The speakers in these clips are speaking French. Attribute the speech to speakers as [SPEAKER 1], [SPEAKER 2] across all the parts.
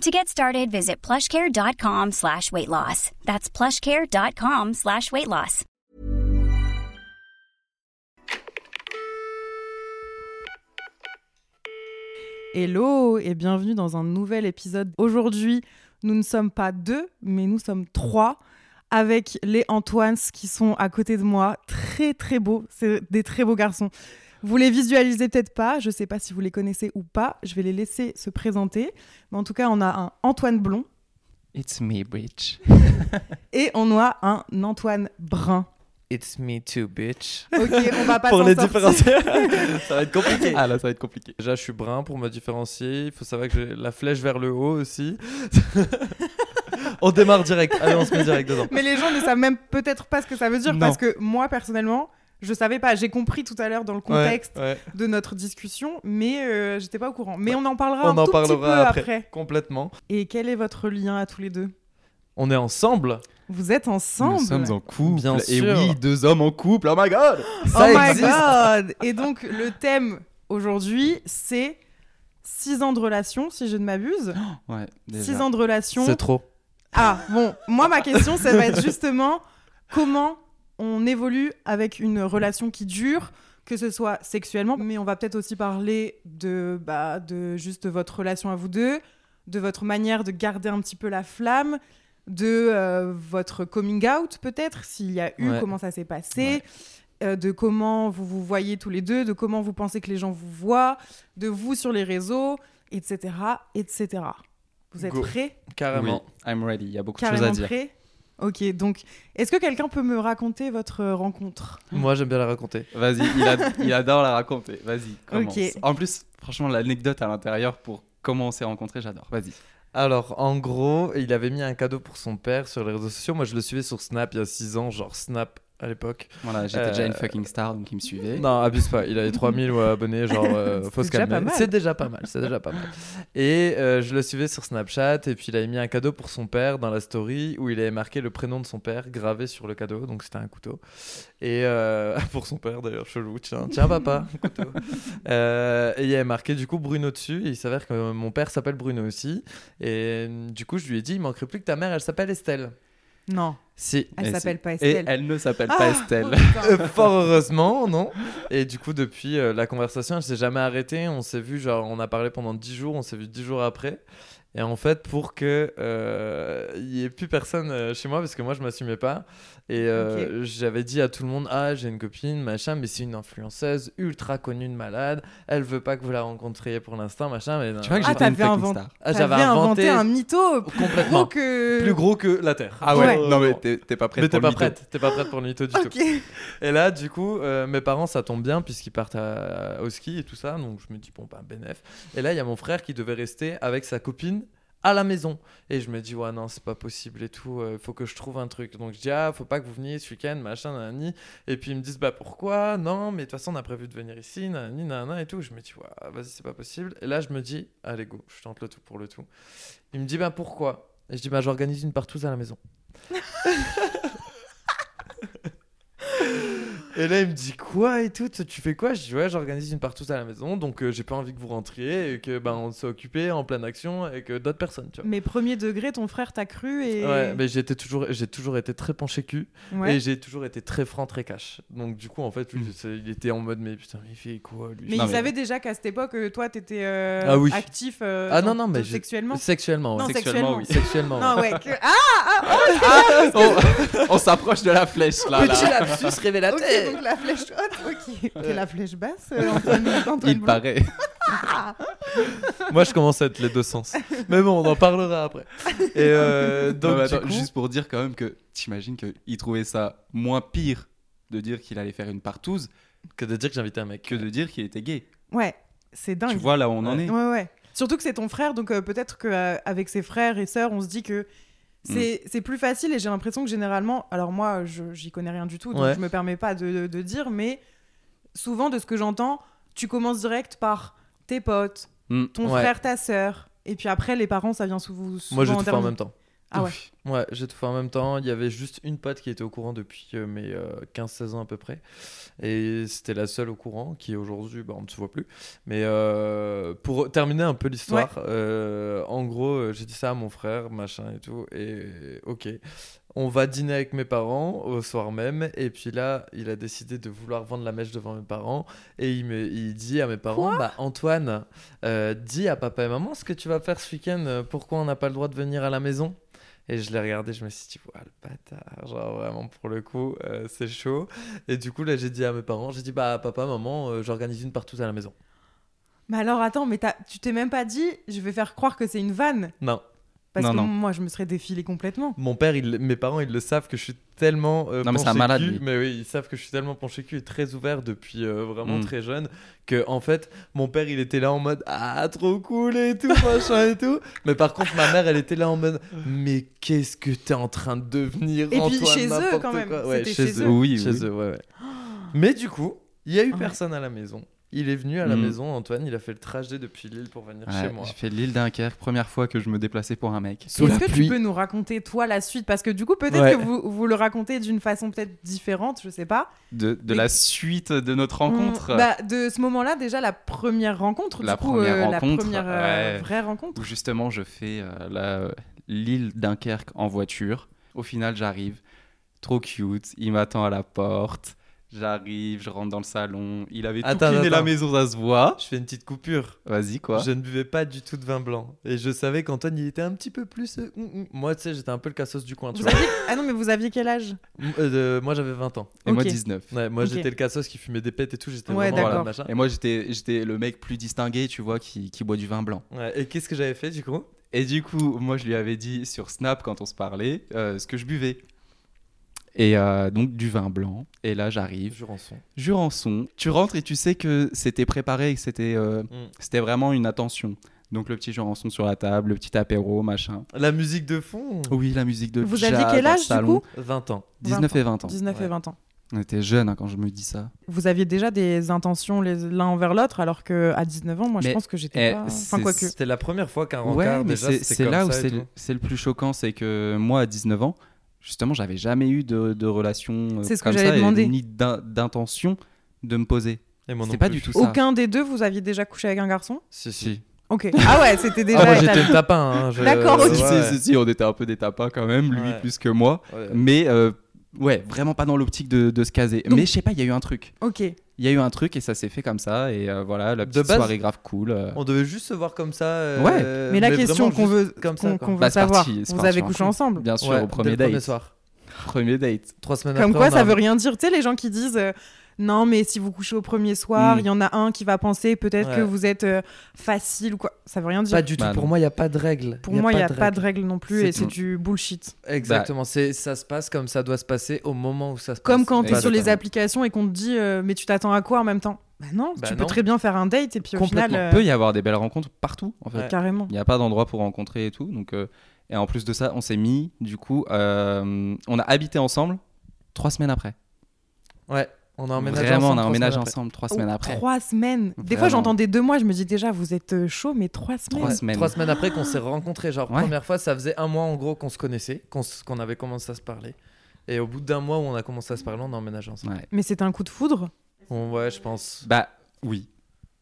[SPEAKER 1] To get started, visit plushcare.com slash weight loss. That's plushcare.com slash weight loss.
[SPEAKER 2] Hello et bienvenue dans un nouvel épisode. Aujourd'hui, nous ne sommes pas deux, mais nous sommes trois avec les Antoines qui sont à côté de moi. Très très beaux, c'est des très beaux garçons. Vous les visualisez peut-être pas, je sais pas si vous les connaissez ou pas, je vais les laisser se présenter. Mais en tout cas, on a un Antoine blond
[SPEAKER 3] It's me, bitch.
[SPEAKER 2] et on a un Antoine brun.
[SPEAKER 3] It's me too, bitch.
[SPEAKER 2] Ok, on va pas
[SPEAKER 4] pour
[SPEAKER 2] s'en
[SPEAKER 4] les
[SPEAKER 2] sortir.
[SPEAKER 4] différencier. ça va être compliqué.
[SPEAKER 3] Ah là, ça va être compliqué.
[SPEAKER 4] Déjà, je suis brun pour me différencier. Il faut savoir que j'ai la flèche vers le haut aussi. on démarre direct. Allez, on se met direct dedans.
[SPEAKER 2] Mais les gens ne savent même peut-être pas ce que ça veut dire
[SPEAKER 4] Non.
[SPEAKER 2] parce que moi personnellement, je savais pas. J'ai compris tout à l'heure dans le
[SPEAKER 4] Ouais,
[SPEAKER 2] contexte
[SPEAKER 4] ouais.
[SPEAKER 2] de notre discussion, mais euh, j'étais pas au courant. Mais on en parlera
[SPEAKER 4] On
[SPEAKER 2] un
[SPEAKER 4] en
[SPEAKER 2] tout petit peu
[SPEAKER 4] parlera
[SPEAKER 2] après.
[SPEAKER 4] après. Complètement.
[SPEAKER 2] Et quel est votre lien à tous les deux
[SPEAKER 4] On est ensemble.
[SPEAKER 2] Vous êtes ensemble.
[SPEAKER 3] Nous sommes en couple.
[SPEAKER 4] Bien
[SPEAKER 3] et
[SPEAKER 4] sûr.
[SPEAKER 3] oui, deux hommes en couple. Oh my god
[SPEAKER 2] oh
[SPEAKER 4] Ça
[SPEAKER 2] my
[SPEAKER 4] existe.
[SPEAKER 2] god Et donc le thème aujourd'hui, c'est 6 ans de relation, si je ne m'abuse.
[SPEAKER 3] Ouais, déjà.
[SPEAKER 2] 6 ans de relation.
[SPEAKER 4] C'est trop.
[SPEAKER 2] Ah bon, moi ma question, ça va être justement comment on évolue avec une relation qui dure, que ce soit sexuellement, mais on va peut-être aussi parler de, bah, de juste votre relation à vous deux, de votre manière de garder un petit peu la flamme, de euh, votre coming out peut-être, s'il y a eu,
[SPEAKER 4] Ouais.
[SPEAKER 2] comment ça s'est passé. euh, de comment vous vous voyez tous les deux, de comment vous pensez que les gens vous voient, de vous sur les réseaux, etc., etc. Vous êtes
[SPEAKER 4] Go.
[SPEAKER 2] prêts
[SPEAKER 4] Carrément.
[SPEAKER 3] Oui, I'm ready. Il y a beaucoup de
[SPEAKER 2] Carrément
[SPEAKER 3] choses à dire.
[SPEAKER 2] prêt Ok, donc est-ce que quelqu'un peut me raconter votre euh, rencontre
[SPEAKER 4] Moi, j'aime bien la raconter.
[SPEAKER 3] Vas-y, il, ad- il adore la raconter. Vas-y, commence.
[SPEAKER 2] Ok.
[SPEAKER 3] En plus, franchement, l'anecdote à l'intérieur pour comment on s'est rencontrés, j'adore. Vas-y.
[SPEAKER 4] Alors, en gros, il avait mis un cadeau pour son père sur les réseaux sociaux. Moi, je le suivais sur Snap il y a 6 ans, genre Snap à l'époque.
[SPEAKER 3] Voilà, j'étais
[SPEAKER 4] Euh,
[SPEAKER 3] déjà une fucking star, donc il me suivait.
[SPEAKER 4] Non, abuse pas. Il avait 3000 ouais, abonnés, genre, euh, faut
[SPEAKER 2] C'est
[SPEAKER 4] se
[SPEAKER 2] déjà
[SPEAKER 4] calmer.
[SPEAKER 2] pas mal.
[SPEAKER 4] C'est déjà pas mal. C'est déjà pas mal. Et euh, je le suivais sur Snapchat, et puis il avait mis un cadeau pour son père dans la story où il avait marqué le prénom de son père gravé sur le cadeau, donc c'était un couteau. Et euh, pour son père d'ailleurs, chelou, tiens, tiens papa, couteau. Euh, et il y avait marqué du coup Bruno dessus, et il s'avère que mon père s'appelle Bruno aussi. Et euh, du coup, je lui ai dit, il manquerait plus que ta mère, elle s'appelle Estelle.
[SPEAKER 2] Non,
[SPEAKER 4] Si,
[SPEAKER 2] elle
[SPEAKER 3] Et
[SPEAKER 2] s'appelle
[SPEAKER 3] c'est-
[SPEAKER 2] pas
[SPEAKER 3] Et
[SPEAKER 2] Estelle.
[SPEAKER 3] elle ne s'appelle
[SPEAKER 2] Ah,
[SPEAKER 3] pas Estelle.
[SPEAKER 4] Euh, Fort heureusement, non. Et du coup, depuis euh, la conversation, elle s'est jamais arrêtée. On s'est vu, genre, on a parlé pendant 10 jours, on s'est vu 10 jours après. Et en fait, pour que euh, il y ait plus personne euh, chez moi, parce que moi, je m'assumais pas. Et euh, j'avais dit à tout le monde, ah, j'ai une copine, machin, mais c'est une influenceuse ultra connue de malade. Elle veut pas que vous la rencontriez pour l'instant, machin. Mais
[SPEAKER 3] Tu vois que
[SPEAKER 2] Ah,
[SPEAKER 3] j'étais une
[SPEAKER 2] t'avais
[SPEAKER 3] fucking
[SPEAKER 2] invent-
[SPEAKER 3] star.
[SPEAKER 4] Ah,
[SPEAKER 2] J'avais inventé un mytho plus gros
[SPEAKER 4] complètement
[SPEAKER 2] que...
[SPEAKER 4] plus gros que la terre.
[SPEAKER 3] Ah ouais,
[SPEAKER 4] Genre,
[SPEAKER 3] non mais t'es t'es pas prête
[SPEAKER 4] mais
[SPEAKER 3] pour
[SPEAKER 4] t'es
[SPEAKER 3] le
[SPEAKER 4] pas
[SPEAKER 3] mytho.
[SPEAKER 4] prête, t'es pas prête pour le mytho du tout.
[SPEAKER 2] Ok.
[SPEAKER 4] Et là, du coup, euh, mes parents, ça tombe bien puisqu'ils partent à- au ski et tout ça. Donc je me dis, bon, ben, bénef. Et là, il y a mon frère qui devait rester avec sa copine à la maison. Et je me dis, ouais, non, c'est pas possible et tout. Il faut que je trouve un truc. Donc je dis, ah, faut pas que vous veniez ce week-end, machin, nanani. Et puis ils me disent, bah pourquoi Non, mais de toute façon, on a prévu de venir ici, nanani, nanana et tout. Je me dis, ouais, vas-y, c'est pas possible. Et là, je me dis, allez, go, je tente le tout pour le tout. Il me dit, bah pourquoi Et je dis, bah j'organise une partouze à la maison. Et là, il me dit quoi et tout Tu fais quoi Je dis ouais, j'organise une partouze à la maison, donc euh, j'ai pas envie que vous rentriez et que ben on soit occupé en pleine action avec euh, d'autres personnes, tu vois.
[SPEAKER 2] Mais premier degré, ton frère t'a cru et...
[SPEAKER 4] Ouais, mais j'étais toujours, j'ai toujours été très penché cul
[SPEAKER 2] Ouais.
[SPEAKER 4] et j'ai toujours été très franc, très cash. Donc du coup, en fait, lui,
[SPEAKER 3] Mm.
[SPEAKER 4] c'est- il était en mode mais putain, mais il fait quoi lui
[SPEAKER 2] Mais
[SPEAKER 3] Non,
[SPEAKER 2] ils
[SPEAKER 3] mais-
[SPEAKER 2] savaient déjà qu'à cette époque, euh, toi, t'étais euh,
[SPEAKER 4] Ah oui.
[SPEAKER 2] actif euh,
[SPEAKER 4] Ah
[SPEAKER 2] dans-
[SPEAKER 4] non, non, mais j'ai-
[SPEAKER 2] sexuellement.
[SPEAKER 4] Sexuellement, ouais.
[SPEAKER 2] Non,
[SPEAKER 3] Sexuellement, oui.
[SPEAKER 4] Sexuellement.
[SPEAKER 2] Non,
[SPEAKER 4] ouais.
[SPEAKER 2] ouais. que- Ah,
[SPEAKER 3] Ah, on on s'approche de la flèche là. là.
[SPEAKER 4] Petit lapsus révélateur.
[SPEAKER 2] ok, donc la flèche haute, ok. T'es la flèche basse, euh, Antoine, Antoine
[SPEAKER 3] Il
[SPEAKER 2] Blond.
[SPEAKER 3] paraît.
[SPEAKER 4] Moi, je commence à être les deux sens. Mais bon, on en parlera après. Et euh, donc
[SPEAKER 3] Non, mais
[SPEAKER 4] du
[SPEAKER 3] attends,
[SPEAKER 4] coup-
[SPEAKER 3] juste pour dire quand même que t'imagines qu'il trouvait ça moins pire de dire qu'il allait faire une partouze
[SPEAKER 4] que de dire que j'invitais un mec.
[SPEAKER 3] que de dire qu'il était gay.
[SPEAKER 2] Ouais, c'est dingue.
[SPEAKER 3] Tu vois là où on en
[SPEAKER 4] Ouais.
[SPEAKER 3] est.
[SPEAKER 2] euh, Ouais, ouais. Surtout que c'est ton frère, donc euh, peut-être qu'avec ses frères et sœurs, on se dit que C'est
[SPEAKER 4] Mm.
[SPEAKER 2] c'est plus facile et j'ai l'impression que généralement, alors moi, je- j'y connais rien du tout, donc
[SPEAKER 4] Ouais.
[SPEAKER 2] je me permets pas de, de- de dire, mais souvent de ce que j'entends, tu commences direct par tes potes,
[SPEAKER 3] Mm.
[SPEAKER 2] ton
[SPEAKER 4] Ouais.
[SPEAKER 2] frère, ta sœur, et puis après les parents, ça vient souvent. souvent
[SPEAKER 4] Moi, j'ai tout fait en
[SPEAKER 2] dernier.
[SPEAKER 4] même temps.
[SPEAKER 2] Ah ouais.
[SPEAKER 4] Ouais, j'ai tout fait en même temps. Il y avait juste une pote qui était au courant depuis euh, mes euh, 15-16 ans à peu près. Et c'était la seule au courant qui aujourd'hui, bah, on ne se voit plus. Mais euh, pour terminer un peu l'histoire, euh, en gros, euh, j'ai dit ça à mon frère, machin et tout. Et ok, on va dîner avec mes parents au soir même. Et puis là, il a décidé de vouloir vendre la mèche devant mes parents. Et il, me, il dit à mes parents, bah Antoine, euh, dis à papa et maman ce que tu vas faire ce week-end, euh, pourquoi on n'a pas le droit de venir à la maison et je l'ai regardé, je me suis dit, Ouah, le bâtard, genre vraiment pour le coup, euh, c'est chaud. Et du coup, là, j'ai dit à mes parents, j'ai dit, bah papa, maman, euh, j'organise une partout à la maison.
[SPEAKER 2] Mais alors attends, mais t'as- tu t'es même pas dit, je vais faire croire que c'est une vanne,
[SPEAKER 4] Non,
[SPEAKER 2] parce
[SPEAKER 3] Non,
[SPEAKER 2] que
[SPEAKER 3] non.
[SPEAKER 2] moi, je me serais défilé complètement.
[SPEAKER 4] mon père, il- mes parents, ils le savent que je suis tellement euh,
[SPEAKER 3] Non, mais c'est
[SPEAKER 4] penché
[SPEAKER 3] un malade,
[SPEAKER 4] cul,
[SPEAKER 3] lui.
[SPEAKER 4] mais oui, ils savent que je suis tellement penché cul et très ouvert depuis euh, vraiment
[SPEAKER 3] Mm.
[SPEAKER 4] très jeune que en fait, mon père, il était là en mode ah trop cool et tout machin et tout. Mais par contre, ma mère, elle était là en mode mais qu'est-ce que t'es en train de devenir
[SPEAKER 2] Et puis,
[SPEAKER 4] Antoine,
[SPEAKER 2] chez eux,
[SPEAKER 4] n'importe
[SPEAKER 2] quand même,
[SPEAKER 4] quoi. Ouais,
[SPEAKER 2] c'était
[SPEAKER 4] chez
[SPEAKER 2] chez
[SPEAKER 4] eux.
[SPEAKER 2] eux.
[SPEAKER 3] Oui,
[SPEAKER 4] Chez
[SPEAKER 3] oui.
[SPEAKER 4] eux, ouais, ouais. Mais du coup, il y a eu
[SPEAKER 3] Ah
[SPEAKER 2] Ouais.
[SPEAKER 4] personne à la maison. Il est venu à la
[SPEAKER 3] Mm.
[SPEAKER 4] maison, Antoine, il a fait le trajet depuis Lille pour venir
[SPEAKER 3] Ouais,
[SPEAKER 4] chez moi.
[SPEAKER 3] J'ai fait l'île Dunkerque, première fois que je me déplaçais pour un mec.
[SPEAKER 4] Sous
[SPEAKER 2] Est-ce
[SPEAKER 4] la
[SPEAKER 2] que
[SPEAKER 4] pluie.
[SPEAKER 2] tu peux nous raconter toi la suite Parce que du coup, peut-être
[SPEAKER 4] Ouais.
[SPEAKER 2] que vous, vous le racontez d'une façon peut-être différente, je sais pas.
[SPEAKER 3] De, de la suite de notre rencontre.
[SPEAKER 2] Mm, bah, de ce moment-là, déjà la première rencontre,
[SPEAKER 3] La
[SPEAKER 2] du coup,
[SPEAKER 3] première
[SPEAKER 2] euh, la
[SPEAKER 3] rencontre,
[SPEAKER 2] première euh,
[SPEAKER 3] ouais.
[SPEAKER 2] vraie rencontre.
[SPEAKER 3] où justement je fais euh, la- euh, l'île Dunkerque en voiture. Au final, j'arrive, trop cute, il m'attend à la porte. J'arrive, je rentre dans le salon. Il avait
[SPEAKER 4] Attends,
[SPEAKER 3] tout cleané la
[SPEAKER 4] attends.
[SPEAKER 3] maison, ça se voit.
[SPEAKER 4] Je fais une petite coupure.
[SPEAKER 3] Vas-y, quoi.
[SPEAKER 4] je ne buvais pas du tout de vin blanc. Et je savais qu'Antoine, il était un petit peu plus. euh, hum, hum. Moi, tu sais, j'étais un peu le cassos du coin. Tu
[SPEAKER 2] Vous
[SPEAKER 4] vois.
[SPEAKER 2] aviez... Ah non, mais vous aviez quel âge
[SPEAKER 4] M- euh, de- moi, j'avais 20 ans.
[SPEAKER 3] Et moi,
[SPEAKER 2] ok.
[SPEAKER 3] 19.
[SPEAKER 4] Ouais, moi,
[SPEAKER 2] Ok.
[SPEAKER 4] j'étais le cassos qui fumait des pètes et tout. J'étais
[SPEAKER 2] Ouais,
[SPEAKER 4] vraiment voilà,
[SPEAKER 2] d'accord.
[SPEAKER 4] machin.
[SPEAKER 3] Et moi, j'étais j'étais le mec plus distingué, tu vois, qui, qui boit du vin blanc.
[SPEAKER 4] Ouais, et qu'est-ce que j'avais fait du coup
[SPEAKER 3] Et du coup, moi, je lui avais dit sur Snap, quand on se parlait, euh, ce que je buvais. Et euh, donc, du vin blanc. Et là, j'arrive.
[SPEAKER 4] Jurançon.
[SPEAKER 3] Jurançon, tu rentres et tu sais que c'était préparé et que c'était euh,
[SPEAKER 4] Mm.
[SPEAKER 3] c'était vraiment une attention. Donc le petit Jurançon sur la table, le petit apéro, machin.
[SPEAKER 4] La musique de fond
[SPEAKER 3] Oui, la musique de
[SPEAKER 2] Vous
[SPEAKER 3] jazz
[SPEAKER 2] aviez quel
[SPEAKER 3] dans le
[SPEAKER 2] âge, du
[SPEAKER 3] salon.
[SPEAKER 2] coup
[SPEAKER 4] 20 ans.
[SPEAKER 3] 19 et 20 ans.
[SPEAKER 2] 19
[SPEAKER 4] Ouais.
[SPEAKER 2] et 20 ans.
[SPEAKER 3] On était jeunes hein, quand je me dis ça.
[SPEAKER 2] Vous aviez déjà des intentions les- l'un envers l'autre, alors que à 19 ans, moi, je
[SPEAKER 3] Mais,
[SPEAKER 2] pense que j'étais
[SPEAKER 3] eh,
[SPEAKER 2] pas. Enfin,
[SPEAKER 3] c'est-
[SPEAKER 2] quoique.
[SPEAKER 4] C'était la première fois qu'un
[SPEAKER 3] Ouais,
[SPEAKER 4] rencard,
[SPEAKER 3] mais
[SPEAKER 4] déjà,
[SPEAKER 3] c'est
[SPEAKER 4] c'était
[SPEAKER 3] c'est
[SPEAKER 4] comme
[SPEAKER 3] là où
[SPEAKER 4] ça et
[SPEAKER 3] c'est
[SPEAKER 4] tout.
[SPEAKER 3] le, c'est le plus choquant, c'est que moi à 19 ans, justement, j'avais jamais eu de, de relation euh,
[SPEAKER 2] C'est ce que
[SPEAKER 3] comme
[SPEAKER 2] j'allais
[SPEAKER 3] ça, et
[SPEAKER 2] demander.
[SPEAKER 3] ni d'in- d'intention de me poser.
[SPEAKER 4] Et moi non
[SPEAKER 3] C'est pas
[SPEAKER 4] plus.
[SPEAKER 3] du tout ça.
[SPEAKER 2] Aucun des deux, vous aviez déjà couché avec un garçon
[SPEAKER 4] Si, si.
[SPEAKER 3] Si.
[SPEAKER 2] Ok. Ah ouais, c'était déjà.
[SPEAKER 4] Ah, moi
[SPEAKER 2] établi.
[SPEAKER 4] j'étais le tapin. hein, je-
[SPEAKER 2] D'accord,
[SPEAKER 4] ouais,
[SPEAKER 2] ok.
[SPEAKER 3] Euh, Si,
[SPEAKER 4] ouais.
[SPEAKER 3] si, si, si, on était un peu des tapins quand même, lui
[SPEAKER 4] Ouais.
[SPEAKER 3] plus que moi.
[SPEAKER 4] Ouais.
[SPEAKER 3] Mais euh, ouais, vraiment pas dans l'optique de, de se caser.
[SPEAKER 2] Donc-
[SPEAKER 3] Mais je sais pas, il y a eu un truc.
[SPEAKER 2] Ok.
[SPEAKER 3] Il y a eu un truc et ça s'est fait comme ça et euh, voilà la
[SPEAKER 4] De
[SPEAKER 3] petite
[SPEAKER 4] base-
[SPEAKER 3] soirée grave cool. euh.
[SPEAKER 4] On devait juste se voir comme ça. euh,
[SPEAKER 3] Ouais.
[SPEAKER 2] Mais la question
[SPEAKER 4] vraiment
[SPEAKER 2] qu'on veut,
[SPEAKER 4] juste Comme ça,
[SPEAKER 2] qu'on-
[SPEAKER 4] quoi.
[SPEAKER 2] qu'on veut
[SPEAKER 3] Bah, c'est
[SPEAKER 2] savoir,
[SPEAKER 3] parti, c'est
[SPEAKER 2] vous
[SPEAKER 3] parti, hein.
[SPEAKER 2] avez
[SPEAKER 3] on
[SPEAKER 2] couché
[SPEAKER 3] couche.
[SPEAKER 2] ensemble
[SPEAKER 3] Bien sûr
[SPEAKER 4] Ouais,
[SPEAKER 3] au
[SPEAKER 4] dès
[SPEAKER 3] premier
[SPEAKER 4] le
[SPEAKER 3] date.
[SPEAKER 4] Premier soir.
[SPEAKER 3] Premier date.
[SPEAKER 4] Trois semaines
[SPEAKER 2] Comme
[SPEAKER 4] après,
[SPEAKER 2] quoi,
[SPEAKER 4] on a-
[SPEAKER 2] ça veut rien dire. Tu sais, les gens qui disent euh, non, mais si vous couchez au premier soir,
[SPEAKER 3] Mm.
[SPEAKER 2] il y en a un qui va penser peut-être
[SPEAKER 4] Ouais.
[SPEAKER 2] que vous êtes euh, facile ou quoi. Ça veut rien dire.
[SPEAKER 4] Pas du tout.
[SPEAKER 3] Bah,
[SPEAKER 4] pour
[SPEAKER 3] non.
[SPEAKER 4] moi, il n'y a pas de règle.
[SPEAKER 2] Pour moi, il n'y a pas de
[SPEAKER 4] règle.
[SPEAKER 2] règle non plus
[SPEAKER 4] C'est
[SPEAKER 2] et c'est
[SPEAKER 3] tout.
[SPEAKER 2] du bullshit.
[SPEAKER 4] Exactement. c'est ça se passe comme ça doit se passer au moment où ça se
[SPEAKER 2] Comme
[SPEAKER 4] passe.
[SPEAKER 2] quand t'es
[SPEAKER 3] Bah,
[SPEAKER 2] sur les
[SPEAKER 3] totalement.
[SPEAKER 2] applications et qu'on te dit euh, mais tu t'attends à quoi en même temps Bah non,
[SPEAKER 4] Bah
[SPEAKER 2] tu
[SPEAKER 4] non.
[SPEAKER 2] peux très bien faire un date et puis au
[SPEAKER 3] Complètement.
[SPEAKER 2] final, euh,
[SPEAKER 3] Il peut y avoir des belles rencontres partout en fait.
[SPEAKER 4] Ouais.
[SPEAKER 2] carrément.
[SPEAKER 3] Il n'y a pas d'endroit pour rencontrer et tout. Donc euh, et en plus de ça, on s'est mis du coup, euh, on a habité ensemble trois semaines après.
[SPEAKER 4] Ouais. On a emménagé ensemble
[SPEAKER 3] Vraiment, on a
[SPEAKER 4] trois
[SPEAKER 3] emménagé
[SPEAKER 4] semaines après.
[SPEAKER 3] ensemble trois semaines
[SPEAKER 2] Oh,
[SPEAKER 3] après.
[SPEAKER 2] Trois semaines. Des fois,
[SPEAKER 3] Vraiment.
[SPEAKER 2] j'entendais deux mois, je me dis déjà, vous êtes euh, chaud, mais trois semaines.
[SPEAKER 3] Trois semaines.
[SPEAKER 4] Trois semaines après qu'on s'est rencontrés. Genre,
[SPEAKER 3] Ouais.
[SPEAKER 4] première fois, ça faisait un mois en gros qu'on se connaissait, qu'on s- qu'on avait commencé à se parler. Et au bout d'un mois où on a commencé à se parler, on a emménagé ensemble.
[SPEAKER 3] Ouais.
[SPEAKER 2] Mais c'était un coup de foudre.
[SPEAKER 4] Bon, ouais, je pense.
[SPEAKER 3] Bah oui.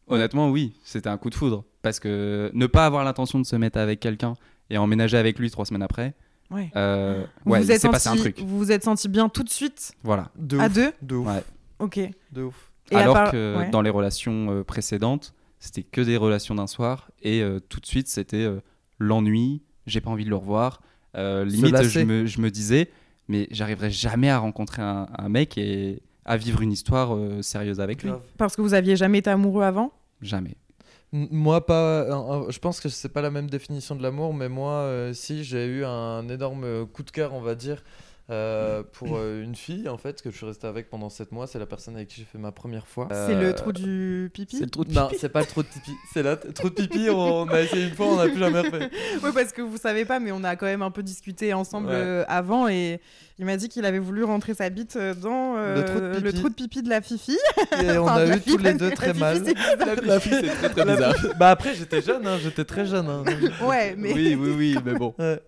[SPEAKER 3] Honnêtement, oui, c'était un coup de foudre parce que ne pas avoir l'intention de se mettre avec quelqu'un et emménager avec lui trois semaines après,
[SPEAKER 2] Ouais.
[SPEAKER 3] euh,
[SPEAKER 2] Vous
[SPEAKER 3] ouais,
[SPEAKER 2] vous
[SPEAKER 3] il
[SPEAKER 2] êtes
[SPEAKER 3] s'est passé un
[SPEAKER 2] senti-
[SPEAKER 3] truc.
[SPEAKER 2] Vous vous êtes senti bien tout de suite
[SPEAKER 3] Voilà.
[SPEAKER 4] De
[SPEAKER 2] à
[SPEAKER 4] ouf.
[SPEAKER 2] deux.
[SPEAKER 4] De ouf.
[SPEAKER 3] Ouais.
[SPEAKER 2] Ok. Et
[SPEAKER 4] De ouf.
[SPEAKER 2] à
[SPEAKER 3] Alors
[SPEAKER 2] part-
[SPEAKER 3] que
[SPEAKER 2] ouais.
[SPEAKER 3] dans les relations euh, précédentes, c'était que des relations d'un soir et euh, tout de suite c'était euh, l'ennui, j'ai pas envie de le revoir. Euh, limite, je
[SPEAKER 4] lasser.
[SPEAKER 3] me, je me disais, mais j'arriverai jamais à rencontrer un, un mec et à vivre une histoire euh, sérieuse avec lui.
[SPEAKER 4] Grave.
[SPEAKER 2] parce que vous aviez jamais été amoureux avant.
[SPEAKER 3] Jamais.
[SPEAKER 4] M- Moi, pas. un- un- je pense que c'est euh, pas la même définition de l'amour, mais moi, euh, si, j'ai eu un énorme coup de euh, cœur, on va dire, euh, pour euh, une fille en fait que je suis resté avec pendant 7 mois. C'est la personne avec qui j'ai fait ma première fois.
[SPEAKER 2] C'est
[SPEAKER 4] Euh,
[SPEAKER 2] le trou du pipi
[SPEAKER 3] C'est le trou de
[SPEAKER 4] Non, c'est pas le trou de pipi. C'est là, trou de pipi. On a essayé une fois, on n'a plus jamais refait.
[SPEAKER 2] Oui, parce que vous savez pas, mais on a quand même un peu discuté ensemble
[SPEAKER 4] Ouais.
[SPEAKER 2] euh, avant et il m'a dit qu'il avait voulu rentrer sa bite euh, dans euh,
[SPEAKER 4] Le trou de pipi.
[SPEAKER 2] pipi de la fifi.
[SPEAKER 4] Et on
[SPEAKER 2] Enfin, de
[SPEAKER 4] a
[SPEAKER 2] la
[SPEAKER 4] eu
[SPEAKER 2] fille,
[SPEAKER 4] tous les
[SPEAKER 2] la-
[SPEAKER 4] deux
[SPEAKER 2] la
[SPEAKER 4] très
[SPEAKER 2] fifi,
[SPEAKER 4] mal.
[SPEAKER 2] c'est-
[SPEAKER 4] La fille,
[SPEAKER 3] c'est très très
[SPEAKER 4] La-
[SPEAKER 3] bizarre.
[SPEAKER 4] Bah après, j'étais jeune, hein, j'étais très jeune. hein.
[SPEAKER 2] Ouais, mais
[SPEAKER 3] Oui, oui, oui, mais bon.
[SPEAKER 4] Ouais.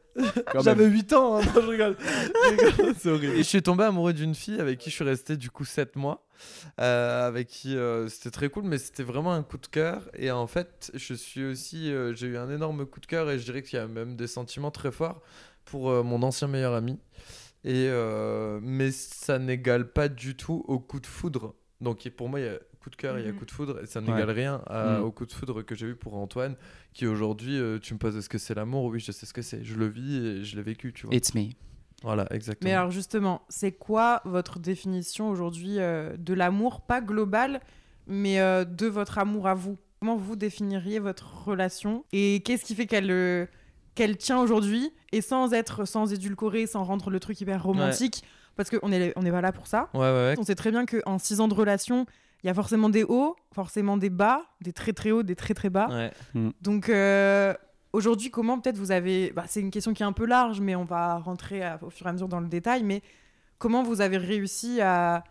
[SPEAKER 3] quand même.
[SPEAKER 4] J'avais 8 ans, hein, non, je rigole. Je rigole, c'est horrible. Et je suis tombé amoureux d'une fille avec qui je suis resté du coup 7 mois, euh, avec qui euh, c'était très cool, mais c'était vraiment un coup de cœur. Et en fait, je suis aussi, euh, j'ai eu un énorme coup de cœur et je dirais qu'il y a même des sentiments très forts pour euh, mon ancien meilleur ami. Et euh, mais ça n'égale pas du tout au coup de foudre. Donc et pour moi, il y a coup de cœur, il y a
[SPEAKER 2] Mhm.
[SPEAKER 4] coup de foudre, et ça
[SPEAKER 3] Ouais.
[SPEAKER 4] n'égale rien à-
[SPEAKER 3] Mhm.
[SPEAKER 4] au coup de foudre que j'ai eu pour Antoine, qui aujourd'hui, euh, tu me poses ce que c'est l'amour, oui, je sais ce que c'est, je le vis et je l'ai vécu, tu vois.
[SPEAKER 3] It's me.
[SPEAKER 4] Voilà,
[SPEAKER 2] Mais
[SPEAKER 4] exactement.
[SPEAKER 2] alors justement, c'est quoi votre définition aujourd'hui euh, de l'amour, pas global, mais euh, de votre amour à vous Comment vous définiriez votre relation et qu'est-ce qui fait qu'elle euh, qu'elle tient aujourd'hui et sans être sans édulcorer, sans rendre le truc hyper romantique parce qu'on est on n'est pas là pour ça.
[SPEAKER 4] Ouais, ouais, ouais.
[SPEAKER 2] On sait très bien qu'en six ans de relation, il y a forcément des hauts, forcément des bas, des très très hauts, des très très bas.
[SPEAKER 4] Ouais.
[SPEAKER 2] Donc euh, aujourd'hui, comment peut-être vous avez... bah, c'est une question qui est un peu large, mais on va rentrer à- au fur et à mesure dans le détail. Mais comment vous avez réussi à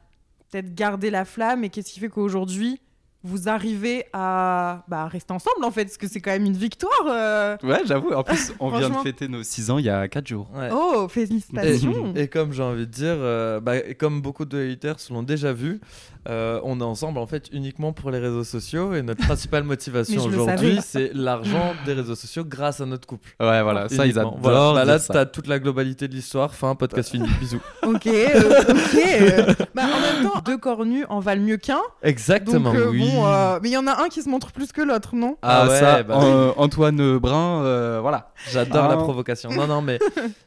[SPEAKER 2] peut-être garder la flamme et qu'est-ce qui fait qu'aujourd'hui, vous arrivez à bah, rester ensemble en fait Parce que c'est quand même une victoire. euh.
[SPEAKER 3] Ouais, j'avoue. En plus, on vient de
[SPEAKER 2] Franchement.
[SPEAKER 3] fêter nos 6 ans il y a 4 jours.
[SPEAKER 4] Ouais.
[SPEAKER 2] Oh, félicitations
[SPEAKER 4] Et comme j'ai envie de dire, euh, bah, et comme beaucoup de haters l'ont déjà vu, euh, on est ensemble en fait uniquement pour les réseaux sociaux et notre principale motivation
[SPEAKER 2] Mais je le
[SPEAKER 4] aujourd'hui,
[SPEAKER 2] savais.
[SPEAKER 4] c'est l'argent des réseaux sociaux grâce à notre couple.
[SPEAKER 3] Ouais, voilà. Ah, Ça, ils
[SPEAKER 4] Uniquement.
[SPEAKER 3] adorent.
[SPEAKER 4] Voilà, bah,
[SPEAKER 3] dire
[SPEAKER 4] là,
[SPEAKER 3] ça.
[SPEAKER 4] t'as toute la globalité de l'histoire. Fin, podcast fini. Bisous.
[SPEAKER 2] Ok, euh, ok. euh. Bah, en même temps, deux corps nus en valent mieux qu'un.
[SPEAKER 4] Exactement.
[SPEAKER 2] Donc, euh,
[SPEAKER 4] oui.
[SPEAKER 2] bon, euh, mais il y en a un qui se montre plus que l'autre, non
[SPEAKER 3] Ah,
[SPEAKER 4] Ah ouais,
[SPEAKER 3] ça,
[SPEAKER 4] bah
[SPEAKER 3] euh, Antoine Brun, euh, voilà.
[SPEAKER 4] J'adore la
[SPEAKER 3] Ah.
[SPEAKER 4] provocation. Non, non, mais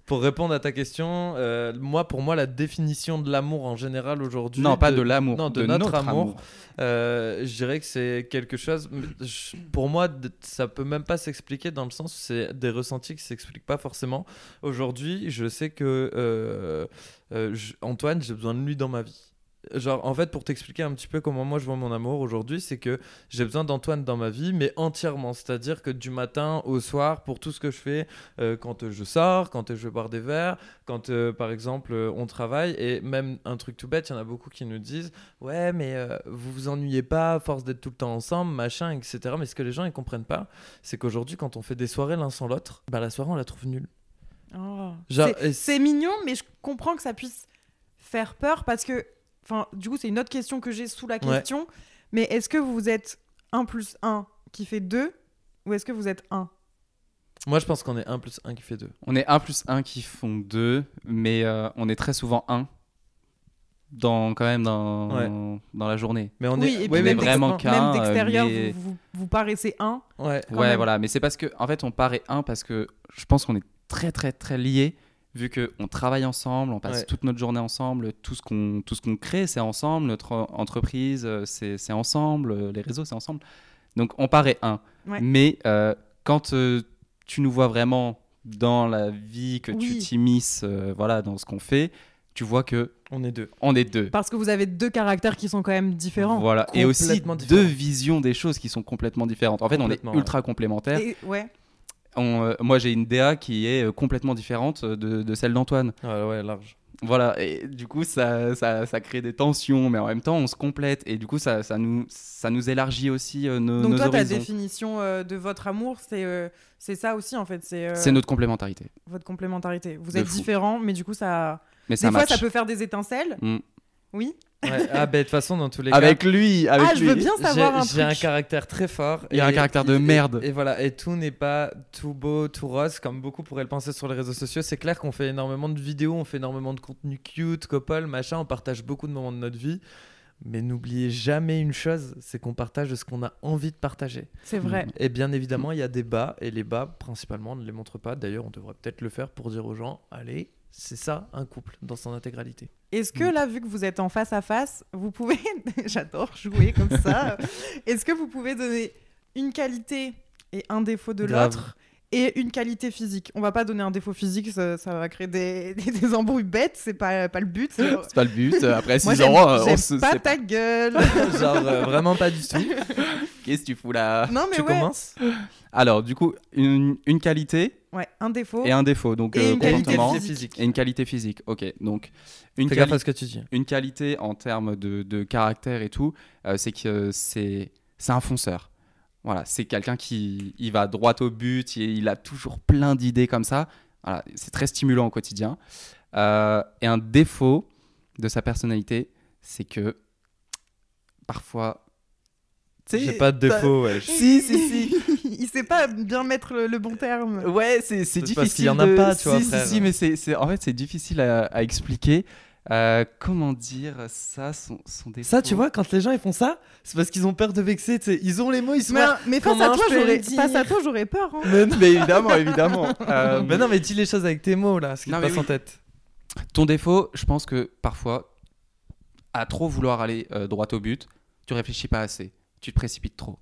[SPEAKER 4] pour répondre à ta question, euh, moi, pour moi, la définition de l'amour en général aujourd'hui.
[SPEAKER 3] Non, pas de l'amour,
[SPEAKER 4] non, de notre amour. Euh, je dirais que c'est quelque chose. mais je- Pour moi, d- ça peut même pas s'expliquer dans le sens où c'est des ressentis qui s'expliquent pas forcément. Aujourd'hui, je sais que euh, euh, je- Antoine, j'ai besoin de lui dans ma vie. Genre, en fait, pour t'expliquer un petit peu comment moi je vois mon amour aujourd'hui, c'est que j'ai besoin d'Antoine dans ma vie, mais entièrement. C'est-à-dire que du matin au soir, pour tout ce que je fais, euh, quand euh, je sors, quand euh, je vais boire des verres, quand euh, par exemple euh, on travaille, et même un truc tout bête, il y en a beaucoup qui nous disent Ouais, mais euh, vous vous ennuyez pas à force d'être tout le temps ensemble, machin, etc. Mais ce que les gens ils comprennent pas, c'est qu'aujourd'hui, quand on fait des soirées l'un sans l'autre, bah la soirée on la trouve nulle.
[SPEAKER 2] Oh.
[SPEAKER 4] Genre,
[SPEAKER 2] C'est-
[SPEAKER 4] et-
[SPEAKER 2] C'est mignon, mais je comprends que ça puisse faire peur parce que, enfin, du coup, c'est une autre question que j'ai sous la
[SPEAKER 4] Ouais.
[SPEAKER 2] question. Mais est-ce que vous êtes 1 plus 1 qui fait 2 ou est-ce que vous êtes 1
[SPEAKER 4] Moi je pense qu'on est 1 plus 1 qui fait 2.
[SPEAKER 3] On est 1 plus 1 qui font 2, mais euh, on est très souvent 1 dans, quand même dans, dans la journée.
[SPEAKER 4] Mais on
[SPEAKER 2] Oui,
[SPEAKER 4] est
[SPEAKER 2] et puis
[SPEAKER 3] ouais, mais
[SPEAKER 2] même,
[SPEAKER 3] vraiment
[SPEAKER 2] d'ex-
[SPEAKER 3] qu'un,
[SPEAKER 2] même d'extérieur,
[SPEAKER 3] euh, mais-
[SPEAKER 2] vous, vous- vous paraissez 1.
[SPEAKER 4] Ouais.
[SPEAKER 2] Quand
[SPEAKER 3] ouais,
[SPEAKER 2] même.
[SPEAKER 3] voilà. Mais c'est parce que, en fait, on paraît 1 parce que je pense qu'on est très, très, très liés, vu qu'on travaille ensemble, on passe
[SPEAKER 4] Ouais.
[SPEAKER 3] toute notre journée ensemble, tout ce qu'on tout ce qu'on crée, c'est ensemble, notre euh, entreprise, euh, c'est c'est ensemble, euh, les réseaux, c'est ensemble. Donc, on paraît 1.
[SPEAKER 2] Ouais.
[SPEAKER 3] Mais euh, quand euh, tu nous vois vraiment dans la vie, que tu
[SPEAKER 2] Oui.
[SPEAKER 3] t'immisces euh, voilà, dans ce qu'on fait, tu vois que
[SPEAKER 4] On est 2.
[SPEAKER 3] on est deux.
[SPEAKER 2] Parce que vous avez deux caractères qui sont quand même différents.
[SPEAKER 3] Voilà. Et aussi
[SPEAKER 4] Complètement différent.
[SPEAKER 3] deux visions des choses qui sont complètement différentes. En fait, on est
[SPEAKER 4] Complètement,
[SPEAKER 3] ultra complémentaires.
[SPEAKER 2] Et- ouais.
[SPEAKER 3] On, euh, moi, j'ai une DA qui est euh, complètement différente euh, de, de celle d'Antoine.
[SPEAKER 4] Ouais, Ah ouais, large.
[SPEAKER 3] Voilà. Et du coup, ça, ça, ça crée des tensions, mais en même temps, on se complète. Et du coup, ça, ça, nous, ça nous élargit aussi euh, nos,
[SPEAKER 2] Donc
[SPEAKER 3] nos
[SPEAKER 2] toi, ta
[SPEAKER 3] horizons.
[SPEAKER 2] définition euh, de votre amour, c'est euh, c'est ça aussi en fait, c'est euh,
[SPEAKER 3] C'est notre complémentarité.
[SPEAKER 2] votre complémentarité. Vous
[SPEAKER 3] De
[SPEAKER 2] êtes
[SPEAKER 3] fou.
[SPEAKER 2] différents, mais du coup, ça,
[SPEAKER 3] Mais
[SPEAKER 2] des
[SPEAKER 3] ça
[SPEAKER 2] fois,
[SPEAKER 3] marche.
[SPEAKER 2] ça peut faire des étincelles.
[SPEAKER 3] Mm.
[SPEAKER 2] Oui.
[SPEAKER 4] Ouais. ah, bah de toute façon, dans tous les cas.
[SPEAKER 3] Avec lui, avec
[SPEAKER 2] ah, je veux
[SPEAKER 3] lui.
[SPEAKER 2] bien
[SPEAKER 4] J'ai-
[SPEAKER 2] savoir un
[SPEAKER 4] J'ai un
[SPEAKER 2] truc.
[SPEAKER 4] caractère très fort.
[SPEAKER 3] Il y a un
[SPEAKER 4] et-
[SPEAKER 3] caractère de
[SPEAKER 4] et-
[SPEAKER 3] merde.
[SPEAKER 4] Et, voilà, et tout n'est pas tout beau, tout rose, comme beaucoup pourraient le penser sur les réseaux sociaux. C'est clair qu'on fait énormément de vidéos, on fait énormément de contenu cute, couple, machin, on partage beaucoup de moments de notre vie. Mais n'oubliez jamais une chose, c'est qu'on partage ce qu'on a envie de partager.
[SPEAKER 2] C'est vrai.
[SPEAKER 3] Mm.
[SPEAKER 4] Et bien évidemment, il y a des bas, et les bas, principalement, on ne les montre pas. D'ailleurs, on devrait peut-être le faire pour dire aux gens, allez, c'est ça, un couple, dans son intégralité.
[SPEAKER 2] Est-ce que
[SPEAKER 3] Mm.
[SPEAKER 2] là, vu que vous êtes en face à face, vous pouvez, j'adore jouer comme ça, est-ce que vous pouvez donner une qualité et un défaut de
[SPEAKER 4] Grave.
[SPEAKER 2] l'autre et une qualité physique. On va pas donner un défaut physique, ça, ça va créer des, des, des embrouilles bêtes, c'est pas, pas le but.
[SPEAKER 3] C'est pas le but. Après
[SPEAKER 2] Moi,
[SPEAKER 3] 6
[SPEAKER 2] j'aime-
[SPEAKER 3] ans, euh, on
[SPEAKER 2] j'aime
[SPEAKER 3] se
[SPEAKER 2] pas
[SPEAKER 3] sait
[SPEAKER 2] ta gueule.
[SPEAKER 4] Genre, euh, vraiment pas du tout.
[SPEAKER 3] Qu'est-ce que tu fous là
[SPEAKER 2] non, mais
[SPEAKER 4] tu
[SPEAKER 2] ouais.
[SPEAKER 4] commences
[SPEAKER 3] Alors, du coup, une, une qualité
[SPEAKER 2] Ouais, un défaut.
[SPEAKER 3] et un défaut. Donc,
[SPEAKER 2] Et
[SPEAKER 3] euh,
[SPEAKER 2] une qualité
[SPEAKER 3] comportement
[SPEAKER 2] physique.
[SPEAKER 3] et une qualité physique. Ok, donc une,
[SPEAKER 4] Fais gaffe
[SPEAKER 3] quali-
[SPEAKER 4] à ce que tu dis.
[SPEAKER 3] une qualité en termes de, de caractère et tout, euh, c'est que euh, c'est c'est un fonceur. Voilà, c'est quelqu'un qui il va droit au but, il, il a toujours plein d'idées comme ça. Voilà, c'est très stimulant au quotidien. Euh, et un défaut de sa personnalité, c'est que parfois. tu sais,
[SPEAKER 4] J'ai pas de
[SPEAKER 3] t'as-
[SPEAKER 4] défaut, ouais.
[SPEAKER 3] Si, si, si.
[SPEAKER 2] Il sait pas bien mettre le, le bon terme.
[SPEAKER 3] Ouais, c'est c'est
[SPEAKER 4] Parce
[SPEAKER 3] difficile.
[SPEAKER 4] qu'il y en a
[SPEAKER 3] de-
[SPEAKER 4] pas, tu
[SPEAKER 3] si,
[SPEAKER 4] vois,
[SPEAKER 3] Si,
[SPEAKER 4] frère.
[SPEAKER 3] si, mais c'est c'est- en fait, c'est difficile à, à expliquer. Euh, comment dire ça, son, son défaut
[SPEAKER 4] Ça, tu vois, quand les gens ils font ça, c'est parce qu'ils ont peur de vexer. tu sais. Ils ont les mots, ils se
[SPEAKER 2] Mais,
[SPEAKER 4] marrent.
[SPEAKER 2] mais face, à
[SPEAKER 4] comment
[SPEAKER 2] toi,
[SPEAKER 4] je peux le
[SPEAKER 2] j'aurais-
[SPEAKER 4] dire
[SPEAKER 2] face à toi, j'aurais peur. hein.
[SPEAKER 3] mais, mais évidemment, évidemment. Euh,
[SPEAKER 4] Mais non, mais dis les choses avec tes mots là, ce qui
[SPEAKER 3] Non,
[SPEAKER 4] te
[SPEAKER 3] mais
[SPEAKER 4] passe en
[SPEAKER 3] oui.
[SPEAKER 4] tête.
[SPEAKER 3] Ton défaut, je pense que parfois, à trop vouloir aller euh, droit au but, tu réfléchis pas assez. Tu te précipites trop.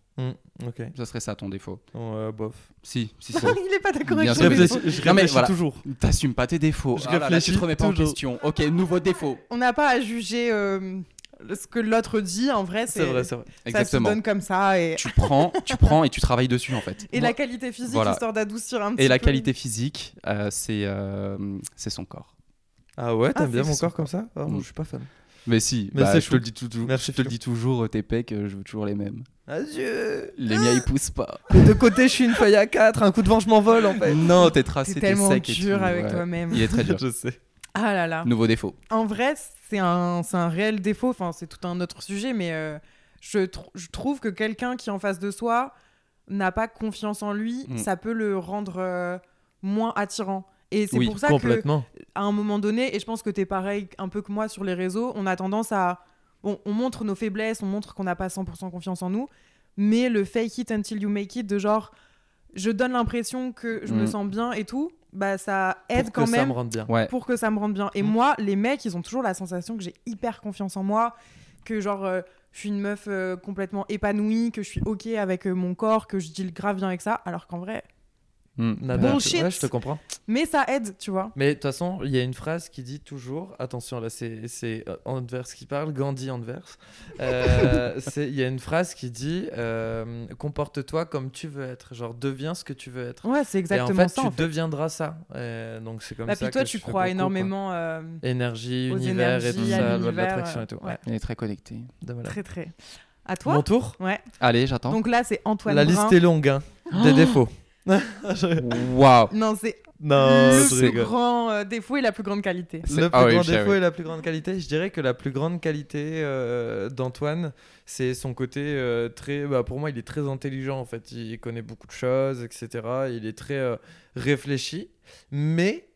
[SPEAKER 4] Ok.
[SPEAKER 3] Ça serait ça ton défaut.
[SPEAKER 4] Ouais, bof.
[SPEAKER 3] Si, si, si.
[SPEAKER 2] Il est pas d'accord
[SPEAKER 3] Bien
[SPEAKER 2] avec
[SPEAKER 4] Je
[SPEAKER 3] sûr.
[SPEAKER 2] toi.
[SPEAKER 4] réfléchis,
[SPEAKER 3] mais-
[SPEAKER 4] je
[SPEAKER 3] Non, mais
[SPEAKER 4] réfléchis
[SPEAKER 3] voilà.
[SPEAKER 4] toujours.
[SPEAKER 3] T'assumes pas tes défauts.
[SPEAKER 4] Je
[SPEAKER 3] Ah là là, tu
[SPEAKER 4] réfléchis
[SPEAKER 3] te remets pas en
[SPEAKER 4] toujours.
[SPEAKER 3] question. Ok, nouveau défaut.
[SPEAKER 2] On n'a pas à juger euh, ce que l'autre dit. En vrai,
[SPEAKER 4] C'est vrai, c'est vrai.
[SPEAKER 2] ça se
[SPEAKER 3] Exactement.
[SPEAKER 2] donne comme ça. Et,
[SPEAKER 3] Tu prends, tu prends et tu travailles dessus en fait.
[SPEAKER 2] et la qualité physique,
[SPEAKER 3] Voilà.
[SPEAKER 2] histoire d'adoucir un petit
[SPEAKER 3] Et la
[SPEAKER 2] peu.
[SPEAKER 3] qualité physique, euh, c'est euh, c'est son corps.
[SPEAKER 4] Ah ouais,
[SPEAKER 2] Ah,
[SPEAKER 4] t'aimes bien
[SPEAKER 2] c'est
[SPEAKER 4] mon
[SPEAKER 2] son
[SPEAKER 4] corps comme ça Ah,
[SPEAKER 3] Mm.
[SPEAKER 4] moi, Je suis pas fan.
[SPEAKER 3] Mais si,
[SPEAKER 4] Mais
[SPEAKER 3] bah,
[SPEAKER 4] c'est
[SPEAKER 3] je
[SPEAKER 4] chou.
[SPEAKER 3] te le dis toujours.
[SPEAKER 4] Merci,
[SPEAKER 3] je te le
[SPEAKER 4] Flo.
[SPEAKER 3] dis toujours, euh, tes pecs, euh, je veux toujours les mêmes.
[SPEAKER 2] Ah
[SPEAKER 4] Adieu
[SPEAKER 3] Les miens, ils poussent pas.
[SPEAKER 4] De deux côtés, je suis une feuille à 4, un coup de vent, je m'envole en fait.
[SPEAKER 3] Non, t'es tracé,
[SPEAKER 2] T'es
[SPEAKER 3] t'es
[SPEAKER 2] tellement
[SPEAKER 3] sec et
[SPEAKER 2] dur
[SPEAKER 3] tout,
[SPEAKER 2] avec
[SPEAKER 3] ouais.
[SPEAKER 2] toi-même.
[SPEAKER 3] Il est très dur.
[SPEAKER 4] je sais.
[SPEAKER 2] Ah là là.
[SPEAKER 3] Nouveau défaut.
[SPEAKER 2] En vrai, c'est un, c'est un réel défaut. Enfin, c'est tout un autre sujet, mais euh, je, tr- je trouve que quelqu'un qui est en face de soi n'a pas confiance en lui,
[SPEAKER 3] Mm.
[SPEAKER 2] ça peut le rendre euh, moins attirant. Et c'est
[SPEAKER 3] Oui,
[SPEAKER 2] pour ça que
[SPEAKER 4] Complètement.
[SPEAKER 2] à un moment donné, et je pense que t'es pareil un peu que moi sur les réseaux, on a tendance à. On, on montre nos faiblesses, on montre qu'on n'a pas 100% confiance en nous, mais le fake it until you make it, de genre, je donne l'impression que je me
[SPEAKER 3] Mm.
[SPEAKER 2] sens bien et tout, bah ça aide
[SPEAKER 4] Pour
[SPEAKER 2] quand
[SPEAKER 4] que ça
[SPEAKER 2] même
[SPEAKER 4] me rende bien.
[SPEAKER 3] Ouais.
[SPEAKER 2] pour que ça me rende bien. Et
[SPEAKER 3] Mm.
[SPEAKER 2] moi, les mecs, ils ont toujours la sensation que j'ai hyper confiance en moi, que genre, euh, je suis une meuf euh, complètement épanouie, que je suis OK avec euh, mon corps, que je deal grave bien avec ça, alors qu'en vrai.
[SPEAKER 3] Hmm.
[SPEAKER 4] Nada.
[SPEAKER 2] Bullshit.
[SPEAKER 4] Ouais, je te comprends.
[SPEAKER 2] Mais ça aide, tu vois.
[SPEAKER 4] Mais de toute façon, il y a une phrase qui dit toujours, attention là, c'est c'est, euh, Anvers qui parle, Gandhi Anvers. Euh, c'est- Il y a une phrase qui dit euh, comporte-toi comme tu veux être, genre deviens ce que tu veux être.
[SPEAKER 2] Ouais, c'est exactement
[SPEAKER 4] Et en fait,
[SPEAKER 2] ça.
[SPEAKER 4] tu
[SPEAKER 2] en fait.
[SPEAKER 4] deviendras ça. Euh, donc c'est comme
[SPEAKER 2] Bah,
[SPEAKER 4] ça.
[SPEAKER 2] puis toi,
[SPEAKER 4] que je
[SPEAKER 2] tu
[SPEAKER 4] fais
[SPEAKER 2] crois
[SPEAKER 4] beaucoup,
[SPEAKER 2] énormément euh,
[SPEAKER 4] quoi. Énergie,
[SPEAKER 2] aux
[SPEAKER 4] univers et tout
[SPEAKER 2] énergies, à
[SPEAKER 4] ça, loi de
[SPEAKER 2] l'univers, euh,
[SPEAKER 4] l'attraction et tout.
[SPEAKER 2] ouais.
[SPEAKER 4] Ouais.
[SPEAKER 3] Il est très connecté.
[SPEAKER 4] de malade.
[SPEAKER 2] Très, très. À toi
[SPEAKER 4] Mon tour.
[SPEAKER 2] Ouais.
[SPEAKER 3] Allez, j'attends.
[SPEAKER 2] Donc là, c'est Antoine.
[SPEAKER 4] La
[SPEAKER 2] Brun.
[SPEAKER 4] liste est longue, hein, des défauts. Je-
[SPEAKER 3] Waouh.
[SPEAKER 2] Non, c'est
[SPEAKER 4] non,
[SPEAKER 2] le
[SPEAKER 4] Oh, je
[SPEAKER 2] plus
[SPEAKER 4] rigole.
[SPEAKER 2] grand euh, défaut et la plus grande qualité.
[SPEAKER 3] C'est-
[SPEAKER 4] Le plus
[SPEAKER 3] ah oui,
[SPEAKER 4] grand
[SPEAKER 3] je savais.
[SPEAKER 4] défaut et la plus grande qualité, je dirais que la plus grande qualité euh, d'Antoine, c'est son côté euh, très. bah, pour moi, il est très intelligent en fait. Il connaît beaucoup de choses, etc. Il est très euh, réfléchi, mais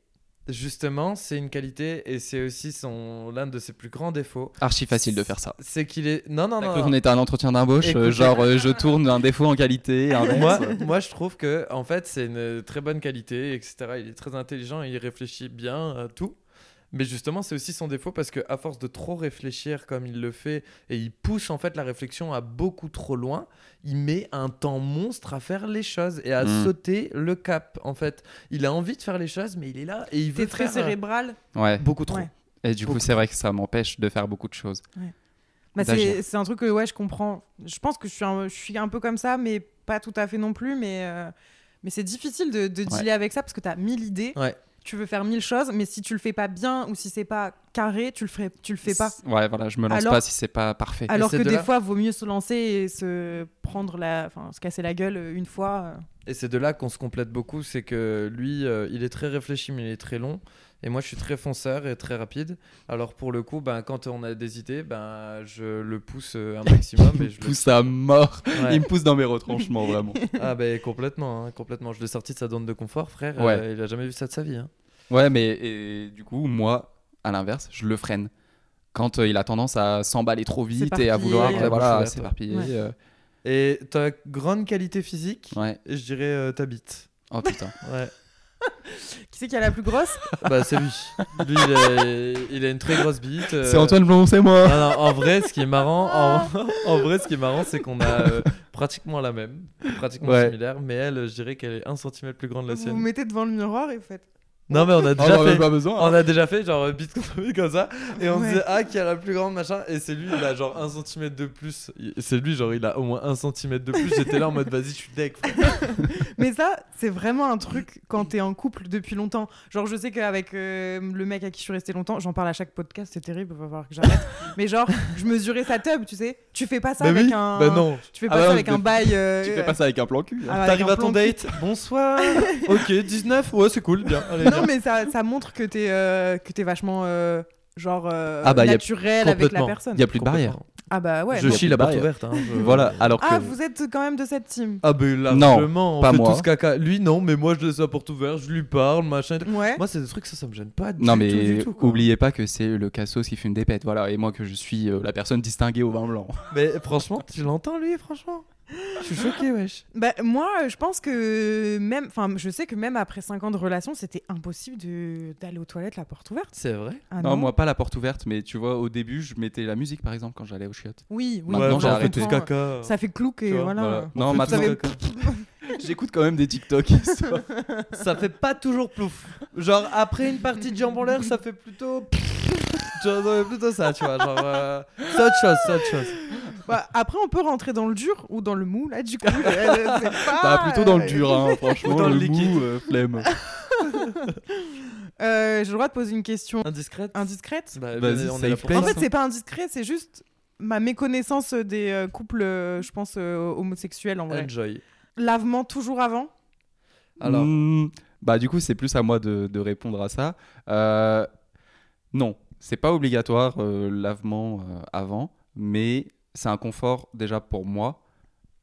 [SPEAKER 4] justement, c'est une qualité et c'est aussi son l'un de ses plus grands défauts.
[SPEAKER 3] Archi facile de faire ça.
[SPEAKER 4] C'est qu'il est. Non, non,
[SPEAKER 3] T'as
[SPEAKER 4] non.
[SPEAKER 3] cru
[SPEAKER 4] non.
[SPEAKER 3] qu'on était à un entretien d'embauche, euh,
[SPEAKER 4] Ah. Écoutez.
[SPEAKER 3] genre euh, je tourne un défaut en qualité. un
[SPEAKER 4] moi,
[SPEAKER 3] inverse.
[SPEAKER 4] moi, je trouve que en fait, c'est une très bonne qualité, etc. Il est très intelligent, il réfléchit bien à tout. Mais justement, c'est aussi son défaut parce que à force de trop réfléchir comme il le fait et il pousse en fait la réflexion à beaucoup trop loin, il met un temps monstre à faire les choses et à
[SPEAKER 3] Mm.
[SPEAKER 4] sauter le cap. En fait, il a envie de faire les choses, mais il est là et il veut
[SPEAKER 2] T'es très
[SPEAKER 4] faire euh,
[SPEAKER 2] cérébral.
[SPEAKER 3] Ouais.
[SPEAKER 4] beaucoup trop.
[SPEAKER 2] Ouais.
[SPEAKER 3] Et du coup, c'est vrai que ça m'empêche de faire beaucoup de choses.
[SPEAKER 2] Bah, c'est
[SPEAKER 3] d'agir.
[SPEAKER 2] c'est un truc que ouais, je comprends. Je pense que je suis, un, je suis un peu comme ça, mais pas tout à fait non plus. Mais, euh, mais c'est difficile de, de dealer avec ça parce que t'as mille idées.
[SPEAKER 4] Ouais.
[SPEAKER 2] Tu veux faire mille choses, mais si tu le fais pas bien ou si c'est pas carré, tu le, ferais, tu le fais pas.
[SPEAKER 3] Ouais, voilà, je me lance
[SPEAKER 2] Alors- Ah.
[SPEAKER 3] pas si c'est pas parfait.
[SPEAKER 2] Alors que
[SPEAKER 4] c'est de
[SPEAKER 2] des
[SPEAKER 4] là-
[SPEAKER 2] fois, vaut mieux se lancer et se prendre la, enfin, se casser la gueule euh, une fois. euh.
[SPEAKER 4] Et c'est de là qu'on se complète beaucoup, c'est que lui, euh, il est très réfléchi, mais il est très long. Et moi, je suis très fonceur et très rapide. Alors pour le coup, ben, quand on a des idées, ben, je le pousse euh, un maximum. et je le-
[SPEAKER 3] pousse à mort.
[SPEAKER 4] Ouais.
[SPEAKER 3] Il me pousse dans mes retranchements, vraiment.
[SPEAKER 4] Ah ben complètement, hein, complètement. Je l'ai sorti de sa zone de confort, frère.
[SPEAKER 3] Ouais.
[SPEAKER 4] euh, il a jamais vu ça de sa vie. hein.
[SPEAKER 3] Ouais, mais et, du coup, moi, à l'inverse, je le freine. Quand euh, il a tendance à s'emballer trop vite et à
[SPEAKER 2] S'éparpiller.
[SPEAKER 3] vouloir
[SPEAKER 4] Ouais,
[SPEAKER 3] euh, voilà,
[SPEAKER 4] ouais.
[SPEAKER 3] s'éparpiller.
[SPEAKER 2] Ouais.
[SPEAKER 3] euh,
[SPEAKER 4] Et ta grande qualité physique,
[SPEAKER 3] ouais.
[SPEAKER 4] je dirais euh, ta bite.
[SPEAKER 3] Oh putain.
[SPEAKER 4] Ouais.
[SPEAKER 2] Qui Qui c'est qui a la plus grosse
[SPEAKER 4] Bah, c'est lui. Lui, il a, il a une très grosse bite. euh,
[SPEAKER 3] C'est Antoine Blond, c'est moi.
[SPEAKER 4] Non, non, en vrai, ce qui est marrant, en, en vrai, ce qui est marrant, c'est qu'on a euh, pratiquement la même, pratiquement
[SPEAKER 3] Ouais.
[SPEAKER 4] similaire, mais elle, je dirais qu'elle est un centimètre plus grande de la
[SPEAKER 2] Vous vous
[SPEAKER 4] sienne.
[SPEAKER 2] mettez devant le miroir et vous faites.
[SPEAKER 4] Non, mais on a déjà fait,
[SPEAKER 3] besoin.
[SPEAKER 4] on a déjà fait genre bite contre bite comme ça, et on
[SPEAKER 2] Ouais.
[SPEAKER 4] se disait ah qui a la plus grande machin, et c'est lui, il a genre un centimètre de plus. Il- C'est lui, genre il a au moins un centimètre de plus. J'étais là en mode vas-y, je suis deck. frère.
[SPEAKER 2] Mais ça, c'est vraiment un truc quand t'es en couple depuis longtemps. Genre, je sais qu'avec euh, le mec à qui je suis restée longtemps, j'en parle à chaque podcast, c'est terrible, va falloir que j'arrête. Mais genre, je mesurais sa teub, tu sais. Tu fais pas ça
[SPEAKER 4] Bah
[SPEAKER 2] avec
[SPEAKER 4] oui,
[SPEAKER 2] un.
[SPEAKER 4] bah non.
[SPEAKER 2] Tu fais
[SPEAKER 3] Ah
[SPEAKER 2] pas
[SPEAKER 3] bah
[SPEAKER 2] ça
[SPEAKER 3] non,
[SPEAKER 2] avec
[SPEAKER 3] je
[SPEAKER 2] un
[SPEAKER 3] fais-
[SPEAKER 2] bail. euh, ah,
[SPEAKER 3] Tu fais pas ça avec un plan cul. hein.
[SPEAKER 2] avec
[SPEAKER 4] T'arrives
[SPEAKER 2] un
[SPEAKER 4] à ton
[SPEAKER 2] plan cul.
[SPEAKER 4] date, bonsoir. ok, 19, ouais c'est cool, bien. Allez,
[SPEAKER 2] Non, mais ça, ça montre que t'es euh, que t'es vachement euh, genre euh,
[SPEAKER 3] Ah bah, y a-
[SPEAKER 2] naturel avec la
[SPEAKER 4] complètement.
[SPEAKER 2] personne.
[SPEAKER 3] Il y a plus de barrière.
[SPEAKER 2] Ah bah ouais.
[SPEAKER 4] je
[SPEAKER 2] non.
[SPEAKER 4] chie la porte
[SPEAKER 3] Barrière.
[SPEAKER 4] ouverte. hein, je-
[SPEAKER 3] Voilà, alors que.
[SPEAKER 2] Ah, vous êtes quand même de cette team.
[SPEAKER 4] Ah ben largement, on
[SPEAKER 3] pas
[SPEAKER 4] fait
[SPEAKER 3] moi.
[SPEAKER 4] tous caca. Lui non, mais moi je laisse la porte ouverte, je lui parle, machin. et tout.
[SPEAKER 2] Ouais.
[SPEAKER 4] Moi c'est des trucs ça, ça me gêne pas du
[SPEAKER 3] Non
[SPEAKER 4] tout,
[SPEAKER 3] mais
[SPEAKER 4] du tout. quoi.
[SPEAKER 3] oubliez pas que c'est le cassos qui fume des pètes, voilà, et moi que je suis euh, la personne distinguée au vin blanc.
[SPEAKER 4] Mais franchement, tu l'entends lui, franchement. Je suis choqué, wesh.
[SPEAKER 2] Bah, moi, euh, je pense que même. Enfin, je sais que même après 5 ans de relation, c'était impossible de- d'aller aux toilettes la porte ouverte.
[SPEAKER 4] C'est vrai.
[SPEAKER 2] Ah
[SPEAKER 3] non, moi pas la porte ouverte, mais tu vois au début je mettais la musique par exemple quand j'allais au chiottes.
[SPEAKER 2] Oui, oui.
[SPEAKER 3] Maintenant,
[SPEAKER 2] je
[SPEAKER 3] j'ai
[SPEAKER 4] on fait
[SPEAKER 3] arrêté.
[SPEAKER 4] tous
[SPEAKER 2] comprends.
[SPEAKER 4] caca.
[SPEAKER 2] Ça fait clouc et
[SPEAKER 4] Tu vois,
[SPEAKER 2] voilà.
[SPEAKER 3] Voilà.
[SPEAKER 4] On
[SPEAKER 3] Non
[SPEAKER 4] Ah. fait
[SPEAKER 3] maintenant
[SPEAKER 4] tous
[SPEAKER 2] savez-
[SPEAKER 4] caca.
[SPEAKER 3] j'écoute quand même des TikTok. histoire.
[SPEAKER 4] ça fait pas toujours plouf. Genre après une partie de jambon l'air, ça fait plutôt. Genre, euh, plutôt ça, tu vois. Genre, euh, c'est autre chose, c'est autre chose.
[SPEAKER 2] Bah, après, on peut rentrer dans le dur ou dans le mou, là, du coup. euh, c'est pas,
[SPEAKER 3] bah plutôt dans le
[SPEAKER 2] euh,
[SPEAKER 3] dur, hein, franchement.
[SPEAKER 4] Ah, Ou dans le
[SPEAKER 3] mou,
[SPEAKER 4] liquide.
[SPEAKER 3] euh, flemme.
[SPEAKER 2] Euh, J'ai le droit de poser une question
[SPEAKER 4] Indiscrète.
[SPEAKER 2] indiscète.
[SPEAKER 4] Bah,
[SPEAKER 3] Vas-y,
[SPEAKER 4] on est
[SPEAKER 3] safe
[SPEAKER 4] là pour
[SPEAKER 3] place.
[SPEAKER 2] En
[SPEAKER 4] ça.
[SPEAKER 2] fait, c'est pas indiscret, c'est juste ma méconnaissance des euh, couples, euh, je pense, euh, homosexuels en vrai.
[SPEAKER 4] Enjoy.
[SPEAKER 2] Lavement toujours avant
[SPEAKER 4] Alors.
[SPEAKER 3] Hmm, bah du coup c'est plus à moi de, de répondre à ça. Euh, non, c'est pas obligatoire euh, lavement euh, avant, mais c'est un confort déjà pour moi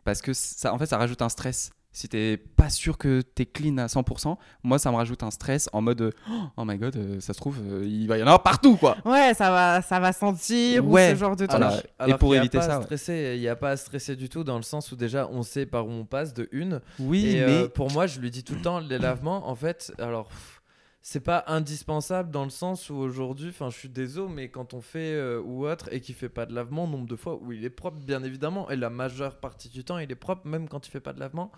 [SPEAKER 3] parce que ça, en fait ça rajoute un stress. Si t'es pas sûr que t'es clean à 100%, moi ça me rajoute un stress en mode euh, oh my god euh, ça se trouve euh, il va y en avoir partout quoi.
[SPEAKER 2] Ouais, ça va, ça va sentir ou
[SPEAKER 4] Ouais,
[SPEAKER 2] ce genre de truc.
[SPEAKER 3] Voilà.
[SPEAKER 4] Alors-
[SPEAKER 3] Ah, Et
[SPEAKER 4] alors
[SPEAKER 3] pour
[SPEAKER 4] qu'il y a
[SPEAKER 3] éviter
[SPEAKER 4] pas à
[SPEAKER 3] ça, ouais.
[SPEAKER 4] stresser- Il n'y a pas à stresser du tout dans le sens où déjà on sait par où on passe de une.
[SPEAKER 3] Oui
[SPEAKER 4] Et euh, pour moi, je lui dis tout le temps, les lavements, en fait, alors pff, c'est pas indispensable dans le sens où aujourd'hui, enfin, je suis désolé, mais quand on fait euh, ou autre et qu'il fait pas de lavement, nombre de fois où il est propre, bien évidemment, et la majeure partie du temps, il est propre, même quand il fait pas de lavement.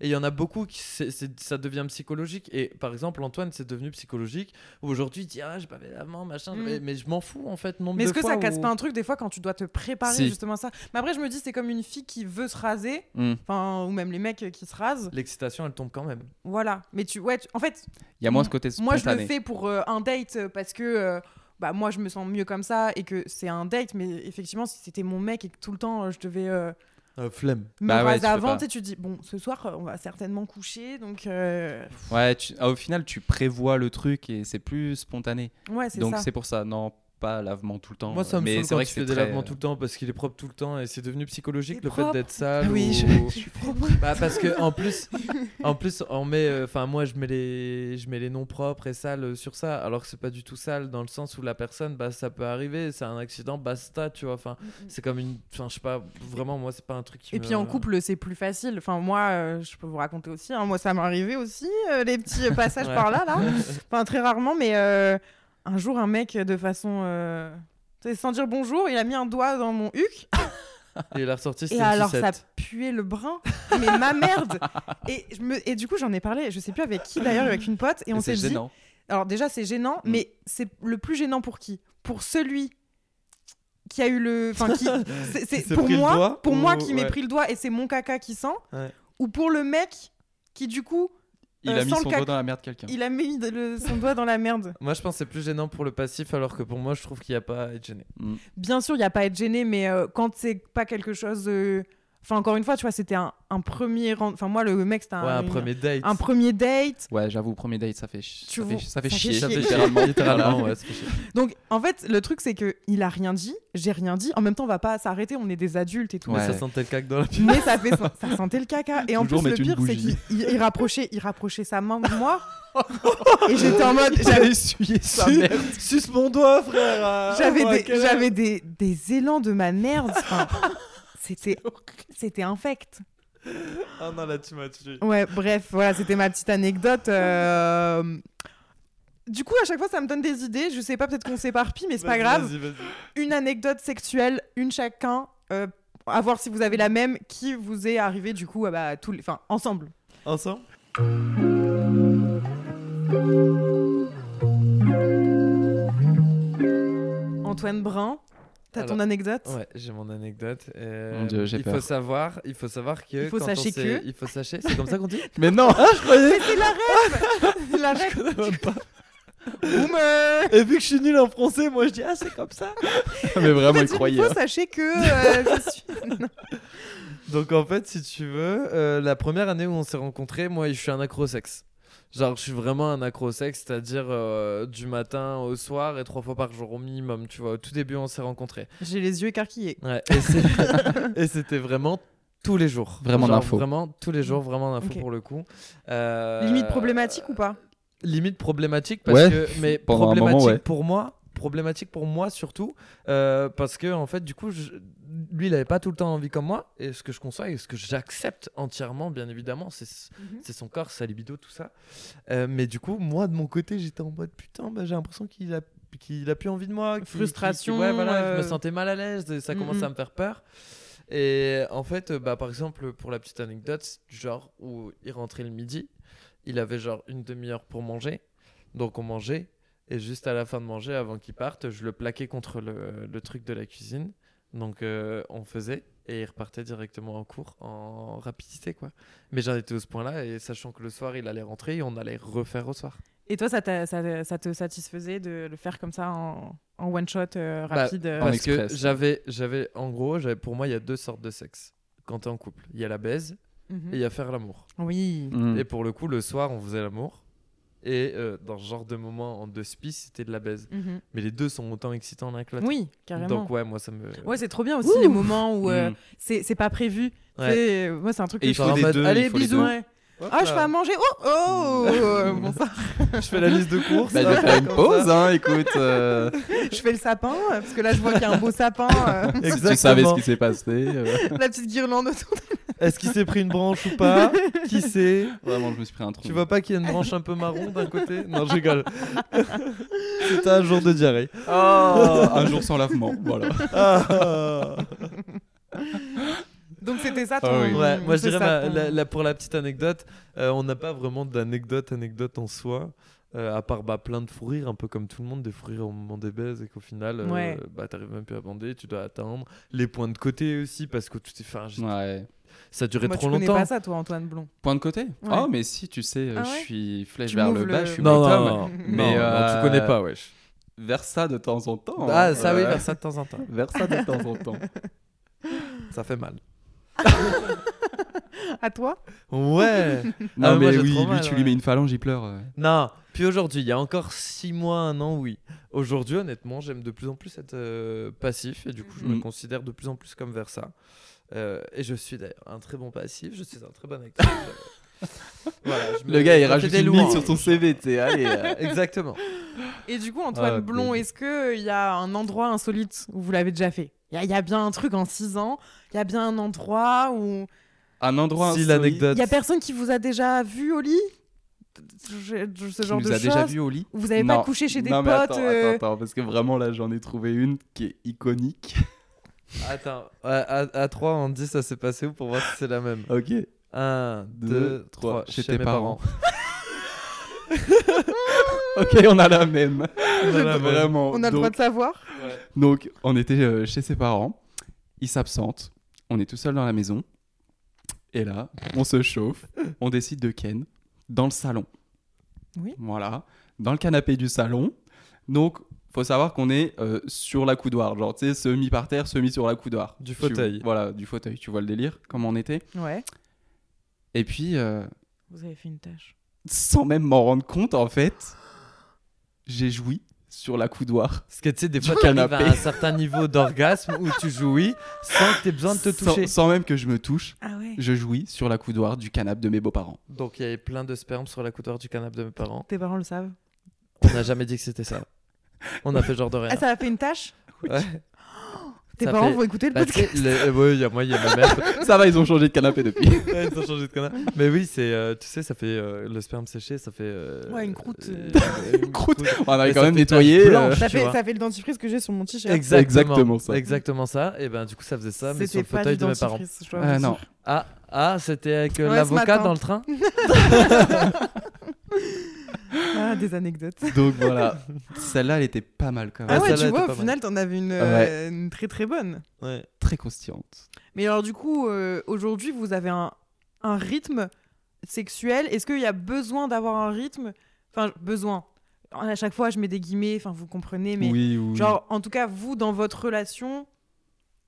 [SPEAKER 4] Et il y en a beaucoup qui c'est- c'est- ça devient psychologique. Et par exemple, Antoine, c'est devenu psychologique. Où aujourd'hui, il dit ah, j'ai pas fait de lavement, machin,
[SPEAKER 2] Mm.
[SPEAKER 4] mais, mais je m'en fous en fait, nombre
[SPEAKER 2] Mais
[SPEAKER 4] de
[SPEAKER 2] est-ce que
[SPEAKER 4] fois
[SPEAKER 2] ça casse
[SPEAKER 4] où-
[SPEAKER 2] pas un truc des fois quand tu dois te préparer
[SPEAKER 3] Si.
[SPEAKER 2] justement ça Mais après, je me dis, c'est comme une fille qui veut se raser,
[SPEAKER 3] Hmm.
[SPEAKER 2] enfin, ou même les mecs euh, qui se rasent.
[SPEAKER 4] L'excitation, elle tombe quand même.
[SPEAKER 2] Voilà. Mais tu, ouais, tu- en fait,
[SPEAKER 3] Il y a moins ce côté
[SPEAKER 2] moi je le
[SPEAKER 3] spontané.
[SPEAKER 2] fais pour euh, un date euh, parce que euh, bah moi je me sens mieux comme ça et que c'est un date. Mais effectivement, si c'était mon mec et que tout le temps euh, je devais euh,
[SPEAKER 4] flemme.
[SPEAKER 2] me
[SPEAKER 3] Bah ouais,
[SPEAKER 2] raser
[SPEAKER 3] tu peux
[SPEAKER 2] avant,
[SPEAKER 3] pas.
[SPEAKER 2] tu sais, tu te dis bon, ce soir euh, on va certainement coucher, donc euh,
[SPEAKER 3] Ouais, tu- ah, au final tu prévois le truc et c'est plus spontané.
[SPEAKER 2] ouais, c'est
[SPEAKER 3] Donc
[SPEAKER 2] ça.
[SPEAKER 3] c'est pour ça non pas lavement tout le temps.
[SPEAKER 4] Moi, ça me
[SPEAKER 3] mais
[SPEAKER 4] saoule
[SPEAKER 3] c'est
[SPEAKER 4] quand
[SPEAKER 3] vrai
[SPEAKER 4] tu
[SPEAKER 3] que
[SPEAKER 4] fais
[SPEAKER 3] c'est
[SPEAKER 4] des
[SPEAKER 3] très,
[SPEAKER 4] lavements
[SPEAKER 3] euh,
[SPEAKER 4] tout le temps parce qu'il est propre tout le temps et c'est devenu psychologique
[SPEAKER 2] T'es
[SPEAKER 4] le fait
[SPEAKER 2] propre Ah
[SPEAKER 4] d'être sale.
[SPEAKER 2] Oui,
[SPEAKER 4] ou-
[SPEAKER 2] je- je suis propre.
[SPEAKER 4] Bah parce que en plus, en plus on met, euh, enfin moi je mets les, je mets les noms propres et sales sur ça, alors que c'est pas du tout sale dans le sens où la personne, bah ça peut arriver, c'est un accident, basta, tu vois. Enfin, c'est comme une, enfin je sais pas, vraiment moi c'est pas un truc. Qui
[SPEAKER 2] Mm, Et
[SPEAKER 4] me-
[SPEAKER 2] puis en couple, c'est plus facile. Enfin, moi, euh, je peux vous raconter aussi. hein, moi, ça m'est arrivé aussi, euh, les petits euh, passages
[SPEAKER 4] Ouais.
[SPEAKER 2] par là, là. Enfin, très rarement, mais euh, un jour, un mec, de façon. euh, tu sais, sans dire bonjour, il a mis un doigt dans mon huc.
[SPEAKER 4] Ah, Et la ressortie
[SPEAKER 2] Et
[SPEAKER 4] c'était
[SPEAKER 2] alors,
[SPEAKER 4] alors
[SPEAKER 2] ça puait le brin. Mais ma merde et, je me... et du coup, j'en ai parlé, je sais plus avec qui d'ailleurs, avec une pote. Et on
[SPEAKER 3] c'est
[SPEAKER 2] s'est dit.
[SPEAKER 3] gênant.
[SPEAKER 2] Alors, déjà, c'est gênant,
[SPEAKER 3] Mm.
[SPEAKER 2] mais c'est le plus gênant pour qui Pour celui qui a eu le. Enfin, qui. c'est-
[SPEAKER 4] Qui
[SPEAKER 2] C'est
[SPEAKER 4] s'est
[SPEAKER 2] pour
[SPEAKER 4] pris le
[SPEAKER 2] moi,
[SPEAKER 4] doigt
[SPEAKER 2] pour
[SPEAKER 4] ou-
[SPEAKER 2] moi qui m'ai
[SPEAKER 4] ouais.
[SPEAKER 2] pris le doigt et c'est mon caca qui sent,
[SPEAKER 4] Ouais.
[SPEAKER 2] ou pour le mec qui du coup
[SPEAKER 3] Il
[SPEAKER 2] Euh,
[SPEAKER 3] a mis
[SPEAKER 2] sans
[SPEAKER 3] son
[SPEAKER 2] le cac-
[SPEAKER 3] doigt dans la merde de quelqu'un.
[SPEAKER 2] il a mis de- le- son doigt dans la merde.
[SPEAKER 4] Moi je pense que c'est plus gênant pour le passif, alors que pour moi je trouve qu'il y a pas à être gêné.
[SPEAKER 2] Bien sûr, il y a pas à être gêné, mais euh, quand c'est pas quelque chose, euh, enfin encore une fois, tu vois, c'était un, un premier, ren- enfin moi le mec c'était un,
[SPEAKER 4] ouais, un
[SPEAKER 2] une-
[SPEAKER 4] premier date.
[SPEAKER 2] Ah un premier date.
[SPEAKER 3] Ouais, j'avoue, premier date, ça fait, ch-
[SPEAKER 2] Tu
[SPEAKER 3] ça fait,
[SPEAKER 2] vois,
[SPEAKER 3] ça fait
[SPEAKER 2] ça fait
[SPEAKER 3] chier.
[SPEAKER 4] Ça
[SPEAKER 2] chier.
[SPEAKER 4] fait littéralement, littéralement, ouais,
[SPEAKER 3] Voilà.
[SPEAKER 4] ça fait chier.
[SPEAKER 2] Donc en fait le truc c'est que il a rien dit, j'ai rien dit. En même temps, on va pas s'arrêter, on est des adultes et tout.
[SPEAKER 3] Ouais.
[SPEAKER 4] Mais ça sentait le cac dans la
[SPEAKER 2] Mais ça, fait, ça sentait le caca. Et en
[SPEAKER 3] Toujours
[SPEAKER 2] plus, le
[SPEAKER 3] mettre une
[SPEAKER 2] pire, c'est qu'il
[SPEAKER 3] bougie.
[SPEAKER 2] il- il rapprochait, il rapprochait sa main de moi. et j'étais en mode, j'avais-
[SPEAKER 3] essuyé
[SPEAKER 4] Suce mon doigt, frère Ah, oh,
[SPEAKER 2] J'avais des, j'avais des, des élans de ma merde. Enfin, c'était, c'était infect.
[SPEAKER 4] Ah non, là, tu m'as tué.
[SPEAKER 2] Ouais, bref, voilà, c'était ma petite anecdote. euh, Du coup, à chaque fois, ça me donne des idées. Je sais pas, peut-être qu'on s'éparpille, mais c'est pas
[SPEAKER 4] Vas-y,
[SPEAKER 2] grave.
[SPEAKER 4] vas-y, vas-y.
[SPEAKER 2] Une anecdote sexuelle, une chacun, euh, à voir si vous avez la même, qui vous est arrivée du coup, ah bah, tous les... enfin, ensemble.
[SPEAKER 4] Ensemble
[SPEAKER 2] Antoine Brun, t'as ton
[SPEAKER 4] Alors,
[SPEAKER 2] anecdote
[SPEAKER 4] Ouais, j'ai mon anecdote. Euh,
[SPEAKER 3] Mon Dieu, j'ai
[SPEAKER 4] il
[SPEAKER 3] peur.
[SPEAKER 4] faut savoir, il faut savoir que
[SPEAKER 2] Il faut
[SPEAKER 4] quand on
[SPEAKER 2] sachez
[SPEAKER 4] s'est-
[SPEAKER 2] que.
[SPEAKER 4] il faut sachez, c'est comme ça qu'on dit.
[SPEAKER 3] Mais non
[SPEAKER 2] Mais c'est la rêve La rêve Boomer
[SPEAKER 4] Et vu que je suis nul en français, moi je dis ah c'est comme ça.
[SPEAKER 3] Mais vraiment,
[SPEAKER 2] Il
[SPEAKER 3] il croyait.
[SPEAKER 2] faut sachez que euh, je suis...
[SPEAKER 4] Donc en fait, si tu veux, euh, la première année où on s'est rencontrés, moi je suis un accro-sexe. Genre je suis vraiment un accro-sexe, c'est-à-dire euh, du matin au soir et trois fois par jour au minimum, tu vois. Au tout début, on s'est rencontrés.
[SPEAKER 2] J'ai les yeux écarquillés.
[SPEAKER 4] Ouais, et c'est- et c'était vraiment tous les jours.
[SPEAKER 3] Vraiment
[SPEAKER 4] Genre,
[SPEAKER 3] d'info.
[SPEAKER 4] Vraiment tous les jours, vraiment d'info
[SPEAKER 2] Mm. Ok.
[SPEAKER 4] pour le coup. Euh,
[SPEAKER 2] Limite problématique ou pas
[SPEAKER 4] limite problématique parce
[SPEAKER 3] Ouais,
[SPEAKER 4] que mais
[SPEAKER 3] pendant un moment,
[SPEAKER 4] problématique
[SPEAKER 3] ouais.
[SPEAKER 4] pour moi problématique pour moi surtout euh, parce que en fait du coup je- lui il avait pas tout le temps envie comme moi et ce que je conçois et ce que j'accepte entièrement bien évidemment c'est
[SPEAKER 2] Mhm.
[SPEAKER 4] c'est son corps sa libido tout ça Euh, mais du coup moi de mon côté j'étais en mode putain bah, j'ai l'impression qu'il a qu'il a plus envie de moi qu'il- qu'il-
[SPEAKER 2] Frustration,
[SPEAKER 4] qu'il- ouais, voilà, je
[SPEAKER 2] euh,
[SPEAKER 4] me sentais mal à l'aise et ça
[SPEAKER 2] Mhm.
[SPEAKER 4] commençait à me faire peur et en fait euh, bah par exemple pour la petite anecdote c'est du genre où il rentrait le midi il avait genre une demi-heure pour manger. Donc on mangeait. Et juste à la fin de manger, avant qu'il parte, je le plaquais contre le, le truc de la cuisine. Donc euh, on faisait. Et il repartait directement en cours en rapidité, quoi. Mais j'en étais au ce point-là. Et sachant que le soir, il allait rentrer, et on allait refaire au soir.
[SPEAKER 2] Et toi, ça, t'a- ça, ça te satisfaisait de le faire comme ça en, en one shot euh,
[SPEAKER 4] Bah,
[SPEAKER 2] rapide euh,
[SPEAKER 3] En
[SPEAKER 4] Parce que
[SPEAKER 3] express.
[SPEAKER 4] j'avais, j'avais, en gros, j'avais, pour moi, il y a deux sortes de sexe quand t'es en couple. Il y a la baise
[SPEAKER 2] mhm.
[SPEAKER 4] et il y a faire l'amour.
[SPEAKER 2] Oui.
[SPEAKER 3] Mm.
[SPEAKER 4] Et pour le coup, le soir, on faisait l'amour. Et euh, dans ce genre de moment en deux spices, c'était de la baise.
[SPEAKER 2] Mhm.
[SPEAKER 4] Mais les deux sont autant excitants l'un que l'autre.
[SPEAKER 2] Oui, carrément.
[SPEAKER 4] Donc ouais, moi ça me.
[SPEAKER 2] Ouais, c'est trop bien aussi les moments où euh,
[SPEAKER 3] Mm.
[SPEAKER 2] c'est c'est pas prévu.
[SPEAKER 4] Ouais.
[SPEAKER 2] C'est- Moi, c'est un truc
[SPEAKER 3] Et
[SPEAKER 2] que
[SPEAKER 3] il
[SPEAKER 2] je
[SPEAKER 3] faut
[SPEAKER 4] Genre en
[SPEAKER 3] des
[SPEAKER 4] mode,
[SPEAKER 3] deux.
[SPEAKER 4] allez,
[SPEAKER 3] il faut les
[SPEAKER 4] bisous.
[SPEAKER 3] deux.
[SPEAKER 2] Ouais. Ah, je fais à manger. Oh, oh euh, Bon, ça,
[SPEAKER 4] je fais la liste de courses.
[SPEAKER 3] Bah, je vais faire une pause, hein, écoute. euh,
[SPEAKER 2] je fais le sapin euh, parce que là, je vois qu'il y a un beau sapin, euh,
[SPEAKER 3] si tu savais ce qui s'est passé. euh,
[SPEAKER 2] la petite guirlande autour.
[SPEAKER 4] Est-ce qu'il s'est pris une branche ou pas Qui sait
[SPEAKER 3] Vraiment, je me suis pris un trou.
[SPEAKER 4] Tu vois pas qu'il y a une branche un peu marron d'un côté Non, je rigole. C'était un jour de diarrhée.
[SPEAKER 3] Oh, un jour sans lavement, voilà.
[SPEAKER 4] Ah.
[SPEAKER 2] Donc c'était ça ton.
[SPEAKER 3] Ah oui.
[SPEAKER 4] Ouais, moi je
[SPEAKER 2] c'est
[SPEAKER 4] dirais
[SPEAKER 2] ça,
[SPEAKER 4] ma-
[SPEAKER 2] ton-
[SPEAKER 4] la- la- pour la petite anecdote, euh, on n'a pas vraiment d'anecdote anecdote en soi. euh, à part bah, plein de fous rires, un peu comme tout le monde, des fous rires au moment des baises, et qu'au final, euh,
[SPEAKER 2] Ouais.
[SPEAKER 4] bah, t'arrives même plus à bander, tu dois attendre. Les points de côté aussi, parce que tout est. Enfin, j'ai-
[SPEAKER 3] Ouais.
[SPEAKER 4] ça durait
[SPEAKER 2] Moi,
[SPEAKER 4] trop
[SPEAKER 2] tu connais
[SPEAKER 4] longtemps.
[SPEAKER 2] pas ça, toi, Antoine Blond.
[SPEAKER 3] Point de côté
[SPEAKER 2] Ouais.
[SPEAKER 3] Oh, mais si, tu sais, euh,
[SPEAKER 2] Ah ouais
[SPEAKER 3] je suis flèche
[SPEAKER 2] Tu
[SPEAKER 3] vers le
[SPEAKER 2] m'ouvres
[SPEAKER 3] bas,
[SPEAKER 2] le-
[SPEAKER 3] je suis
[SPEAKER 4] Non, non,
[SPEAKER 3] bottom.
[SPEAKER 4] non,
[SPEAKER 3] mais,
[SPEAKER 4] non, non,
[SPEAKER 3] euh,
[SPEAKER 4] tu connais pas, wesh.
[SPEAKER 3] Vers ça de temps en temps.
[SPEAKER 4] ah,
[SPEAKER 3] hein.
[SPEAKER 4] ça oui,
[SPEAKER 3] Ouais.
[SPEAKER 4] vers ça de temps en temps.
[SPEAKER 3] Vers ça de temps en temps.
[SPEAKER 4] Ça fait mal.
[SPEAKER 2] À toi
[SPEAKER 4] Ouais.
[SPEAKER 3] Non,
[SPEAKER 4] Ah, mais moi,
[SPEAKER 3] mais
[SPEAKER 4] j'ai
[SPEAKER 3] oui,
[SPEAKER 4] trop
[SPEAKER 3] lui,
[SPEAKER 4] mal,
[SPEAKER 3] tu
[SPEAKER 4] ouais.
[SPEAKER 3] lui mets une phalange, il pleure. ouais.
[SPEAKER 4] non, puis aujourd'hui, il y a encore 6 mois, un an, oui. Aujourd'hui, honnêtement, j'aime de plus en plus être euh, passif et du coup, je me
[SPEAKER 3] Mhm.
[SPEAKER 4] considère de plus en plus comme vers ça. Euh, et je suis d'ailleurs un très bon passif, je suis un très bon actif. Euh, voilà, je me-
[SPEAKER 3] Le gars,
[SPEAKER 4] je
[SPEAKER 3] il
[SPEAKER 4] me fais
[SPEAKER 3] rajoute
[SPEAKER 4] des
[SPEAKER 3] une mine
[SPEAKER 4] louanges.
[SPEAKER 3] sur ton CV, tu sais, allez. euh.
[SPEAKER 4] Exactement.
[SPEAKER 2] Et du coup, Antoine
[SPEAKER 3] Ah,
[SPEAKER 2] Blond,
[SPEAKER 3] mais-
[SPEAKER 2] est-ce qu'il y a un endroit insolite où vous l'avez déjà fait Il y, a- il y a bien un truc en 6 ans, il y a bien un endroit où.
[SPEAKER 3] Un endroit
[SPEAKER 4] si
[SPEAKER 3] insolite
[SPEAKER 4] l'anecdote.
[SPEAKER 2] Il y a personne qui vous a déjà vu au lit Je- je- Ce
[SPEAKER 3] qui
[SPEAKER 2] genre
[SPEAKER 3] nous
[SPEAKER 2] de
[SPEAKER 3] a déjà
[SPEAKER 2] choses
[SPEAKER 3] vu au lit.
[SPEAKER 2] Vous avez
[SPEAKER 3] Non.
[SPEAKER 2] pas couché chez des
[SPEAKER 3] non, mais
[SPEAKER 2] potes
[SPEAKER 3] Attends,
[SPEAKER 2] euh,
[SPEAKER 3] attends, attends, parce que vraiment là j'en ai trouvé une qui est iconique.
[SPEAKER 4] Attends, à, à- à 3 on dit ça s'est passé où pour voir si c'est la même
[SPEAKER 3] Ok.
[SPEAKER 4] 1,
[SPEAKER 3] Deux,
[SPEAKER 4] 2,
[SPEAKER 3] trois,
[SPEAKER 4] 3,
[SPEAKER 3] chez
[SPEAKER 4] chez,
[SPEAKER 3] tes
[SPEAKER 4] mes
[SPEAKER 3] parents.
[SPEAKER 4] parents.
[SPEAKER 3] Ok, on a la même.
[SPEAKER 4] On a la même.
[SPEAKER 3] Vraiment.
[SPEAKER 2] On a le droit
[SPEAKER 3] donc,
[SPEAKER 2] de savoir
[SPEAKER 3] donc, on était euh, chez ses parents. Il s'absente. On est tout seul dans la maison. Et là, on se chauffe. On décide de Ken dans le salon.
[SPEAKER 2] Oui.
[SPEAKER 3] Voilà. Dans le canapé du salon. Donc, faut savoir qu'on est euh, sur la coudoir. Genre, tu sais, semi par terre, semi sur la coudoir.
[SPEAKER 4] Du
[SPEAKER 3] Tu-
[SPEAKER 4] fauteuil.
[SPEAKER 3] voilà, du fauteuil. Tu vois le délire, comme on était.
[SPEAKER 2] Ouais.
[SPEAKER 3] Et puis, euh,
[SPEAKER 2] Vous avez fait une tâche.
[SPEAKER 3] sans même m'en rendre compte, en fait, j'ai joui sur la coudoir.
[SPEAKER 4] Parce que tu sais, des
[SPEAKER 3] Du
[SPEAKER 4] fois, t'arrives
[SPEAKER 3] canapé.
[SPEAKER 4] à un certain niveau d'orgasme où tu jouis sans que t'aies besoin de te
[SPEAKER 3] Sans-
[SPEAKER 4] toucher.
[SPEAKER 3] Sans, même que je me touche,
[SPEAKER 2] Ah ouais
[SPEAKER 3] je jouis sur la coudoir du canapé de mes beaux-parents.
[SPEAKER 4] Donc, il y avait plein de sperme sur la coudoir du canapé de mes parents.
[SPEAKER 2] Tes parents le savent.
[SPEAKER 4] On n'a jamais dit que c'était ça. On a fait genre de rien.
[SPEAKER 2] Ah, ça a fait une tâche
[SPEAKER 4] Ouais.
[SPEAKER 2] Ah, Tes
[SPEAKER 4] Ça
[SPEAKER 2] parents
[SPEAKER 4] fait-
[SPEAKER 2] vont écouter le
[SPEAKER 4] Bah, tu sais,
[SPEAKER 2] podcast.
[SPEAKER 4] le- ouais, il y a moi, il y a ma mère.
[SPEAKER 3] Ça va, ils ont changé de canapé depuis.
[SPEAKER 4] Ouais, ils ont changé de canard. Mais oui, c'est, euh, tu sais, ça fait euh, le sperme séché, ça fait. euh,
[SPEAKER 2] Ouais, une croûte, euh.
[SPEAKER 4] une
[SPEAKER 3] Croûte.
[SPEAKER 4] croûte.
[SPEAKER 3] On avait
[SPEAKER 4] Mais
[SPEAKER 3] quand
[SPEAKER 4] ça
[SPEAKER 3] même
[SPEAKER 4] fait tache
[SPEAKER 3] nettoyé.
[SPEAKER 4] blanche.
[SPEAKER 3] euh,
[SPEAKER 2] ça,
[SPEAKER 4] tu
[SPEAKER 2] fait,
[SPEAKER 4] vois.
[SPEAKER 2] ça fait le dentifrice que j'ai sur mon t-shirt.
[SPEAKER 3] Exactement ça.
[SPEAKER 4] Exactement ça. Et ben du coup, ça faisait ça, mais
[SPEAKER 2] C'était
[SPEAKER 4] sur le
[SPEAKER 2] pas du
[SPEAKER 4] fauteuil de mes parents.
[SPEAKER 2] dentifrice, je dois
[SPEAKER 3] euh,
[SPEAKER 2] vous
[SPEAKER 3] non.
[SPEAKER 2] dire.
[SPEAKER 4] Ah, ah c'était avec euh,
[SPEAKER 2] Ouais, ce
[SPEAKER 4] l'avocat
[SPEAKER 2] matin.
[SPEAKER 4] dans le train
[SPEAKER 2] Ah, des anecdotes.
[SPEAKER 3] Donc voilà. Celle-là, elle était pas mal quand
[SPEAKER 2] Ah
[SPEAKER 4] Ah,
[SPEAKER 3] même.
[SPEAKER 2] ouais,
[SPEAKER 4] celle-là
[SPEAKER 2] tu
[SPEAKER 4] était
[SPEAKER 2] vois,
[SPEAKER 4] pas
[SPEAKER 2] au
[SPEAKER 4] mal. Ah
[SPEAKER 2] final, t'en avais une, euh, une très très bonne.
[SPEAKER 4] Ouais.
[SPEAKER 3] Très constillante.
[SPEAKER 2] Mais alors, du coup, euh, aujourd'hui, vous avez un, un rythme sexuel. Est-ce qu'il y a besoin d'avoir un rythme Enfin, besoin. À chaque fois, je mets des guillemets, enfin, vous comprenez, mais
[SPEAKER 3] Oui, oui.
[SPEAKER 2] genre, en tout cas, vous, dans votre relation,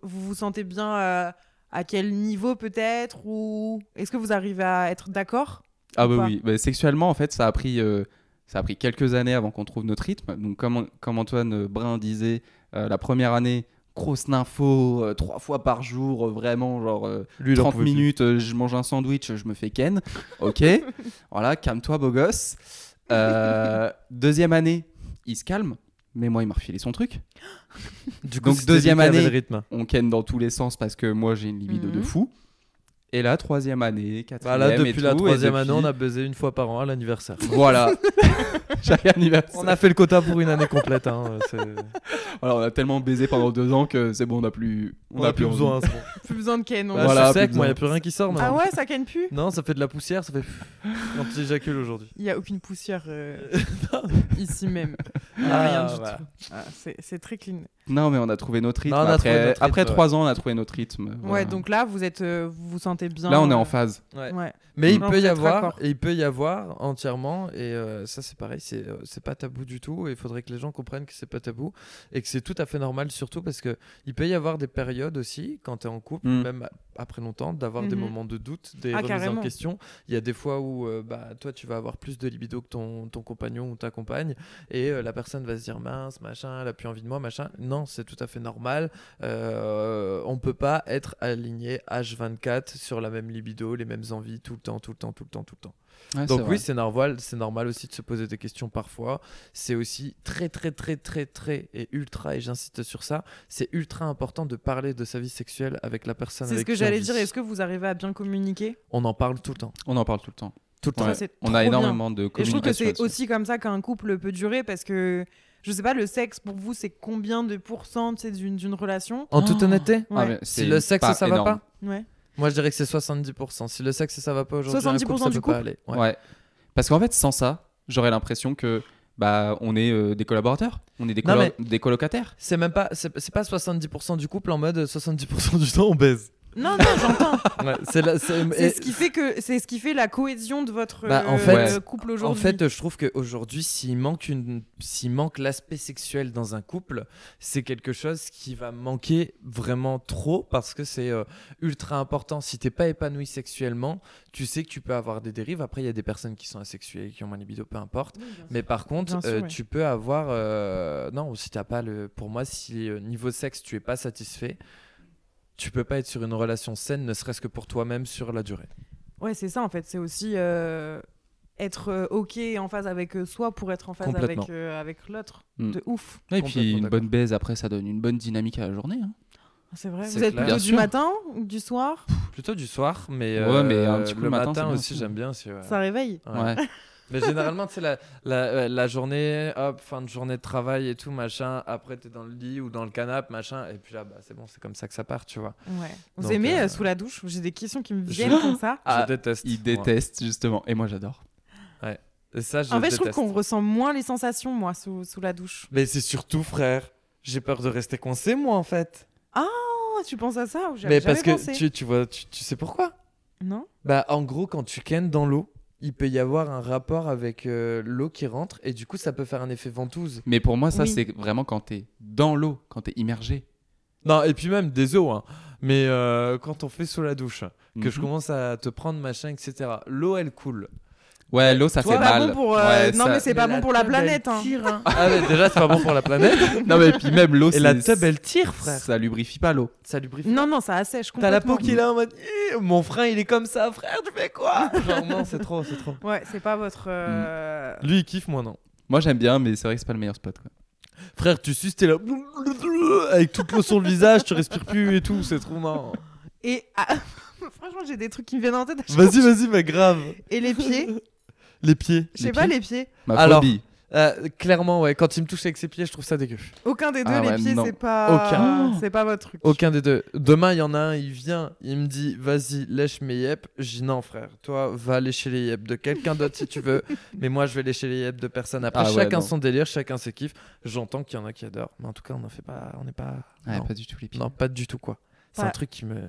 [SPEAKER 2] vous vous sentez bien euh, à quel niveau peut-être Ou est-ce que vous arrivez à être d'accord
[SPEAKER 3] Ah
[SPEAKER 2] ou
[SPEAKER 3] bah
[SPEAKER 2] pas
[SPEAKER 3] oui, Bah, sexuellement en fait ça a pris euh, ça a pris quelques années avant qu'on trouve notre rythme. Donc comme, on- comme Antoine Brun disait, euh, la première année grosse nympho, euh, trois fois par jour, euh, vraiment genre euh,
[SPEAKER 4] Lui, il en
[SPEAKER 3] 30
[SPEAKER 4] pouvait plus.
[SPEAKER 3] minutes, euh, je mange un sandwich, je me fais ken. Ok, voilà, calme-toi beau gosse. Euh, deuxième année, il se calme, mais moi il m'a refilé son truc.
[SPEAKER 4] Du
[SPEAKER 3] Donc,
[SPEAKER 4] c'était
[SPEAKER 3] deuxième
[SPEAKER 4] lui qui avait
[SPEAKER 3] année.
[SPEAKER 4] le rythme.
[SPEAKER 3] On ken dans tous les sens parce que moi j'ai une libido de
[SPEAKER 2] Mhm.
[SPEAKER 3] fou. Et la troisième année,
[SPEAKER 4] Bah
[SPEAKER 3] quatrième
[SPEAKER 4] là,
[SPEAKER 3] et
[SPEAKER 4] depuis la
[SPEAKER 3] tout, et
[SPEAKER 4] troisième année,
[SPEAKER 3] depuis-
[SPEAKER 4] on a baisé une fois par an à l'anniversaire.
[SPEAKER 3] Voilà, chaque anniversaire.
[SPEAKER 4] On a fait le quota pour une année complète. hein, c'est-
[SPEAKER 3] Alors, on a tellement baisé pendant deux ans que c'est bon, on n'a plus,
[SPEAKER 4] On n'a plus
[SPEAKER 3] envie.
[SPEAKER 4] besoin. c'est bon.
[SPEAKER 2] Plus besoin de Ken. on-
[SPEAKER 4] Bah,
[SPEAKER 3] Voilà,
[SPEAKER 4] je suis
[SPEAKER 3] plus
[SPEAKER 4] sec, moi, il n'y a
[SPEAKER 3] besoin.
[SPEAKER 4] plus rien qui sort.
[SPEAKER 2] Ah
[SPEAKER 4] maintenant.
[SPEAKER 2] ouais, ça Ken pue
[SPEAKER 4] Non, ça fait de la poussière, ça fait quand j'éjacule aujourd'hui.
[SPEAKER 2] Il n'y a aucune poussière euh, ici même. Il n'y a
[SPEAKER 4] Ah,
[SPEAKER 2] rien du
[SPEAKER 4] voilà.
[SPEAKER 2] tout. Ah, c'est- c'est très clean.
[SPEAKER 3] Non, mais on a trouvé notre rythme.
[SPEAKER 4] Non, on a trouvé
[SPEAKER 3] après
[SPEAKER 4] notre rythme,
[SPEAKER 3] après
[SPEAKER 4] ouais.
[SPEAKER 3] trois ans, on a trouvé notre rythme. voilà.
[SPEAKER 2] Ouais, donc là, vous êtes, euh, vous vous sentez bien.
[SPEAKER 3] Là, on est
[SPEAKER 2] euh,
[SPEAKER 3] en phase.
[SPEAKER 2] Ouais.
[SPEAKER 4] Mais il
[SPEAKER 2] Non,
[SPEAKER 4] peut
[SPEAKER 2] vous
[SPEAKER 4] y
[SPEAKER 2] êtes
[SPEAKER 4] avoir,
[SPEAKER 2] raccord.
[SPEAKER 4] et il peut y avoir entièrement, et euh, ça c'est pareil, c'est euh, c'est pas tabou du tout. et Il faudrait que les gens comprennent que c'est pas tabou et que c'est tout à fait normal, surtout parce que il peut y avoir des périodes aussi quand tu es en couple,
[SPEAKER 3] Mm.
[SPEAKER 4] même après longtemps, d'avoir des
[SPEAKER 2] Mhm.
[SPEAKER 4] moments de doute, des
[SPEAKER 2] Ah,
[SPEAKER 4] remises en
[SPEAKER 2] carrément.
[SPEAKER 4] question. Il y a des fois où euh, bah toi tu vas avoir plus de libido que ton, ton compagnon ou ta compagne, et euh, la personne va se dire mince machin, elle a plus envie de moi machin. Non, c'est tout à fait normal. Euh, on peut pas être aligné H24 sur la même libido, les mêmes envies tout le temps, tout le temps, tout le temps, tout le temps.
[SPEAKER 3] Ouais, c'est
[SPEAKER 4] Donc
[SPEAKER 3] vrai.
[SPEAKER 4] oui, c'est normal, c'est normal aussi de se poser des questions parfois. C'est aussi très très très très très et ultra et j'insiste sur ça, c'est ultra important de parler de sa vie sexuelle avec la personne
[SPEAKER 2] C'est ce
[SPEAKER 4] avec
[SPEAKER 2] que
[SPEAKER 4] qui
[SPEAKER 2] j'allais
[SPEAKER 4] on
[SPEAKER 2] dire.
[SPEAKER 4] vit.
[SPEAKER 2] Est-ce que vous arrivez à bien communiquer
[SPEAKER 4] on en parle tout le temps,
[SPEAKER 3] on en parle tout le temps.
[SPEAKER 4] tout le temps.
[SPEAKER 2] Ça, c'est
[SPEAKER 3] On
[SPEAKER 2] trop
[SPEAKER 3] a
[SPEAKER 2] bien.
[SPEAKER 3] énormément de
[SPEAKER 2] Et je trouve que
[SPEAKER 3] communication.
[SPEAKER 2] c'est
[SPEAKER 3] là-dessus.
[SPEAKER 2] aussi comme ça qu'un couple peut durer parce que je sais pas, le sexe pour vous, c'est combien de pourcents tu sais, d'une d'une relation
[SPEAKER 4] En toute
[SPEAKER 3] Oh.
[SPEAKER 4] honnêteté,
[SPEAKER 3] Ah,
[SPEAKER 2] Ouais.
[SPEAKER 3] mais c'est
[SPEAKER 4] le sexe, ça va
[SPEAKER 3] énorme.
[SPEAKER 2] ouais.
[SPEAKER 4] moi je dirais que c'est 70%. Si le sexe ça va pas aujourd'hui, un
[SPEAKER 2] 70%
[SPEAKER 4] couple, ça
[SPEAKER 2] du
[SPEAKER 4] peut pas
[SPEAKER 2] couple
[SPEAKER 4] aller. Ouais.
[SPEAKER 3] Ouais. Parce qu'en fait, sans ça, j'aurais l'impression que bah, on est euh, des collaborateurs, on est des,
[SPEAKER 4] Non,
[SPEAKER 3] colo- des colocataires.
[SPEAKER 4] C'est même pas, c'est c'est pas 70% du couple en mode 70% du temps on baise.
[SPEAKER 2] Non, non, j'entends.
[SPEAKER 4] Ouais, c'est la- c'est- et-
[SPEAKER 2] c'est ce qui fait que c'est ce qui fait la cohésion de votre
[SPEAKER 4] Bah, en
[SPEAKER 2] euh,
[SPEAKER 4] fait-
[SPEAKER 2] couple
[SPEAKER 4] en
[SPEAKER 2] aujourd'hui.
[SPEAKER 3] euh,
[SPEAKER 4] fait, je trouve qu'aujourd'hui, s'il manque, une... s'il manque l'aspect sexuel dans un couple, c'est quelque chose qui va manquer vraiment trop parce que c'est euh, ultra important. Si t'es pas épanoui sexuellement, tu sais que tu peux avoir des dérives. Après, il y a des personnes qui sont asexuées, qui ont un libido, peu importe. Mais par contre,
[SPEAKER 2] Bien sûr,
[SPEAKER 4] euh,
[SPEAKER 2] ouais.
[SPEAKER 4] tu peux avoir. euh, Non, si t'as pas le. Pour moi, si euh, niveau sexe, tu es pas satisfait, tu peux pas être sur une relation saine, ne serait-ce que pour toi-même sur la durée.
[SPEAKER 2] Ouais, c'est ça en fait. C'est aussi euh, être euh, ok et en phase avec euh, soi pour être en phase
[SPEAKER 4] Complètement.
[SPEAKER 2] avec euh, avec l'autre.
[SPEAKER 3] Mm.
[SPEAKER 2] De ouf.
[SPEAKER 3] Et puis,
[SPEAKER 4] Complètement
[SPEAKER 3] une bonne baise après, ça donne une bonne dynamique à la journée. hein.
[SPEAKER 2] Ah, C'est vrai.
[SPEAKER 4] C'est
[SPEAKER 2] Vous êtes
[SPEAKER 4] clair.
[SPEAKER 2] plutôt
[SPEAKER 3] Bien
[SPEAKER 2] du
[SPEAKER 3] sûr.
[SPEAKER 2] matin ou du soir
[SPEAKER 4] Plutôt du soir, mais,
[SPEAKER 3] Ouais,
[SPEAKER 4] euh,
[SPEAKER 3] mais un petit coup
[SPEAKER 4] le
[SPEAKER 3] le matin,
[SPEAKER 4] matin,
[SPEAKER 3] c'est bien
[SPEAKER 4] aussi,
[SPEAKER 3] aussi.
[SPEAKER 4] j'aime bien. aussi, ouais.
[SPEAKER 2] Ça réveille.
[SPEAKER 4] Ouais.
[SPEAKER 3] Ouais.
[SPEAKER 4] mais généralement, tu sais, la, la, la journée, hop, fin de journée de travail et tout, machin. Après, t'es dans le lit ou dans le canapé, machin. Et puis là, bah, c'est bon, c'est comme ça que ça part, tu vois.
[SPEAKER 2] Ouais. Vous
[SPEAKER 4] Donc,
[SPEAKER 2] aimez
[SPEAKER 4] euh,
[SPEAKER 2] euh, sous la douche J'ai des questions qui me
[SPEAKER 4] je-
[SPEAKER 2] viennent comme ça.
[SPEAKER 3] Ah,
[SPEAKER 4] je déteste.
[SPEAKER 3] Il
[SPEAKER 4] moi.
[SPEAKER 3] déteste, justement. Et moi, j'adore.
[SPEAKER 4] Et ça, je
[SPEAKER 2] en fait, je trouve
[SPEAKER 4] déteste.
[SPEAKER 2] qu'on ressent moins les sensations, moi, sous, sous la douche.
[SPEAKER 4] Mais c'est surtout, frère, j'ai peur de rester coincé, moi, en fait.
[SPEAKER 2] Oh, tu penses à ça ou j'avais
[SPEAKER 4] Mais parce
[SPEAKER 2] jamais
[SPEAKER 4] que
[SPEAKER 2] pensé.
[SPEAKER 4] tu, tu vois, tu, tu sais pourquoi
[SPEAKER 2] Non
[SPEAKER 4] Bah, en gros, quand tu kennes dans l'eau, il peut y avoir un rapport avec euh, l'eau qui rentre et du coup, ça peut faire un effet ventouse.
[SPEAKER 3] Mais pour moi, ça,
[SPEAKER 2] Oui.
[SPEAKER 3] c'est vraiment quand t'es dans l'eau, quand t'es immergé.
[SPEAKER 4] Non, et puis même des eaux, hein. mais euh, quand on fait sous la douche, que je
[SPEAKER 3] Mhm.
[SPEAKER 4] commence à te prendre machin, etc. L'eau, elle coule.
[SPEAKER 3] Ouais, l'eau, ça
[SPEAKER 4] Toi,
[SPEAKER 3] fait
[SPEAKER 2] C'est pas
[SPEAKER 3] mal.
[SPEAKER 2] bon pour. euh,
[SPEAKER 3] Ouais,
[SPEAKER 2] non,
[SPEAKER 3] ça-
[SPEAKER 2] mais c'est pas bon pour la
[SPEAKER 4] tub, elle
[SPEAKER 2] planète. hein.
[SPEAKER 4] tire, hein. Ah, mais déjà, c'est pas bon pour la planète.
[SPEAKER 3] Non, mais puis même l'eau,
[SPEAKER 4] et la
[SPEAKER 3] c'est-
[SPEAKER 4] tub, elle tire, frère.
[SPEAKER 3] Ça lubrifie pas l'eau.
[SPEAKER 4] Ça lubrifie.
[SPEAKER 2] Non, non, ça assèche
[SPEAKER 4] T'as la
[SPEAKER 2] complètement.
[SPEAKER 4] peau qui est là en mode Ih, Mon frein, il est comme ça, frère, tu fais quoi Genre, non, c'est trop, c'est trop.
[SPEAKER 2] Ouais, c'est pas votre. euh,
[SPEAKER 4] Mm. Lui, il kiffe, moi, non.
[SPEAKER 3] Moi, j'aime bien, mais c'est vrai que c'est pas le meilleur spot. quoi.
[SPEAKER 4] Frère, tu suces, t'es là. euh, avec toute l'eau sur le visage, tu respires plus et tout, c'est trop marrant.
[SPEAKER 2] Et ah, franchement, j'ai des trucs qui me viennent en tête. à chaque
[SPEAKER 4] Vas-y, vas-y, mais grave.
[SPEAKER 2] Et les pieds
[SPEAKER 4] Les pieds.
[SPEAKER 2] Je sais pas, les pieds.
[SPEAKER 3] Ma
[SPEAKER 4] Alors,
[SPEAKER 3] phobie.
[SPEAKER 4] Euh, clairement, ouais, quand il me touche avec ses pieds, je trouve ça dégueu.
[SPEAKER 2] Aucun des deux,
[SPEAKER 3] Ah
[SPEAKER 2] les
[SPEAKER 3] ouais,
[SPEAKER 2] pieds,
[SPEAKER 3] non.
[SPEAKER 2] c'est pas...
[SPEAKER 4] Aucun.
[SPEAKER 2] c'est pas votre truc.
[SPEAKER 4] Aucun des deux. Demain, il y en a un, il vient, il me dit Vas-y, lèche mes yep. J'ai dit Non, frère, toi, va lécher les yep de quelqu'un d'autre si tu veux, mais moi, je vais lécher les yep de personne. Après,
[SPEAKER 3] Ah ouais,
[SPEAKER 4] chacun
[SPEAKER 3] non.
[SPEAKER 4] son délire, chacun ses kiffs. J'entends qu'il y en a qui adorent, mais en tout cas, on n'en fait pas. On n'est pas.
[SPEAKER 3] Ouais,
[SPEAKER 4] non.
[SPEAKER 3] pas du tout les pieds.
[SPEAKER 4] Non, pas du tout, quoi. C'est
[SPEAKER 2] Pas-
[SPEAKER 4] un truc qui me.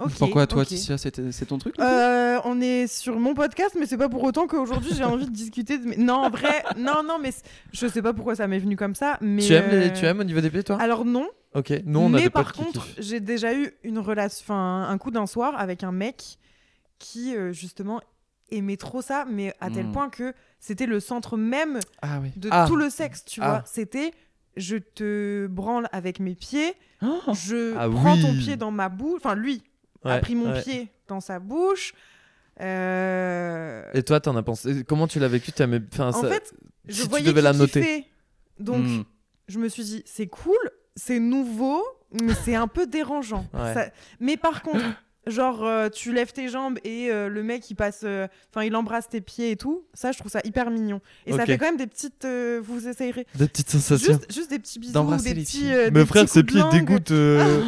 [SPEAKER 2] Ok,
[SPEAKER 3] Pourquoi toi,
[SPEAKER 2] ok.
[SPEAKER 3] Ticia, c'était- c'est ton truc là
[SPEAKER 2] Euh, on est sur mon podcast, mais c'est pas pour autant qu'aujourd'hui j'ai envie de discuter. De... mes- Non, en vrai, non, non, mais c- je sais pas pourquoi ça m'est venu comme ça. Mais
[SPEAKER 4] Tu, aimes
[SPEAKER 2] euh,
[SPEAKER 4] les- tu aimes au niveau des pieds, toi
[SPEAKER 2] Alors non.
[SPEAKER 4] Ok, nous, on a
[SPEAKER 2] mais
[SPEAKER 4] des potes
[SPEAKER 2] par
[SPEAKER 4] qui
[SPEAKER 2] contre,
[SPEAKER 4] kiffent.
[SPEAKER 2] j'ai déjà eu une relation, enfin un coup d'un soir avec un mec qui euh, justement aimait trop ça, mais à tel
[SPEAKER 3] Mm.
[SPEAKER 2] point que c'était le centre même
[SPEAKER 3] Ah oui.
[SPEAKER 2] de
[SPEAKER 4] Hmm. Ah.
[SPEAKER 2] tout le sexe, tu
[SPEAKER 4] Ah.
[SPEAKER 2] vois. C'était je te branle avec mes pieds, je
[SPEAKER 4] Ah
[SPEAKER 2] prends ton
[SPEAKER 4] oui.
[SPEAKER 2] pied dans ma bouche, enfin lui a
[SPEAKER 4] Ouais,
[SPEAKER 2] pris mon
[SPEAKER 4] ouais.
[SPEAKER 2] pied dans sa bouche. Euh,
[SPEAKER 4] Et toi, t'en as pensé Comment tu l'as vécu T'aimais- enfin,
[SPEAKER 2] en
[SPEAKER 4] ça-
[SPEAKER 2] fait, je
[SPEAKER 4] si tu
[SPEAKER 2] voyais
[SPEAKER 4] devais
[SPEAKER 2] qu'il
[SPEAKER 4] la noter. Hmm.
[SPEAKER 2] kiffait. Donc,
[SPEAKER 3] Mm.
[SPEAKER 2] je me suis dit, c'est cool, c'est nouveau, mais c'est un peu dérangeant.
[SPEAKER 4] Ouais.
[SPEAKER 2] Ça- Mais par contre, genre, euh, tu lèves tes jambes et euh, le mec, il passe, euh, enfin, il embrasse tes pieds et tout. Ça, je trouve ça hyper mignon. Et ça
[SPEAKER 4] Ok.
[SPEAKER 2] fait quand même des petites. euh, vous essayerez.
[SPEAKER 4] des petites sensations.
[SPEAKER 2] Juste, juste des petits bisous,
[SPEAKER 3] D'embrasser
[SPEAKER 2] des
[SPEAKER 3] les
[SPEAKER 2] petits.
[SPEAKER 3] filles.
[SPEAKER 2] euh,
[SPEAKER 4] Mes
[SPEAKER 2] des
[SPEAKER 4] frères,
[SPEAKER 2] petits
[SPEAKER 4] ses
[SPEAKER 2] coups de
[SPEAKER 4] pieds
[SPEAKER 2] langue.
[SPEAKER 4] dégoûtent. euh,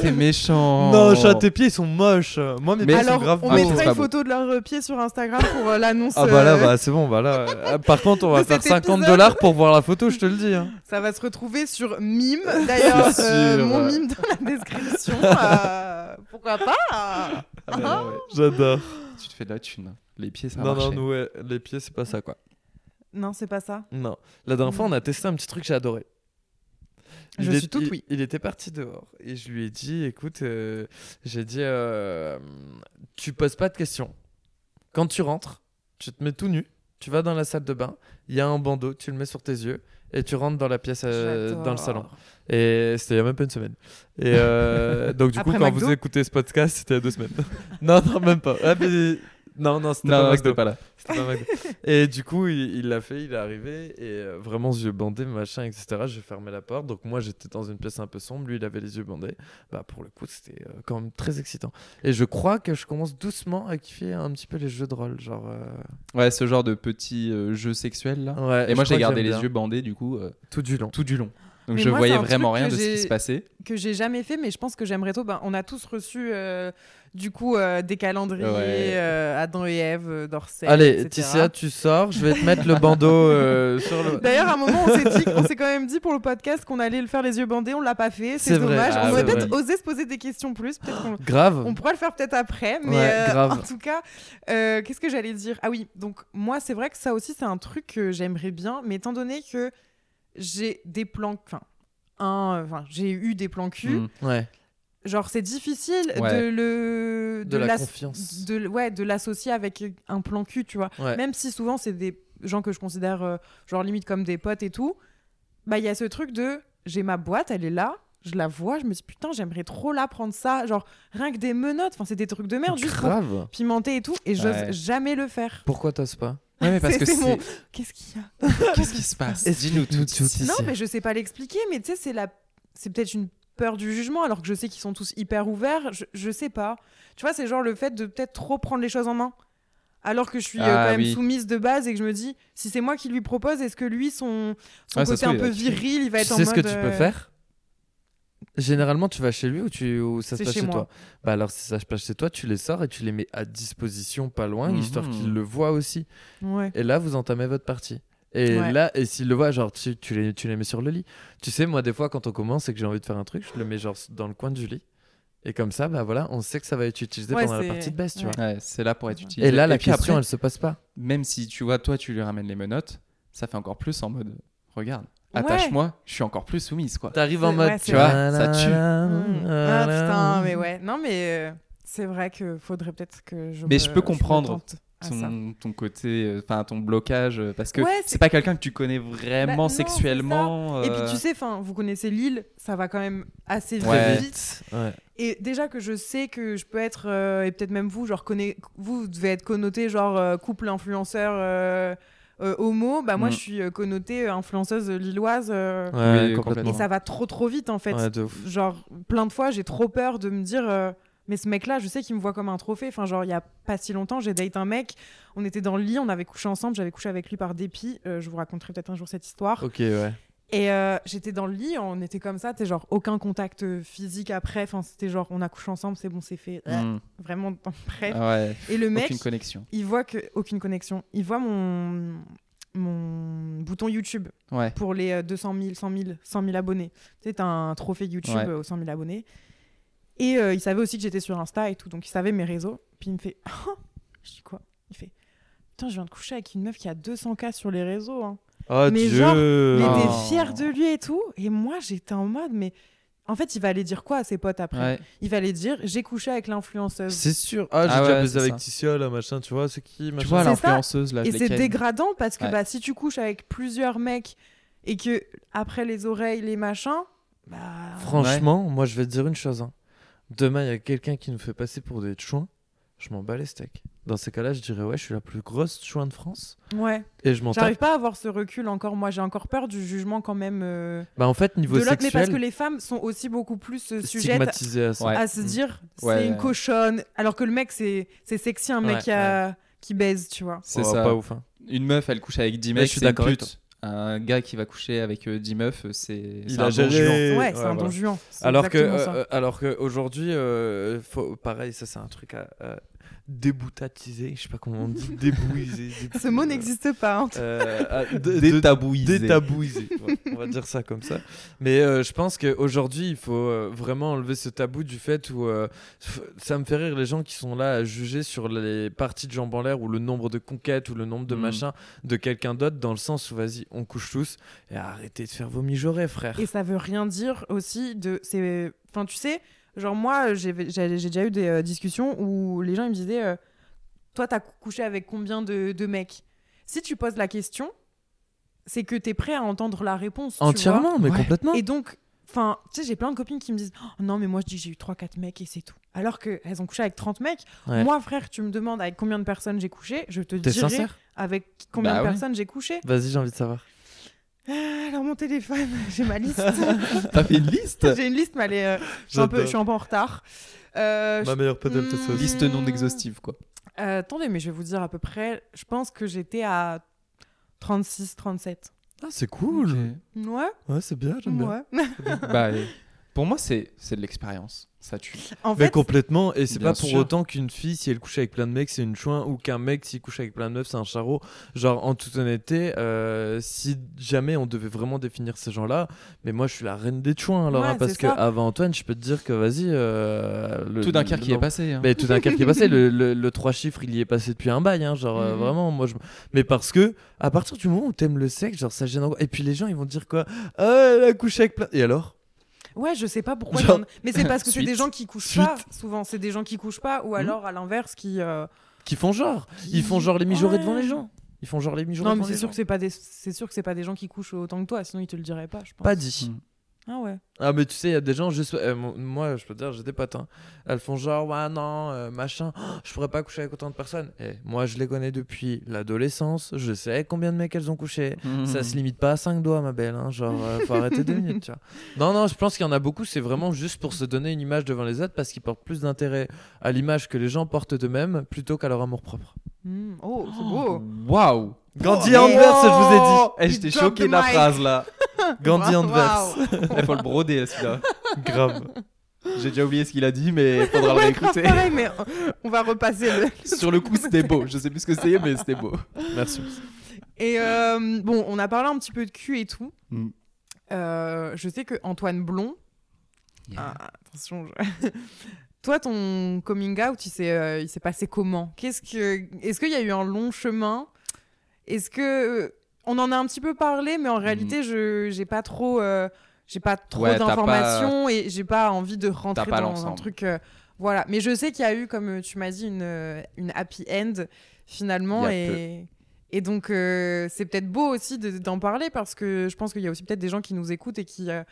[SPEAKER 3] T'es méchant.
[SPEAKER 4] Non, chat, tes pieds sont moches. Moi, mes
[SPEAKER 3] Mais-
[SPEAKER 4] pieds sont
[SPEAKER 2] Alors,
[SPEAKER 4] grave
[SPEAKER 2] on
[SPEAKER 3] beaux.
[SPEAKER 4] moches.
[SPEAKER 2] mettra
[SPEAKER 3] Ah,
[SPEAKER 2] une
[SPEAKER 3] c'est pas
[SPEAKER 2] photo de leurs euh, pieds sur Instagram pour euh, l'annonce.
[SPEAKER 4] Ah bah là,
[SPEAKER 2] euh,
[SPEAKER 4] bah, c'est bon, bah là. euh, Par contre, on va
[SPEAKER 2] de
[SPEAKER 4] faire
[SPEAKER 2] cet
[SPEAKER 4] 50
[SPEAKER 2] épisode.
[SPEAKER 4] dollars pour voir la photo, je te le dis. hein.
[SPEAKER 2] Ça va se retrouver sur Mime. D'ailleurs, euh,
[SPEAKER 3] sûr.
[SPEAKER 2] mon Mime dans la description. euh, pourquoi pas
[SPEAKER 3] Ah bah ouais, ouais.
[SPEAKER 4] J'adore.
[SPEAKER 3] Tu te fais de la thune. Les pieds, ça
[SPEAKER 4] Non,
[SPEAKER 3] marche.
[SPEAKER 4] non, nous, ouais, les pieds, c'est pas ça, quoi.
[SPEAKER 2] Non, c'est pas ça.
[SPEAKER 4] Non. La dernière fois, on a testé un petit truc, j'ai adoré.
[SPEAKER 2] Je
[SPEAKER 4] est-
[SPEAKER 2] suis toute
[SPEAKER 4] il-
[SPEAKER 2] oui.
[SPEAKER 4] Il était parti dehors et je lui ai dit écoute, euh, j'ai dit, euh, tu poses pas de questions. Quand tu rentres, tu te mets tout nu, tu vas dans la salle de bain, il y a un bandeau, tu le mets sur tes yeux et tu rentres dans la pièce, euh, dans le salon. Et c'était il y a même pas une semaine. Et euh, donc, du coup,
[SPEAKER 2] Après
[SPEAKER 4] quand
[SPEAKER 2] McDo
[SPEAKER 4] vous écoutez ce podcast, c'était il y a deux semaines. non, non, même pas. Ah, mais- Non, non, c'était pas
[SPEAKER 3] Non,
[SPEAKER 4] McDo.
[SPEAKER 3] c'était pas là.
[SPEAKER 4] C'était pas McDo. et du coup, il il l'a fait, il est arrivé, et euh, vraiment, yeux bandés, machin, etc. J'ai fermé la porte. Donc, moi, j'étais dans une pièce un peu sombre. Lui, il avait les yeux bandés. Bah, pour le coup, c'était euh, quand même très excitant. Et je crois que je commence doucement à kiffer un petit peu les jeux de rôle. Genre. euh,
[SPEAKER 3] Ouais, ce genre de petit euh, jeu sexuel là.
[SPEAKER 4] ouais,
[SPEAKER 3] Et
[SPEAKER 4] je crois
[SPEAKER 3] moi, j'ai
[SPEAKER 4] que
[SPEAKER 3] gardé
[SPEAKER 4] j'aime
[SPEAKER 3] les
[SPEAKER 4] bien.
[SPEAKER 3] yeux bandés du coup euh,
[SPEAKER 4] tout du long.
[SPEAKER 3] tout du long. Donc
[SPEAKER 2] Mais
[SPEAKER 3] je
[SPEAKER 2] moi, c'est
[SPEAKER 3] voyais
[SPEAKER 2] un truc
[SPEAKER 3] vraiment
[SPEAKER 2] que
[SPEAKER 3] rien de ce qui
[SPEAKER 2] j'ai-
[SPEAKER 3] se passait.
[SPEAKER 2] Que j'ai jamais fait, mais je pense que j'aimerais trop. Ben, on a tous reçu, euh, du coup, euh, des calendriers,
[SPEAKER 3] Ouais.
[SPEAKER 2] euh, Adam et Ève, euh, d'Orsay.
[SPEAKER 4] Allez,
[SPEAKER 2] etc.
[SPEAKER 4] Ticia, tu sors. Je vais te mettre le bandeau euh, sur le.
[SPEAKER 2] D'ailleurs, à un moment, on s'est dit- on s'est quand même dit pour le podcast qu'on allait le faire les yeux bandés. On l'a pas fait. C'est
[SPEAKER 4] C'est vrai.
[SPEAKER 2] dommage.
[SPEAKER 3] Ah,
[SPEAKER 2] on aurait
[SPEAKER 3] c'est
[SPEAKER 2] peut-être
[SPEAKER 4] vrai.
[SPEAKER 2] osé se poser des questions plus. Peut-être qu'on
[SPEAKER 4] Grave.
[SPEAKER 2] On pourra le faire peut-être après, mais
[SPEAKER 4] Ouais,
[SPEAKER 2] euh,
[SPEAKER 4] grave.
[SPEAKER 2] en tout cas, euh, qu'est-ce que j'allais dire Ah oui, donc moi, c'est vrai que ça aussi, c'est un truc que j'aimerais bien, mais étant donné que j'ai des plans, enfin, un, euh, enfin, j'ai eu des plans cul,
[SPEAKER 3] Mm.
[SPEAKER 4] Ouais.
[SPEAKER 2] genre c'est difficile
[SPEAKER 3] Ouais.
[SPEAKER 2] de le,
[SPEAKER 4] De la
[SPEAKER 2] l'as-
[SPEAKER 4] confiance.
[SPEAKER 2] de, l- ouais, de l'associer avec un plan cul, tu vois.
[SPEAKER 4] Ouais.
[SPEAKER 2] Même si souvent c'est des gens que je considère euh, genre limite comme des potes et tout, bah il y a ce truc de j'ai ma boîte, elle est là, je la vois, je me dis putain j'aimerais trop là prendre ça, genre rien que des menottes, enfin c'est des trucs de merde juste pour
[SPEAKER 4] Grave.
[SPEAKER 2] pimenter et tout, et j'ose
[SPEAKER 3] Ouais.
[SPEAKER 2] jamais le faire.
[SPEAKER 4] Pourquoi t'oses pas
[SPEAKER 3] Ouais, mais parce
[SPEAKER 2] C'est-
[SPEAKER 3] que
[SPEAKER 2] c'est mon-
[SPEAKER 3] c'est.
[SPEAKER 2] Qu'est-ce qu'il y a
[SPEAKER 3] Qu'est-ce qui se passe
[SPEAKER 4] Explique-nous
[SPEAKER 3] Dis-nous tout.
[SPEAKER 4] tout,
[SPEAKER 3] Ticia.
[SPEAKER 4] Ticia.
[SPEAKER 2] Non
[SPEAKER 4] c'est-
[SPEAKER 2] mais je sais pas l'expliquer, mais tu sais c'est la, c'est peut-être une peur du jugement alors que je sais qu'ils sont tous hyper ouverts, je, je sais pas. Tu vois c'est genre le fait de peut-être trop prendre les choses en main. Alors que je suis euh,
[SPEAKER 3] Ah,
[SPEAKER 2] quand même
[SPEAKER 3] oui.
[SPEAKER 2] soumise de base et que je me dis, si c'est moi qui lui propose, est-ce que lui, son, son
[SPEAKER 3] Ah, ça se
[SPEAKER 2] côté un
[SPEAKER 3] trouve, il
[SPEAKER 2] peu
[SPEAKER 3] va kiffer.
[SPEAKER 2] viril, il va
[SPEAKER 4] Tu
[SPEAKER 2] être en
[SPEAKER 4] sais ce que
[SPEAKER 2] mode,
[SPEAKER 4] tu peux
[SPEAKER 2] euh,
[SPEAKER 4] faire Généralement, tu vas chez lui ou, tu, ou ça se
[SPEAKER 2] C'est
[SPEAKER 4] passe
[SPEAKER 2] chez
[SPEAKER 4] chez,
[SPEAKER 2] moi.
[SPEAKER 4] toi Bah alors, si ça se passe chez toi, tu les sors et tu les mets à disposition pas loin, histoire
[SPEAKER 3] Mhm.
[SPEAKER 4] qu'il le voit aussi.
[SPEAKER 2] Ouais.
[SPEAKER 4] Et là, vous entamez votre partie. Et
[SPEAKER 2] Ouais.
[SPEAKER 4] là, et s'il le voit, genre, tu, tu les, tu les mets sur le lit. Tu sais, moi, des fois, quand on commence et que j'ai envie de faire un truc, je le mets genre dans le coin du lit. Et comme ça, bah voilà, on sait que ça va être utilisé
[SPEAKER 2] Ouais,
[SPEAKER 4] pendant la
[SPEAKER 2] c'est-
[SPEAKER 4] partie de baisse, tu
[SPEAKER 2] ouais.
[SPEAKER 4] vois.
[SPEAKER 3] Ouais, c'est là pour être utile.
[SPEAKER 4] Et là, la
[SPEAKER 3] puis
[SPEAKER 4] question,
[SPEAKER 3] après,
[SPEAKER 4] elle se passe pas.
[SPEAKER 3] même si tu vois, toi, tu lui ramènes les menottes, ça fait encore plus en mode regarde, attache-moi, je suis encore plus soumise, quoi.
[SPEAKER 4] T'arrives en
[SPEAKER 2] C'est-
[SPEAKER 4] mode,
[SPEAKER 2] ouais,
[SPEAKER 4] tu
[SPEAKER 2] c'est
[SPEAKER 4] vois,
[SPEAKER 3] vrai. Ça tue.
[SPEAKER 2] Mmh. Ah putain, mais ouais. Non, mais euh, c'est vrai que faudrait peut-être que je.
[SPEAKER 3] Mais
[SPEAKER 2] me-
[SPEAKER 3] je peux
[SPEAKER 2] me
[SPEAKER 3] comprendre
[SPEAKER 2] tente à ça.
[SPEAKER 3] Ton, ton côté, euh, enfin ton blocage, euh, parce que
[SPEAKER 2] Ouais, c'est-
[SPEAKER 3] c'est pas quelqu'un que tu connais
[SPEAKER 2] Bah,
[SPEAKER 3] vraiment
[SPEAKER 2] non, c'est ça.
[SPEAKER 3] sexuellement.
[SPEAKER 2] Et puis tu
[SPEAKER 3] euh,
[SPEAKER 2] sais, enfin, vous connaissez Lille, ça va quand même assez
[SPEAKER 3] Ouais.
[SPEAKER 2] vite.
[SPEAKER 4] Ouais.
[SPEAKER 2] Et déjà que je sais que je peux être, euh, et peut-être même vous, genre, conna- vous devez être connoté genre euh, couple influenceur. euh, euh, homo, bah moi
[SPEAKER 3] Mm.
[SPEAKER 2] je suis euh, connotée euh, influenceuse lilloise euh,
[SPEAKER 4] Ouais,
[SPEAKER 3] Oui,
[SPEAKER 4] complètement.
[SPEAKER 2] et ça va trop trop vite en fait.
[SPEAKER 4] Ouais, de ouf.
[SPEAKER 2] Genre plein de fois j'ai trop peur de me dire euh, mais ce mec là je sais qu'il me voit comme un trophée. Enfin genre il y a pas si longtemps j'ai date un mec, on était dans le lit, on avait couché ensemble, j'avais couché avec lui par dépit. Euh, je vous raconterai peut-être un jour cette histoire.
[SPEAKER 4] Ok, ouais.
[SPEAKER 2] Et euh, j'étais dans le lit, on était comme ça, t'es genre aucun contact euh, physique après. Enfin c'était genre on a couché ensemble, c'est bon c'est fait.
[SPEAKER 3] Mm.
[SPEAKER 2] Vraiment bref.
[SPEAKER 3] Ah Ouais,
[SPEAKER 2] Et le mec
[SPEAKER 3] aucune connexion.
[SPEAKER 2] il voit que aucune connexion. Il voit mon mon bouton YouTube
[SPEAKER 3] Ouais.
[SPEAKER 2] pour les euh, 200 000, 100 000, 100 000 abonnés. C'est un trophée YouTube
[SPEAKER 3] Ouais.
[SPEAKER 2] euh, aux 100 000 abonnés. Et euh, il savait aussi que j'étais sur Insta et tout, donc il savait mes réseaux. Puis il me fait, Ah je dis quoi Il fait, putain, je viens de coucher avec une meuf qui a 200K sur les réseaux. hein.
[SPEAKER 4] Oh
[SPEAKER 2] Mais
[SPEAKER 4] Dieu
[SPEAKER 2] genre, Mais
[SPEAKER 3] Oh.
[SPEAKER 4] Ah.
[SPEAKER 2] t'es fier de lui et tout. Et moi, j'étais en mode, mais en fait, il va aller dire quoi à ses potes après
[SPEAKER 3] Ouais.
[SPEAKER 2] Il va aller dire, j'ai couché avec l'influenceuse.
[SPEAKER 4] C'est sûr. Ah, j'ai
[SPEAKER 3] Ah
[SPEAKER 4] déjà
[SPEAKER 3] ouais,
[SPEAKER 4] baisé
[SPEAKER 3] c'est
[SPEAKER 4] avec
[SPEAKER 3] ça.
[SPEAKER 4] Ticia, là, machin, tu vois, c'est qui, machin.
[SPEAKER 3] Tu vois
[SPEAKER 2] C'est ça.
[SPEAKER 3] l'influenceuse là, je
[SPEAKER 2] Et
[SPEAKER 3] l'ai
[SPEAKER 2] c'est
[SPEAKER 3] ken.
[SPEAKER 2] dégradant parce que
[SPEAKER 3] Ouais.
[SPEAKER 2] bah, si tu couches avec plusieurs mecs et que après les oreilles, les machins, bah.
[SPEAKER 4] Franchement, moi, je vais te dire une chose. hein. Demain, il y a quelqu'un qui nous fait passer pour des chouins. Je m'en bats les steaks. Dans ces cas-là, je dirais, ouais, je suis la plus grosse chouin de France.
[SPEAKER 2] Ouais.
[SPEAKER 4] Et je m'en
[SPEAKER 2] J'arrive
[SPEAKER 4] tape.
[SPEAKER 2] pas à avoir ce recul encore. Moi, j'ai encore peur du jugement quand même euh,
[SPEAKER 4] Bah, en fait,
[SPEAKER 2] de
[SPEAKER 4] niveau
[SPEAKER 2] l'autre, mais parce que
[SPEAKER 4] sexuel,
[SPEAKER 2] les femmes sont aussi beaucoup plus euh, sujettes
[SPEAKER 4] stigmatisé à ça.
[SPEAKER 3] Ouais.
[SPEAKER 2] à se dire c'est
[SPEAKER 3] Ouais.
[SPEAKER 2] une cochonne, alors que le mec c'est c'est sexy un mec
[SPEAKER 4] Ouais,
[SPEAKER 2] qui, a- qui baise, tu vois.
[SPEAKER 3] C'est
[SPEAKER 4] Oh,
[SPEAKER 3] ça.
[SPEAKER 4] Pas ouf. hein.
[SPEAKER 3] Une meuf, elle couche avec 10
[SPEAKER 4] Mais
[SPEAKER 3] mecs,
[SPEAKER 4] je suis
[SPEAKER 3] c'est une
[SPEAKER 4] d'accord avec
[SPEAKER 3] pute. Un gars qui va coucher avec euh, 10 meufs, euh, c'est. c'est
[SPEAKER 4] Il
[SPEAKER 3] un
[SPEAKER 4] a
[SPEAKER 3] bon
[SPEAKER 4] géré.
[SPEAKER 3] juan.
[SPEAKER 4] Et-
[SPEAKER 2] ouais,
[SPEAKER 4] ouais,
[SPEAKER 2] c'est un
[SPEAKER 4] voilà.
[SPEAKER 2] don juan. C'est
[SPEAKER 4] Alors que,
[SPEAKER 2] exactement ça.
[SPEAKER 4] euh, alors que aujourd'hui, euh, faut- pareil, ça c'est un truc à euh, déboutatiser, je sais pas comment on dit, débouiser.
[SPEAKER 2] ce mot n'existe pas. hein.
[SPEAKER 4] euh, à- de- de-
[SPEAKER 3] Détabouisé.
[SPEAKER 4] détabouiser. Ouais, on va dire ça comme ça. Mais euh, je pense qu'aujourd'hui, il faut euh, vraiment enlever ce tabou du fait où euh, f- ça me fait rire les gens qui sont là à juger sur les parties de jambes en l'air ou le nombre de conquêtes ou le nombre de
[SPEAKER 3] Mm.
[SPEAKER 4] machins de quelqu'un d'autre dans le sens où vas-y, on couche tous et arrêtez de faire vos mijaurés, frère.
[SPEAKER 2] Et ça veut rien dire aussi de. c'est- Enfin, tu sais, genre moi, j'ai j'ai- j'ai déjà eu des euh, discussions où les gens ils me disaient euh, Toi, t'as cou- couché avec combien de, de mecs Si tu poses la question, c'est que t'es prêt à entendre la réponse. tu vois.
[SPEAKER 4] Entièrement, mais
[SPEAKER 3] Ouais.
[SPEAKER 4] complètement.
[SPEAKER 2] Et donc, enfin, tu sais, j'ai plein de copines qui me disent Oh, Non, mais moi, je dis j'ai eu 3-4 mecs et c'est tout. Alors qu'elles ont couché avec 30 mecs.
[SPEAKER 4] Ouais.
[SPEAKER 2] Moi, frère, tu me demandes avec combien de personnes j'ai couché, je te
[SPEAKER 4] T'es
[SPEAKER 2] dirai
[SPEAKER 4] sincère
[SPEAKER 2] avec combien
[SPEAKER 3] Bah
[SPEAKER 2] de
[SPEAKER 3] ouais.
[SPEAKER 2] personnes j'ai couché.
[SPEAKER 4] Vas-y, j'ai envie de savoir.
[SPEAKER 2] Ah, Alors, mon téléphone, j'ai ma liste.
[SPEAKER 3] T'as fait une liste
[SPEAKER 2] J'ai une liste, mais elle est, euh, je, suis un peu,
[SPEAKER 4] J'adore. Bah,
[SPEAKER 2] je suis un peu en retard. Euh, je-
[SPEAKER 4] meilleure
[SPEAKER 2] pote, elle fait ça aussi.
[SPEAKER 3] Liste non exhaustive, quoi.
[SPEAKER 2] euh, attendez, mais je vais vous dire à peu près. Je pense que j'étais à 36, 37.
[SPEAKER 4] Ah, c'est cool.
[SPEAKER 2] Ouais,
[SPEAKER 4] Ouais, c'est bien, j'aime bien.
[SPEAKER 2] ouais.
[SPEAKER 3] Bah, euh, pour moi, c'est c'est de l'expérience. Ça tue.
[SPEAKER 2] en
[SPEAKER 4] Mais
[SPEAKER 2] fait,
[SPEAKER 4] complètement, et c'est
[SPEAKER 3] Bien
[SPEAKER 4] pas pour
[SPEAKER 3] sûr.
[SPEAKER 4] autant qu'une fille, si elle couche avec plein de mecs, c'est une chouin, ou qu'un mec, s'il couche avec plein de meufs, c'est un charreau. Genre, en toute honnêteté, euh, si jamais on devait vraiment définir ces gens-là, mais moi, je suis la reine des chouins, alors,
[SPEAKER 2] Ouais,
[SPEAKER 4] hein, parce
[SPEAKER 2] c'est
[SPEAKER 4] que
[SPEAKER 2] ça.
[SPEAKER 4] avant Antoine, je peux te dire que vas-y. euh, le-
[SPEAKER 3] Tout d'un cœur qui
[SPEAKER 4] le-
[SPEAKER 3] est passé. hein.
[SPEAKER 4] Mais tout d'un cœur qui est passé, le, le, le trois chiffres, il y est passé depuis un bail, hein, genre euh,
[SPEAKER 2] Mhm.
[SPEAKER 4] vraiment, moi je. Mais parce que, à partir du moment où t'aimes le sexe, genre ça gêne encore. Et puis les gens, ils vont dire quoi Ah, elle a couché avec plein. Et alors
[SPEAKER 2] ouais, je sais pas pourquoi.
[SPEAKER 4] Genre-
[SPEAKER 2] il y en a- Mais c'est parce que c'est
[SPEAKER 3] Suite.
[SPEAKER 2] des gens qui couchent
[SPEAKER 4] Suite.
[SPEAKER 2] pas, souvent. C'est des gens qui couchent pas, ou alors à l'inverse, qui. euh,
[SPEAKER 4] Qui font genre Ils font genre les mijaurés
[SPEAKER 2] Ouais.
[SPEAKER 4] devant les gens Ils font genre les mijaurés
[SPEAKER 2] Non, mais
[SPEAKER 4] devant
[SPEAKER 2] c'est
[SPEAKER 4] les
[SPEAKER 2] sûr
[SPEAKER 4] gens
[SPEAKER 2] que c'est pas des, c'est sûr que c'est pas des gens qui couchent autant que toi, sinon ils te le diraient pas, je pense.
[SPEAKER 4] Pas dit.
[SPEAKER 3] Mm.
[SPEAKER 2] Ah ouais.
[SPEAKER 4] Ah, mais tu sais, il y a des gens, juste... euh, mon- moi, je peux te dire, j'ai des potes. hein. Elles font genre, ouais, non, euh, machin, oh, je pourrais pas coucher avec autant de personnes. Et moi, je les connais depuis l'adolescence, je sais combien de mecs elles ont couché.
[SPEAKER 2] Mmh.
[SPEAKER 3] Mhm.
[SPEAKER 4] Ça se limite pas à 5 doigts, ma belle. hein, Genre, euh, faut arrêter deux minutes, tu vois. Non, non, je pense qu'il y en a beaucoup. C'est vraiment juste pour se donner une image devant les autres parce qu'ils portent plus d'intérêt à l'image que les gens portent d'eux-mêmes plutôt qu'à leur amour propre.
[SPEAKER 2] Hmm, Oh, c'est beau.
[SPEAKER 3] Waouh!
[SPEAKER 4] Gandhi
[SPEAKER 2] Oh,
[SPEAKER 4] Anvers, je vous ai dit.
[SPEAKER 3] Oh, eh, J'étais
[SPEAKER 2] Il drop
[SPEAKER 3] choqué
[SPEAKER 2] the
[SPEAKER 3] de la
[SPEAKER 2] mic.
[SPEAKER 3] phrase là.
[SPEAKER 4] Gandhi
[SPEAKER 2] Waouh.
[SPEAKER 4] Anvers.
[SPEAKER 3] Il faut le broder celui-là.
[SPEAKER 4] Grave.
[SPEAKER 3] J'ai déjà oublié ce qu'il a dit, mais il faudra le
[SPEAKER 2] Ouais, grave
[SPEAKER 3] réécouter.
[SPEAKER 2] pareil, mais on va repasser le,
[SPEAKER 3] Sur le coup, c'était beau. Je sais plus ce que c'était, mais c'était beau.
[SPEAKER 4] Merci.
[SPEAKER 2] Et euh, bon, on a parlé un petit peu de cul et tout.
[SPEAKER 3] Mm.
[SPEAKER 2] Euh, je sais que Antoine Blond.
[SPEAKER 3] Yeah.
[SPEAKER 2] Ah, attention. je- Toi, ton coming out, il s'est, euh, il s'est passé comment Qu'est-ce que, est-ce qu'il y a eu un long chemin Est-ce que euh, on en a un petit peu parlé, mais en réalité, je j'ai pas trop, euh, j'ai pas trop
[SPEAKER 3] Mm. Ouais, t'as pas-
[SPEAKER 2] d'informations et j'ai pas envie de rentrer
[SPEAKER 3] pas
[SPEAKER 2] dans un
[SPEAKER 3] l'ensemble.
[SPEAKER 2] truc. euh, voilà. Mais je sais qu'il y a eu, comme euh, tu m'as dit, une euh, une happy end finalement
[SPEAKER 3] Il y a
[SPEAKER 2] et et donc, euh, c'est peut-être beau aussi de- d'en parler parce que je pense qu'il y a aussi peut-être des gens qui nous écoutent et qui, euh,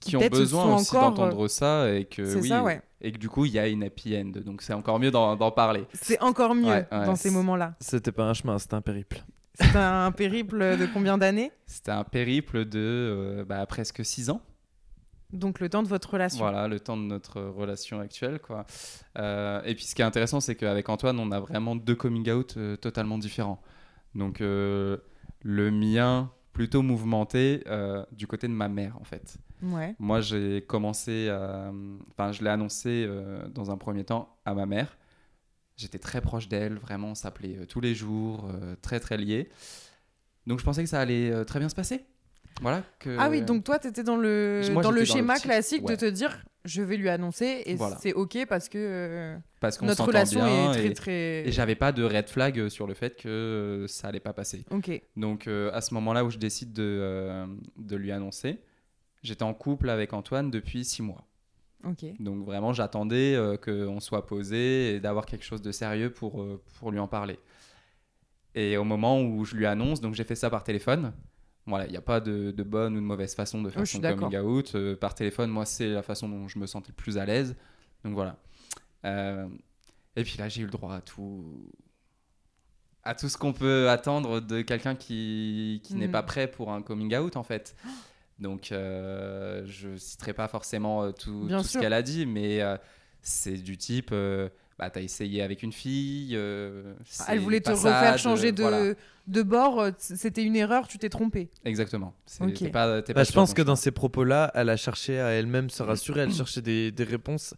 [SPEAKER 3] Qui ont
[SPEAKER 2] peut-être se
[SPEAKER 3] besoin
[SPEAKER 2] sont
[SPEAKER 3] aussi
[SPEAKER 2] encore, euh,
[SPEAKER 3] d'entendre ça et que,
[SPEAKER 2] C'est
[SPEAKER 3] oui,
[SPEAKER 2] ça, ouais.
[SPEAKER 3] et que du coup, il y a une happy end. Donc, c'est encore mieux d'en d'en parler.
[SPEAKER 2] C'est encore mieux
[SPEAKER 3] Ouais, ouais,
[SPEAKER 2] dans ces
[SPEAKER 3] c'est-
[SPEAKER 2] moments-là.
[SPEAKER 4] C'était pas un chemin, c'était un périple.
[SPEAKER 2] C'est un périple de combien d'années
[SPEAKER 3] C'était un périple de euh, bah, presque six ans.
[SPEAKER 2] Donc le temps de votre relation.
[SPEAKER 3] Voilà, le temps de notre relation actuelle. Quoi. Euh, et puis ce qui est intéressant, c'est qu'avec Antoine, on a vraiment deux coming out euh, totalement différents. Donc euh, le mien, plutôt mouvementé, euh, du côté de ma mère, en fait.
[SPEAKER 2] Ouais.
[SPEAKER 3] Moi, j'ai commencé, à- enfin, je l'ai annoncé euh, dans un premier temps à ma mère. J'étais très proche d'elle, vraiment, on s'appelait euh, tous les jours, euh, très très liés. Donc je pensais que ça allait euh, très bien se passer. Voilà. Que...
[SPEAKER 2] Ah oui, donc toi, t'étais dans le,
[SPEAKER 3] Euh, Moi,
[SPEAKER 2] dans le
[SPEAKER 3] j'étais dans le
[SPEAKER 2] schéma
[SPEAKER 3] petit-
[SPEAKER 2] classique de
[SPEAKER 3] ouais.
[SPEAKER 2] te dire je vais lui annoncer et
[SPEAKER 3] Voilà.
[SPEAKER 2] c'est ok parce que euh,
[SPEAKER 3] parce qu'on
[SPEAKER 2] notre
[SPEAKER 3] s'entend
[SPEAKER 2] relation
[SPEAKER 3] bien
[SPEAKER 2] est très
[SPEAKER 3] et-
[SPEAKER 2] très.
[SPEAKER 3] Et j'avais pas de red flag euh, sur le fait que euh, ça allait pas passer.
[SPEAKER 2] Ok.
[SPEAKER 3] Donc euh, à ce moment-là où je décide de, euh, de lui annoncer, j'étais en couple avec Antoine depuis six mois.
[SPEAKER 2] Ok.
[SPEAKER 3] Donc vraiment j'attendais euh, qu'on soit posé et d'avoir quelque chose de sérieux pour, euh, pour lui en parler. Et au moment où je lui annonce, donc j'ai fait ça par téléphone. Voilà, il n'y a pas de, de bonne ou de mauvaise façon de faire
[SPEAKER 2] Oh, je
[SPEAKER 3] son
[SPEAKER 2] suis d'accord.
[SPEAKER 3] coming out. Euh, par téléphone, moi, c'est la façon dont je me sentais le plus à l'aise. Donc voilà. Euh, et puis là, j'ai eu le droit à tout, à tout ce qu'on peut attendre de quelqu'un qui, qui n'est
[SPEAKER 2] Mhm.
[SPEAKER 3] pas prêt pour un coming out, en fait. Donc, euh, je citerai pas forcément euh, tout,
[SPEAKER 2] Bien
[SPEAKER 3] tout ce
[SPEAKER 2] sûr.
[SPEAKER 3] qu'elle a dit, mais euh, c'est du type, euh, bah, t'as essayé avec une fille. euh, c'est
[SPEAKER 2] Ah, Elle voulait te
[SPEAKER 3] pas ça,
[SPEAKER 2] refaire
[SPEAKER 3] de-
[SPEAKER 2] changer de,
[SPEAKER 3] voilà.
[SPEAKER 2] de bord, euh, c'était une erreur, tu t'es trompé.
[SPEAKER 3] Exactement. C'est-
[SPEAKER 2] Ok.
[SPEAKER 3] t'es pas, t'es
[SPEAKER 4] Bah,
[SPEAKER 3] pas hein.
[SPEAKER 4] je
[SPEAKER 3] sur
[SPEAKER 4] pense
[SPEAKER 3] ton
[SPEAKER 4] que dans
[SPEAKER 3] chemin.
[SPEAKER 4] ces propos-là, elle a cherché à elle-même se rassurer, elle cherchait des, des réponses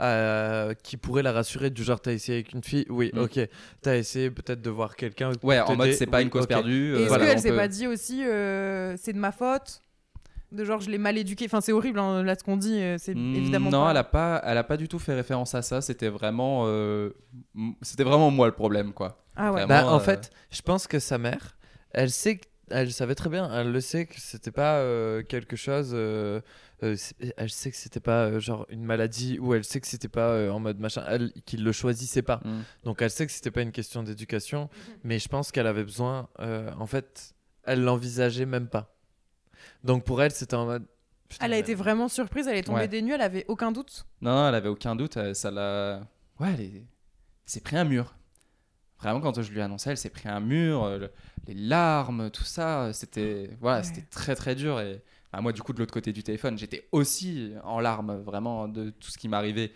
[SPEAKER 4] euh, qui pourraient la rassurer, du genre t'as essayé avec une fille, oui,
[SPEAKER 3] Mm.
[SPEAKER 4] ok, t'as essayé peut-être de voir quelqu'un. pour
[SPEAKER 3] Ouais, en mode
[SPEAKER 4] t'aider,
[SPEAKER 3] c'est pas
[SPEAKER 4] oui,
[SPEAKER 3] une cause
[SPEAKER 4] ok.
[SPEAKER 3] perdue.
[SPEAKER 2] Et
[SPEAKER 3] euh,
[SPEAKER 2] Est-ce
[SPEAKER 3] voilà,
[SPEAKER 2] qu'elle
[SPEAKER 3] on
[SPEAKER 2] s'est
[SPEAKER 3] peut-
[SPEAKER 2] pas dit aussi euh, c'est de ma faute De genre je l'ai mal éduqué Enfin c'est horrible hein, là ce qu'on dit, euh, c'est
[SPEAKER 3] Mm,
[SPEAKER 2] évidemment
[SPEAKER 3] non,
[SPEAKER 2] pas-
[SPEAKER 3] elle a pas, elle a pas du tout fait référence à ça. C'était vraiment, euh, m- c'était vraiment moi le problème, quoi.
[SPEAKER 2] Ah ouais.
[SPEAKER 3] Vraiment.
[SPEAKER 4] Bah, en
[SPEAKER 3] euh,
[SPEAKER 4] fait, je pense que sa mère, elle sait que- Elle savait très bien, elle le sait que c'était pas euh, quelque chose. euh, euh, c'est- elle sait que c'était pas euh, genre une maladie ou elle sait que c'était pas euh, en mode machin, elle qu'il le choisissait pas.
[SPEAKER 3] Mm.
[SPEAKER 4] Donc elle sait que c'était pas une question d'éducation,
[SPEAKER 2] Mhm.
[SPEAKER 4] mais je pense qu'elle avait besoin. euh, en fait, elle l'envisageait même pas. Donc pour elle, c'était en mode. putain,
[SPEAKER 2] Elle a
[SPEAKER 4] mais-
[SPEAKER 2] été vraiment surprise, elle est tombée
[SPEAKER 3] Ouais.
[SPEAKER 2] des nues, elle avait aucun doute.
[SPEAKER 3] Non, non, elle avait aucun doute. euh, Ça l'a. Ouais, elle est- s'est pris un mur. Vraiment, quand je lui annonçais, elle s'est pris un mur, euh, le- les larmes, tout ça. euh, C'était voilà,
[SPEAKER 2] Ouais.
[SPEAKER 3] c'était très très dur. Et bah, moi, du coup, de l'autre côté du téléphone, j'étais aussi en larmes, vraiment, de tout ce qui m'arrivait.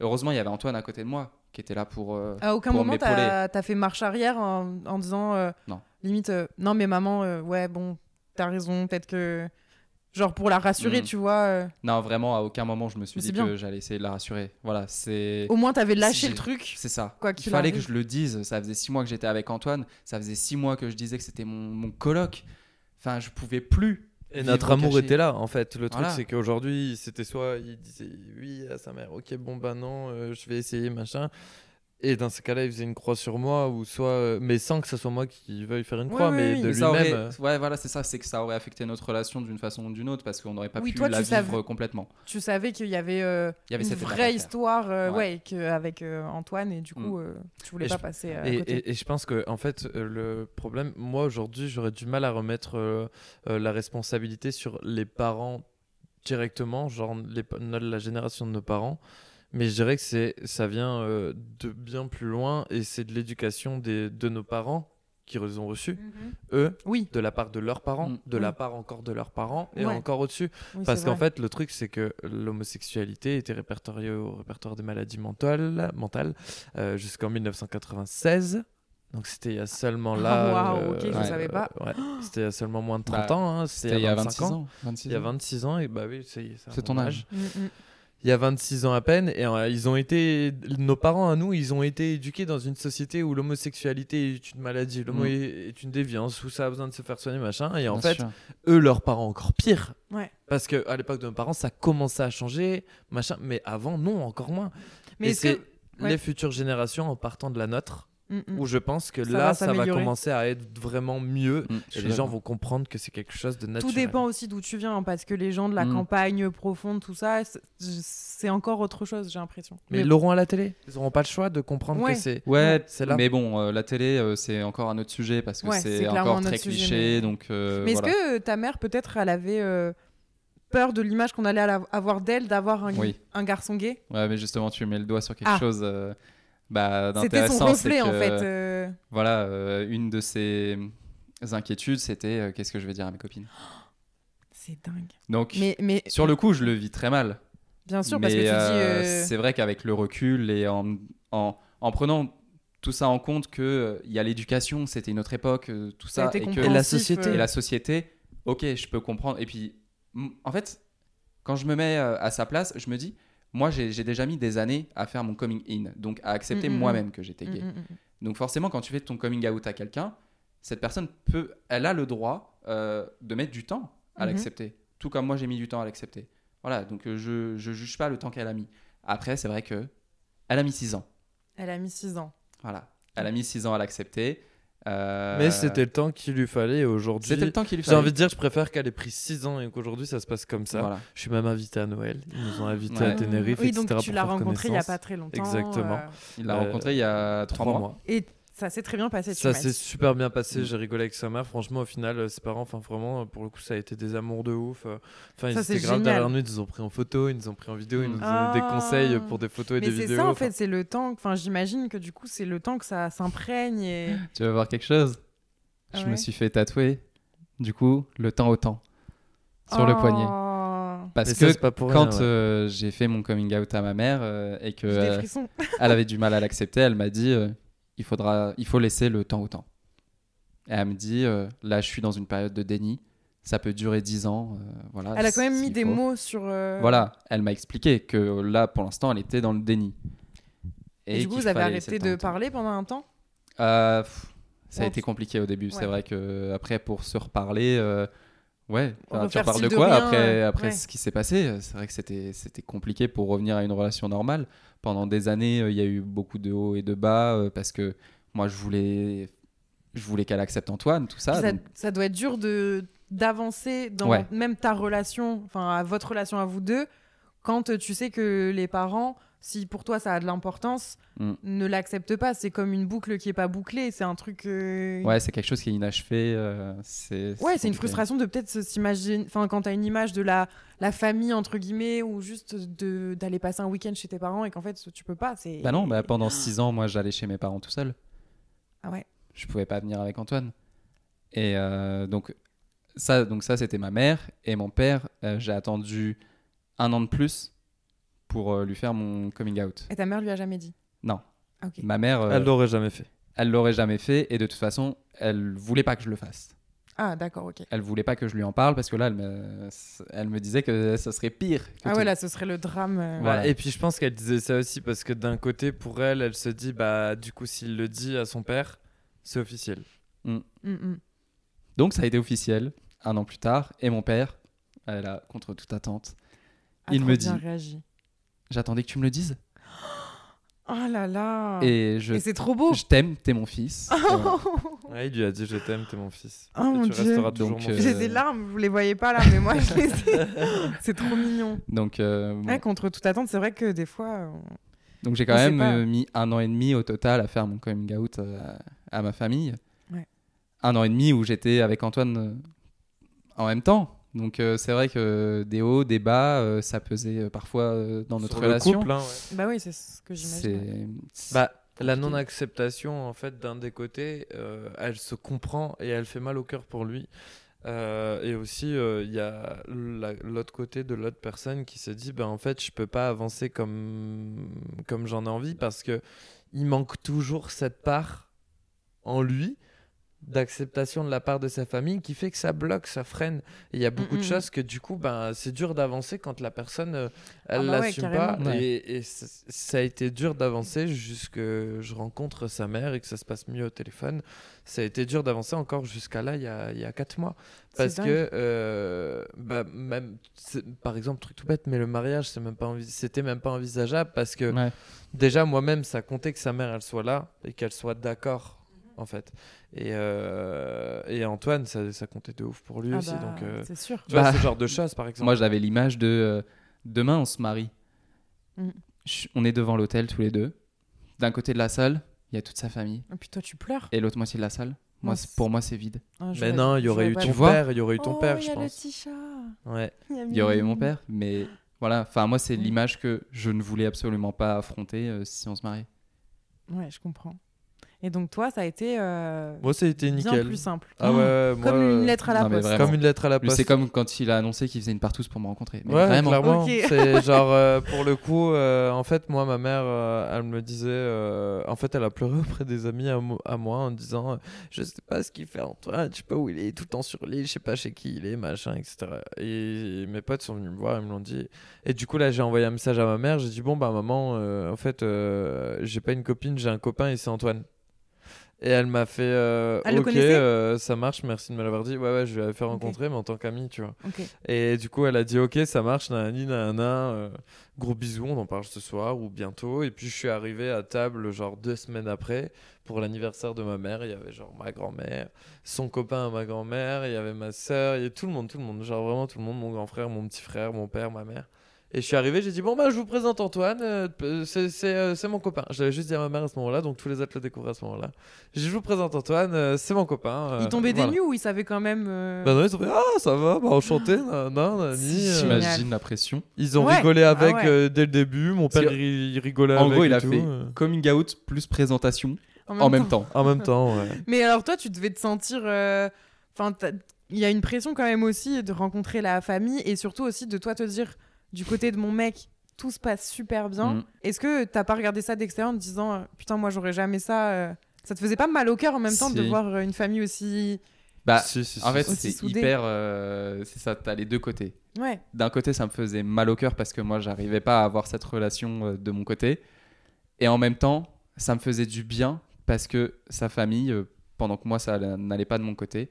[SPEAKER 3] Heureusement, il y avait Antoine à côté de moi, qui était là pour. euh,
[SPEAKER 2] À aucun
[SPEAKER 3] Pour
[SPEAKER 2] moment t'as
[SPEAKER 3] m'épauler.
[SPEAKER 2] t'as fait marche arrière en, en disant euh,
[SPEAKER 3] Non.
[SPEAKER 2] limite euh, non mais maman euh, ouais bon t'as raison peut-être que genre pour la rassurer
[SPEAKER 3] Mm.
[SPEAKER 2] tu vois euh,
[SPEAKER 3] Non, vraiment, à aucun moment, je me suis
[SPEAKER 2] Mais
[SPEAKER 3] dit
[SPEAKER 2] c'est bien.
[SPEAKER 3] que j'allais essayer de la rassurer. Voilà, c'est.
[SPEAKER 2] au moins t'avais lâché
[SPEAKER 3] j'ai-
[SPEAKER 2] le truc.
[SPEAKER 3] C'est ça.
[SPEAKER 2] Quoi
[SPEAKER 3] il
[SPEAKER 2] qu'il
[SPEAKER 3] fallait
[SPEAKER 2] arrive.
[SPEAKER 3] que je le dise. Ça faisait six mois que j'étais avec Antoine. Ça faisait six mois que je disais que c'était mon, mon coloc. Enfin, je pouvais plus.
[SPEAKER 4] Et notre
[SPEAKER 3] vivre
[SPEAKER 4] amour
[SPEAKER 3] caché.
[SPEAKER 4] était là, en fait. Le truc,
[SPEAKER 3] Voilà.
[SPEAKER 4] c'est qu'aujourd'hui, c'était soit il disait oui à sa mère, ok, bon, bah non, euh, je vais essayer, machin. Et dans ces cas-là, il faisait une croix sur moi, ou soit. euh, mais sans que ce soit moi qui veuille faire une
[SPEAKER 2] Oui,
[SPEAKER 4] croix,
[SPEAKER 2] oui,
[SPEAKER 4] mais
[SPEAKER 2] oui.
[SPEAKER 4] de
[SPEAKER 3] Et ça
[SPEAKER 4] lui-même.
[SPEAKER 3] aurait-
[SPEAKER 4] euh,
[SPEAKER 3] Ouais, voilà, c'est ça. C'est que ça aurait affecté notre relation d'une façon ou d'une autre parce qu'on n'aurait pas
[SPEAKER 2] Oui,
[SPEAKER 3] pu
[SPEAKER 2] toi,
[SPEAKER 3] la
[SPEAKER 2] tu
[SPEAKER 3] vivre
[SPEAKER 2] savais-
[SPEAKER 3] complètement.
[SPEAKER 2] Tu savais qu'il y avait, euh,
[SPEAKER 3] Il y avait
[SPEAKER 2] une
[SPEAKER 3] cette étape à
[SPEAKER 2] vraie
[SPEAKER 3] faire.
[SPEAKER 2] histoire euh,
[SPEAKER 3] Ouais. Mm.
[SPEAKER 2] ouais, que- avec euh, Antoine et du coup euh, tu voulais
[SPEAKER 4] Et
[SPEAKER 2] pas
[SPEAKER 4] je-
[SPEAKER 2] passer euh, à
[SPEAKER 4] Et,
[SPEAKER 2] côté.
[SPEAKER 4] et- et je pense que en fait euh, le problème, moi aujourd'hui j'aurais du mal à remettre euh, euh, la responsabilité sur les parents directement, genre les pa- no- la génération de nos parents. Mais je dirais que c'est ça vient euh, de bien plus loin et c'est de l'éducation des- de nos parents qu'ils ont reçu, eux,
[SPEAKER 2] Oui,
[SPEAKER 4] de la part de leurs parents,
[SPEAKER 3] Mm.
[SPEAKER 4] de
[SPEAKER 2] Mm.
[SPEAKER 4] la part encore de leurs parents et
[SPEAKER 2] Ouais.
[SPEAKER 4] encore au-dessus.
[SPEAKER 2] oui,
[SPEAKER 4] Parce
[SPEAKER 2] c'est
[SPEAKER 4] qu'en
[SPEAKER 2] vrai.
[SPEAKER 4] fait, le truc, c'est que l'homosexualité était répertoriée au répertoire des maladies mentales, mentales euh, jusqu'en 1996. Donc c'était il y a seulement
[SPEAKER 2] Ah,
[SPEAKER 4] là. euh,
[SPEAKER 2] waouh, ok, je savais pas.
[SPEAKER 4] ouais, c'était il y a seulement moins de 30
[SPEAKER 3] Bah,
[SPEAKER 4] ans. hein,
[SPEAKER 3] C'était il y a 26
[SPEAKER 4] 25
[SPEAKER 3] ans. 26
[SPEAKER 4] Il y a
[SPEAKER 3] ans.
[SPEAKER 4] 26 ans, et bah oui, c'est c'est à
[SPEAKER 3] C'est
[SPEAKER 4] mon
[SPEAKER 3] ton âge.
[SPEAKER 2] Mm, mm.
[SPEAKER 4] il y a 26 ans à peine, et euh, ils ont été, nos parents à nous, ils ont été éduqués dans une société où l'homosexualité est une maladie, l'homo
[SPEAKER 3] Mm.
[SPEAKER 4] est est une déviance, où ça a besoin de se faire soigner, machin, et en
[SPEAKER 3] Bien
[SPEAKER 4] fait, Mm.
[SPEAKER 3] sûr.
[SPEAKER 4] eux, leurs parents encore pire.
[SPEAKER 2] Ouais.
[SPEAKER 4] Parce que à l'époque de nos parents, ça commençait à changer, machin. Mais avant, non, encore moins.
[SPEAKER 2] Mais
[SPEAKER 4] Et
[SPEAKER 2] est-ce
[SPEAKER 4] c'est
[SPEAKER 2] que ouais.
[SPEAKER 4] les futures générations en partant de la nôtre,
[SPEAKER 2] Mm, mm.
[SPEAKER 4] où je pense que
[SPEAKER 2] Ça
[SPEAKER 4] là,
[SPEAKER 2] va
[SPEAKER 4] ça va
[SPEAKER 2] s'améliorer.
[SPEAKER 4] commencer à être vraiment mieux.
[SPEAKER 3] Mm, je
[SPEAKER 4] Et
[SPEAKER 3] suis
[SPEAKER 4] les gens
[SPEAKER 3] d'accord.
[SPEAKER 4] vont comprendre que c'est quelque chose de
[SPEAKER 2] tout
[SPEAKER 4] naturel.
[SPEAKER 2] dépend aussi d'où tu viens hein, parce que les gens de la
[SPEAKER 3] Mm.
[SPEAKER 2] campagne profonde tout ça c'est- c'est encore autre chose j'ai l'impression.
[SPEAKER 4] Mais ils
[SPEAKER 2] bon.
[SPEAKER 4] l'auront à la télé. Ils n'auront pas le choix de comprendre
[SPEAKER 2] Ouais.
[SPEAKER 4] que c'est.
[SPEAKER 3] Ouais,
[SPEAKER 4] c'est là.
[SPEAKER 3] mais bon, euh, la télé, euh, c'est encore un autre sujet parce que
[SPEAKER 2] Ouais, c'est
[SPEAKER 3] c'est
[SPEAKER 2] clairement un
[SPEAKER 3] encore
[SPEAKER 2] autre
[SPEAKER 3] très
[SPEAKER 2] sujet,
[SPEAKER 3] cliché.
[SPEAKER 2] mais-
[SPEAKER 3] Donc, euh,
[SPEAKER 2] Mais est-ce
[SPEAKER 3] voilà.
[SPEAKER 2] que euh, ta mère, peut-être, elle avait euh, peur de l'image qu'on allait ala- avoir d'elle, d'avoir un,
[SPEAKER 3] Oui.
[SPEAKER 2] un garçon gay
[SPEAKER 3] Ouais, mais justement, tu mets le doigt sur quelque
[SPEAKER 2] Ah.
[SPEAKER 3] chose euh, bah,
[SPEAKER 2] C'était
[SPEAKER 3] d'intéressant.
[SPEAKER 2] son
[SPEAKER 3] c'est
[SPEAKER 2] reflet, en
[SPEAKER 3] que,
[SPEAKER 2] fait. euh,
[SPEAKER 3] Voilà, euh, une de ses inquiétudes, c'était euh, qu'est-ce que je vais dire à mes copines.
[SPEAKER 2] C'est dingue.
[SPEAKER 3] Donc,
[SPEAKER 2] Mais, mais
[SPEAKER 3] sur le coup, je le vis très mal.
[SPEAKER 2] bien sûr,
[SPEAKER 3] mais
[SPEAKER 2] parce que tu
[SPEAKER 3] euh,
[SPEAKER 2] dis. euh,
[SPEAKER 3] c'est vrai qu'avec le recul et en, en, en prenant tout ça en compte, que euh, il y a l'éducation, c'était une autre époque, euh, tout
[SPEAKER 2] ça a
[SPEAKER 3] ça,
[SPEAKER 2] été
[SPEAKER 3] et que
[SPEAKER 2] compréhensif,
[SPEAKER 4] la société,
[SPEAKER 2] euh,
[SPEAKER 3] et la société, ok, je peux comprendre. Et puis, m- en fait, quand je me mets euh, à sa place, je me dis, moi, j'ai j'ai déjà mis des années à faire mon coming in, donc à accepter
[SPEAKER 2] Mm, mm,
[SPEAKER 3] moi-même que j'étais
[SPEAKER 2] mm,
[SPEAKER 3] gay.
[SPEAKER 2] mm, mm.
[SPEAKER 3] Donc forcément, quand tu fais ton coming out à quelqu'un, cette personne peut, elle a le droit euh, de mettre du temps à
[SPEAKER 2] Mhm.
[SPEAKER 3] l'accepter, tout comme moi j'ai mis du temps à l'accepter. Voilà, donc euh, je je juge pas le temps qu'elle a mis. Après, c'est vrai que elle a mis 6 ans.
[SPEAKER 2] Elle a mis 6 ans.
[SPEAKER 3] Voilà, elle a mis 6 ans à l'accepter. Euh,
[SPEAKER 4] Mais c'était le temps qu'il lui fallait et aujourd'hui.
[SPEAKER 3] c'était le temps qu'il lui
[SPEAKER 4] J'ai
[SPEAKER 3] fallait.
[SPEAKER 4] envie de dire, je préfère qu'elle ait pris 6 ans et qu'aujourd'hui ça se passe comme ça.
[SPEAKER 3] Voilà.
[SPEAKER 4] Je suis même invité à Noël. Ils nous ont invités à
[SPEAKER 3] Ouais.
[SPEAKER 4] Tenerife,
[SPEAKER 2] Oui,
[SPEAKER 4] etc.
[SPEAKER 2] donc tu
[SPEAKER 4] pour
[SPEAKER 2] l'as
[SPEAKER 4] faire
[SPEAKER 2] rencontré il n'y a pas
[SPEAKER 4] connaissance.
[SPEAKER 2] très longtemps.
[SPEAKER 4] Exactement.
[SPEAKER 2] euh,
[SPEAKER 3] Il l'a
[SPEAKER 4] Euh,
[SPEAKER 3] rencontré il y a 3
[SPEAKER 4] Trois
[SPEAKER 3] mois.
[SPEAKER 2] et ça s'est très bien passé, tu
[SPEAKER 4] Ça
[SPEAKER 2] m'as
[SPEAKER 4] s'est
[SPEAKER 2] dit.
[SPEAKER 4] super bien passé.
[SPEAKER 3] Mm.
[SPEAKER 4] J'ai rigolé avec sa mère. Franchement, au final, euh, ses parents, enfin vraiment, euh, pour le coup, ça a été des amours de ouf. euh. Enfin, ils
[SPEAKER 2] Ça, c'est
[SPEAKER 4] étaient grave
[SPEAKER 2] génial.
[SPEAKER 4] derrière nous. Ils nous ont pris en photo, ils nous ont pris en vidéo, ils
[SPEAKER 3] Mm.
[SPEAKER 4] nous ont donné des
[SPEAKER 2] Ah.
[SPEAKER 4] conseils pour des photos et
[SPEAKER 2] Mais
[SPEAKER 4] des
[SPEAKER 2] c'est
[SPEAKER 4] vidéos.
[SPEAKER 2] ça en
[SPEAKER 4] Enfin,
[SPEAKER 2] fait, c'est le temps. Enfin, j'imagine que du coup, c'est le temps que ça s'imprègne. Et... Ah
[SPEAKER 3] Tu veux voir quelque chose Je
[SPEAKER 2] Ouais.
[SPEAKER 3] me suis fait tatouer. Du coup, le temps au temps sur le poignet
[SPEAKER 2] Oh,
[SPEAKER 3] parce
[SPEAKER 4] mais ça,
[SPEAKER 3] que
[SPEAKER 4] c'est pas pour rien,
[SPEAKER 3] quand
[SPEAKER 4] ouais.
[SPEAKER 3] euh, j'ai fait mon coming out à ma mère euh, et que
[SPEAKER 2] j'ai
[SPEAKER 3] euh,
[SPEAKER 2] des frissons.
[SPEAKER 3] elle avait du mal à l'accepter. Elle m'a dit euh, il faudra, il faut laisser le temps au temps. Et elle me dit euh, là, je suis dans une période de déni. Ça peut durer 10 ans. euh, voilà.
[SPEAKER 2] Elle a quand même mis
[SPEAKER 3] s'il
[SPEAKER 2] des
[SPEAKER 3] faut.
[SPEAKER 2] mots sur. euh,
[SPEAKER 3] Voilà, elle m'a expliqué que euh, là, pour l'instant, elle était dans le déni.
[SPEAKER 2] Et, du coup,
[SPEAKER 3] qu'il
[SPEAKER 2] vous avez
[SPEAKER 3] fallait laisser
[SPEAKER 2] arrêté
[SPEAKER 3] le temps
[SPEAKER 2] de
[SPEAKER 3] au temps.
[SPEAKER 2] parler pendant un temps
[SPEAKER 3] Euh, pff, Ça a
[SPEAKER 2] Ouais,
[SPEAKER 3] été
[SPEAKER 2] tu-
[SPEAKER 3] compliqué au début.
[SPEAKER 2] Ouais.
[SPEAKER 3] C'est vrai que euh, après, pour se reparler. euh, Ouais,
[SPEAKER 2] On
[SPEAKER 3] enfin, tu
[SPEAKER 2] refaire
[SPEAKER 3] reparles de
[SPEAKER 2] style de
[SPEAKER 3] quoi
[SPEAKER 2] rien,
[SPEAKER 3] après,
[SPEAKER 2] euh,
[SPEAKER 3] après
[SPEAKER 2] ouais.
[SPEAKER 3] ce qui s'est passé euh, C'est vrai que c'était c'était compliqué pour revenir à une relation normale. Pendant des années, euh, il y a eu beaucoup de hauts et de bas euh, parce que moi, je voulais, je voulais qu'elle accepte Antoine, tout ça.
[SPEAKER 2] Puis ça,
[SPEAKER 3] donc-
[SPEAKER 2] ça doit être dur de d'avancer dans
[SPEAKER 3] Ouais.
[SPEAKER 2] même ta relation, enfin à votre relation à vous deux, quand euh, tu sais que les parents, si pour toi ça a de l'importance,
[SPEAKER 3] Mm.
[SPEAKER 2] ne l'acceptent pas. C'est comme une boucle qui est pas bouclée. C'est un truc. euh,
[SPEAKER 3] ouais, c'est quelque chose qui est inachevé. euh, c'est
[SPEAKER 2] Ouais, c'est une
[SPEAKER 3] compliqué.
[SPEAKER 2] frustration de peut-être se- s'imaginer. Enfin, quand t'as une image de la, la famille, entre guillemets, ou juste de- d'aller passer un week-end chez tes parents et qu'en fait, tu peux pas. c'est
[SPEAKER 3] Bah non, bah, pendant six ans, moi, j'allais chez mes parents tout seul.
[SPEAKER 2] Ah ouais.
[SPEAKER 3] Je pouvais pas venir avec Antoine. Et euh, donc ça, donc ça, c'était ma mère et mon père. euh, j'ai attendu un an de plus pour euh, lui faire mon coming out.
[SPEAKER 2] Et ta mère lui a jamais dit
[SPEAKER 3] Non.
[SPEAKER 2] Ah, ok.
[SPEAKER 3] Ma mère, euh,
[SPEAKER 4] Elle l'aurait jamais fait.
[SPEAKER 3] elle l'aurait jamais fait et de toute façon, elle voulait pas que je le fasse.
[SPEAKER 2] Ah, d'accord, ok.
[SPEAKER 3] Elle voulait pas que je lui en parle parce que là, elle me, elle me disait que ça serait pire. que
[SPEAKER 2] Ah ouais,
[SPEAKER 3] tout.
[SPEAKER 2] là, ce serait le drame. euh,
[SPEAKER 3] Ouais. Voilà.
[SPEAKER 4] Et puis je pense qu'elle disait ça aussi parce que d'un côté, pour elle, elle se dit bah du coup, s'il le dit à son père, c'est officiel.
[SPEAKER 2] mm, mm.
[SPEAKER 3] Donc ça a été officiel un an plus tard et mon père, euh, là, contre toute attente,
[SPEAKER 2] Ah,
[SPEAKER 3] Il
[SPEAKER 2] trop
[SPEAKER 3] me
[SPEAKER 2] bien
[SPEAKER 3] dit.
[SPEAKER 2] réagi.
[SPEAKER 3] j'attendais que tu me le dises.
[SPEAKER 2] Oh là là. Et,
[SPEAKER 3] Et je
[SPEAKER 2] c'est trop beau.
[SPEAKER 3] Je t'aime, t'es mon fils. Voilà.
[SPEAKER 4] Ouais, il lui a dit je t'aime, t'es mon fils.
[SPEAKER 2] Oh mon
[SPEAKER 4] et tu
[SPEAKER 2] Dieu.
[SPEAKER 4] resteras toujours
[SPEAKER 3] Donc,
[SPEAKER 4] mon
[SPEAKER 3] euh,
[SPEAKER 4] fils.
[SPEAKER 2] J'ai des larmes, vous les voyez pas là, mais moi, je les ai. C'est trop mignon.
[SPEAKER 3] Donc, euh, bon.
[SPEAKER 2] Ouais, contre toute attente, c'est vrai que des fois. euh,
[SPEAKER 3] donc j'ai quand
[SPEAKER 2] on sait
[SPEAKER 3] même
[SPEAKER 2] pas.
[SPEAKER 3] euh, mis un an et demi au total à faire mon coming out euh, à ma famille.
[SPEAKER 2] Ouais.
[SPEAKER 3] Un an et demi où j'étais avec Antoine euh, en même temps. Donc euh, c'est vrai que des hauts, des bas, euh, ça pesait euh, parfois euh, dans notre
[SPEAKER 4] Sur le
[SPEAKER 3] relation.
[SPEAKER 4] couple, hein, ouais.
[SPEAKER 2] Bah oui, c'est ce que j'imagine.
[SPEAKER 3] C'est
[SPEAKER 4] Bah, la
[SPEAKER 3] compliqué.
[SPEAKER 4] non-acceptation, en fait, d'un des côtés, euh, elle se comprend et elle fait mal au cœur pour lui. Euh, et aussi, euh, il y a la- l'autre côté de l'autre personne qui se dit, ben en fait, je peux pas avancer comme, comme j'en ai envie parce que il manque toujours cette part en lui d'acceptation de la part de sa famille qui fait que ça bloque, ça freine. Et il y a beaucoup de
[SPEAKER 2] Mhm.
[SPEAKER 4] choses que du coup, ben, c'est dur d'avancer quand la personne, euh,
[SPEAKER 2] Ah
[SPEAKER 4] elle
[SPEAKER 2] bah ouais,
[SPEAKER 4] l'assume pas.
[SPEAKER 2] carrément.
[SPEAKER 3] Ouais.
[SPEAKER 4] Et, et ça, ça a été dur d'avancer jusque je rencontre sa mère et que ça se passe mieux au téléphone. Ça a été dur d'avancer encore jusqu'à là, il y a, il y a quatre mois.
[SPEAKER 2] C'est
[SPEAKER 4] Parce
[SPEAKER 2] dingue.
[SPEAKER 4] que, euh, bah, même, c'est- par exemple, truc tout bête, mais le mariage, c'est même pas envi- c'était même pas envisageable parce que
[SPEAKER 3] Ouais.
[SPEAKER 4] Déjà, moi-même, ça comptait que sa mère, elle soit là et qu'elle soit d'accord,
[SPEAKER 2] Mhm.
[SPEAKER 4] en fait. Et, euh, et Antoine, ça, ça comptait de ouf pour lui
[SPEAKER 2] Ah
[SPEAKER 4] aussi.
[SPEAKER 2] bah,
[SPEAKER 4] Donc, euh,
[SPEAKER 2] c'est sûr.
[SPEAKER 4] tu vois,
[SPEAKER 3] Bah,
[SPEAKER 4] ce genre de choses, par exemple.
[SPEAKER 3] Moi, j'avais l'image de euh, demain, on se marie.
[SPEAKER 2] Mm.
[SPEAKER 3] Je- On est devant l'hôtel tous les deux. D'un côté de la salle, il y a toute sa famille.
[SPEAKER 2] Et puis toi, tu pleures.
[SPEAKER 3] Et l'autre moitié de la salle, moi,
[SPEAKER 2] Moi,
[SPEAKER 3] c'est-
[SPEAKER 2] c'est-
[SPEAKER 3] pour moi, c'est vide.
[SPEAKER 2] Ah,
[SPEAKER 4] mais
[SPEAKER 2] j'aurais-
[SPEAKER 4] non, il y aurait eu
[SPEAKER 2] j'aurais
[SPEAKER 4] ton
[SPEAKER 3] Tu vois
[SPEAKER 4] père, il y aurait eu ton
[SPEAKER 2] Oh,
[SPEAKER 4] père,
[SPEAKER 2] il
[SPEAKER 4] je
[SPEAKER 2] y a le
[SPEAKER 4] pense.
[SPEAKER 2] petit chat.
[SPEAKER 4] Ouais.
[SPEAKER 3] Il y aurait eu mon père, mais voilà. Enfin, moi, c'est
[SPEAKER 2] Mm.
[SPEAKER 4] Ah,
[SPEAKER 3] l'image que je ne voulais absolument pas affronter euh, si on se mariait.
[SPEAKER 2] Ouais, je comprends. Et donc, toi, ça a été euh,
[SPEAKER 4] Moi, c'était
[SPEAKER 2] bien
[SPEAKER 4] nickel.
[SPEAKER 2] plus simple.
[SPEAKER 4] Ah ouais, ouais, moi,
[SPEAKER 2] Comme une
[SPEAKER 4] euh,
[SPEAKER 2] lettre à la
[SPEAKER 3] non, mais
[SPEAKER 2] poste.
[SPEAKER 3] vraiment.
[SPEAKER 4] Comme une lettre à la
[SPEAKER 3] Lui,
[SPEAKER 4] poste.
[SPEAKER 3] C'est comme quand il a annoncé qu'il faisait une partouze pour me rencontrer. Mais
[SPEAKER 4] Ouais,
[SPEAKER 3] vraiment.
[SPEAKER 4] clairement.
[SPEAKER 2] Ok.
[SPEAKER 4] C'est genre, euh, pour le coup, euh, en fait, moi, ma mère, euh, elle me disait. euh, en fait, elle a pleuré auprès des amis à, mo- à moi en disant euh, Je sais pas ce qu'il fait Antoine, je sais pas où il est, tout le temps sur l'île, je sais pas chez qui il est, machin, etc. Et mes potes sont venus me voir, ils me l'ont dit. Et du coup, là, j'ai envoyé un message à ma mère, j'ai dit Bon, bah, maman, euh, en fait, euh, j'ai pas une copine, j'ai un copain et c'est Antoine. Et elle m'a fait euh,
[SPEAKER 2] Elle Ah, le
[SPEAKER 4] Ok,
[SPEAKER 2] connaissait
[SPEAKER 4] euh, ça marche, merci de me l'avoir dit. Ouais, ouais, je vais la faire rencontrer, mais en tant qu'ami, tu vois.
[SPEAKER 2] Ok.
[SPEAKER 4] Et du coup, elle a dit Ok, ça marche, nanani, nanana, euh, gros bisous, on en parle ce soir ou bientôt. Et puis, je suis arrivé à table, genre deux semaines après, pour l'anniversaire de ma mère. Il y avait genre ma grand-mère, son copain à ma grand-mère, il y avait ma soeur, il y avait tout le monde, tout le monde, genre vraiment tout le monde, mon grand frère, mon petit frère, mon père, ma mère. Et je suis arrivé, j'ai dit Bon, bah, je vous présente Antoine, euh, euh, c'est c'est, euh, c'est mon copain. Je l'avais juste dit à ma mère à ce moment-là, donc tous les autres le découvraient à ce moment-là. J'ai dit Je vous présente Antoine, euh, c'est mon copain. euh,
[SPEAKER 2] Il tombait des
[SPEAKER 4] voilà.
[SPEAKER 2] nues ou il savait quand même. euh,
[SPEAKER 4] Bah non, ils ont fait Ah, ça va, bah, enchanté, nan, nan,
[SPEAKER 2] C'est
[SPEAKER 4] nani, euh,
[SPEAKER 2] génial.
[SPEAKER 3] J'imagine la pression.
[SPEAKER 4] ils ont
[SPEAKER 2] Ouais.
[SPEAKER 4] rigolé
[SPEAKER 2] Ah
[SPEAKER 4] avec
[SPEAKER 2] ouais.
[SPEAKER 4] euh, dès le début. Mon
[SPEAKER 3] Parce
[SPEAKER 4] père,
[SPEAKER 3] que-
[SPEAKER 4] il il rigolait
[SPEAKER 3] En
[SPEAKER 4] avec.
[SPEAKER 3] gros, il
[SPEAKER 4] et
[SPEAKER 3] a
[SPEAKER 4] tout,
[SPEAKER 3] fait
[SPEAKER 4] euh.
[SPEAKER 3] coming out plus présentation en même temps.
[SPEAKER 4] En même temps, ouais.
[SPEAKER 2] Mais alors toi, tu devais te sentir... euh, Enfin, il y a une pression quand même aussi de rencontrer la famille et surtout aussi de toi te dire, du côté de mon mec, tout se passe super bien.
[SPEAKER 3] Mm.
[SPEAKER 2] Est-ce que t'as pas regardé ça d'extérieur en te disant, euh, putain, moi j'aurais jamais ça euh, Ça te faisait pas mal au cœur en même temps de
[SPEAKER 3] Si.
[SPEAKER 2] voir euh, une famille aussi...
[SPEAKER 3] Bah,
[SPEAKER 4] Si, si, si,
[SPEAKER 3] en fait,
[SPEAKER 4] si.
[SPEAKER 2] Aussi
[SPEAKER 3] c'est
[SPEAKER 2] soudé.
[SPEAKER 3] hyper. euh, c'est ça, t'as les deux côtés.
[SPEAKER 2] Ouais.
[SPEAKER 3] d'un côté, ça me faisait mal au cœur parce que moi, j'arrivais pas à avoir cette relation euh, de mon côté. Et en même temps, ça me faisait du bien parce que sa famille, euh, pendant que moi, ça n'allait pas de mon côté,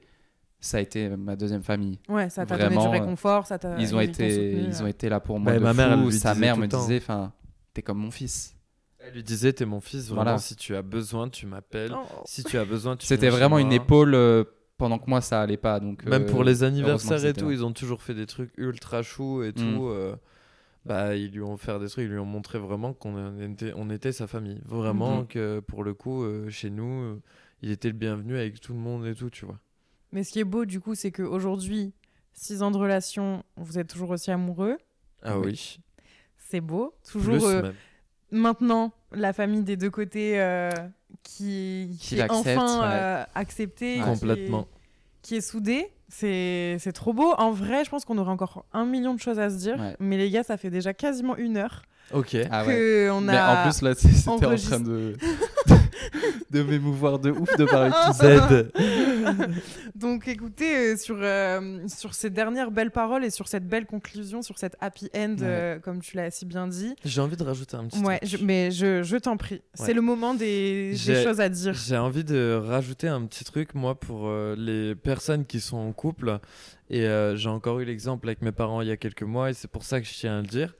[SPEAKER 3] ça a été ma deuxième famille.
[SPEAKER 2] Ouais, ça t'a donné du
[SPEAKER 3] Vraiment, euh,
[SPEAKER 2] réconfort, ça t'a...
[SPEAKER 3] ils ont,
[SPEAKER 2] t'ont
[SPEAKER 3] été,
[SPEAKER 2] soutenu,
[SPEAKER 3] ils
[SPEAKER 2] euh.
[SPEAKER 3] ont été là pour moi.
[SPEAKER 4] Bah,
[SPEAKER 3] de
[SPEAKER 4] ma mère, elle
[SPEAKER 3] fou.
[SPEAKER 4] lui
[SPEAKER 3] Sa
[SPEAKER 4] disait
[SPEAKER 3] mère
[SPEAKER 4] tout
[SPEAKER 3] me
[SPEAKER 4] le temps.
[SPEAKER 3] disait, enfin, t'es comme mon fils.
[SPEAKER 4] Elle lui disait T'es mon fils, vraiment,
[SPEAKER 3] Voilà.
[SPEAKER 4] si tu as besoin, tu m'appelles.
[SPEAKER 2] Oh.
[SPEAKER 4] Si tu as besoin, tu
[SPEAKER 3] C'était
[SPEAKER 4] viens chez
[SPEAKER 3] vraiment une
[SPEAKER 4] moi.
[SPEAKER 3] épaule euh, pendant que moi, ça allait pas. Donc,
[SPEAKER 4] Même
[SPEAKER 3] euh,
[SPEAKER 4] pour les anniversaires
[SPEAKER 3] heureusement
[SPEAKER 4] et
[SPEAKER 3] que
[SPEAKER 4] tout,
[SPEAKER 3] c'était Mm.
[SPEAKER 4] ils ont toujours fait des trucs ultra chou et tout. euh, bah, ils lui ont fait des trucs, ils lui ont montré vraiment qu'on était, on était sa famille. Vraiment
[SPEAKER 3] Mhm.
[SPEAKER 4] que pour le coup, euh, chez nous, euh, il était le bienvenu avec tout le monde et tout, tu vois.
[SPEAKER 2] Mais ce qui est beau, du coup, c'est qu'aujourd'hui, six ans de relation, vous êtes toujours aussi amoureux.
[SPEAKER 4] Ah
[SPEAKER 3] Oui.
[SPEAKER 4] oui.
[SPEAKER 2] C'est beau. Toujours...
[SPEAKER 4] Plus
[SPEAKER 2] euh,
[SPEAKER 4] même.
[SPEAKER 2] maintenant la famille des deux côtés euh, qui,
[SPEAKER 3] Qui
[SPEAKER 2] qui est
[SPEAKER 3] l'accepte,
[SPEAKER 2] enfin
[SPEAKER 3] ouais.
[SPEAKER 2] euh, acceptée,
[SPEAKER 3] Ouais.
[SPEAKER 2] qui est-
[SPEAKER 4] Complètement.
[SPEAKER 2] qui est, soudée. C'est c'est trop beau. En vrai, je pense qu'on aurait encore un million de choses à se dire.
[SPEAKER 3] Ouais.
[SPEAKER 2] Mais les gars, ça fait déjà quasiment une heure
[SPEAKER 4] Ok.
[SPEAKER 3] Ah ouais.
[SPEAKER 2] que on
[SPEAKER 3] Mais en
[SPEAKER 2] a.
[SPEAKER 3] plus, là, c'était en
[SPEAKER 2] enregistré.
[SPEAKER 3] train de, de m'émouvoir de ouf de parler de
[SPEAKER 4] Z.
[SPEAKER 2] Donc, écoutez, euh, sur, euh, sur ces dernières belles paroles et sur cette belle conclusion, sur cette happy end,
[SPEAKER 3] Ouais.
[SPEAKER 2] euh, comme tu l'as si bien dit.
[SPEAKER 4] J'ai envie de rajouter un petit
[SPEAKER 2] Ouais, je-
[SPEAKER 4] truc.
[SPEAKER 2] mais je, je t'en prie. C'est le moment des, des
[SPEAKER 4] J'ai-
[SPEAKER 2] choses à dire.
[SPEAKER 4] J'ai envie de rajouter un petit truc, moi, pour euh, les personnes qui sont en couple. Et euh, j'ai encore eu l'exemple avec mes parents il y a quelques mois, et c'est pour ça que je tiens à le dire.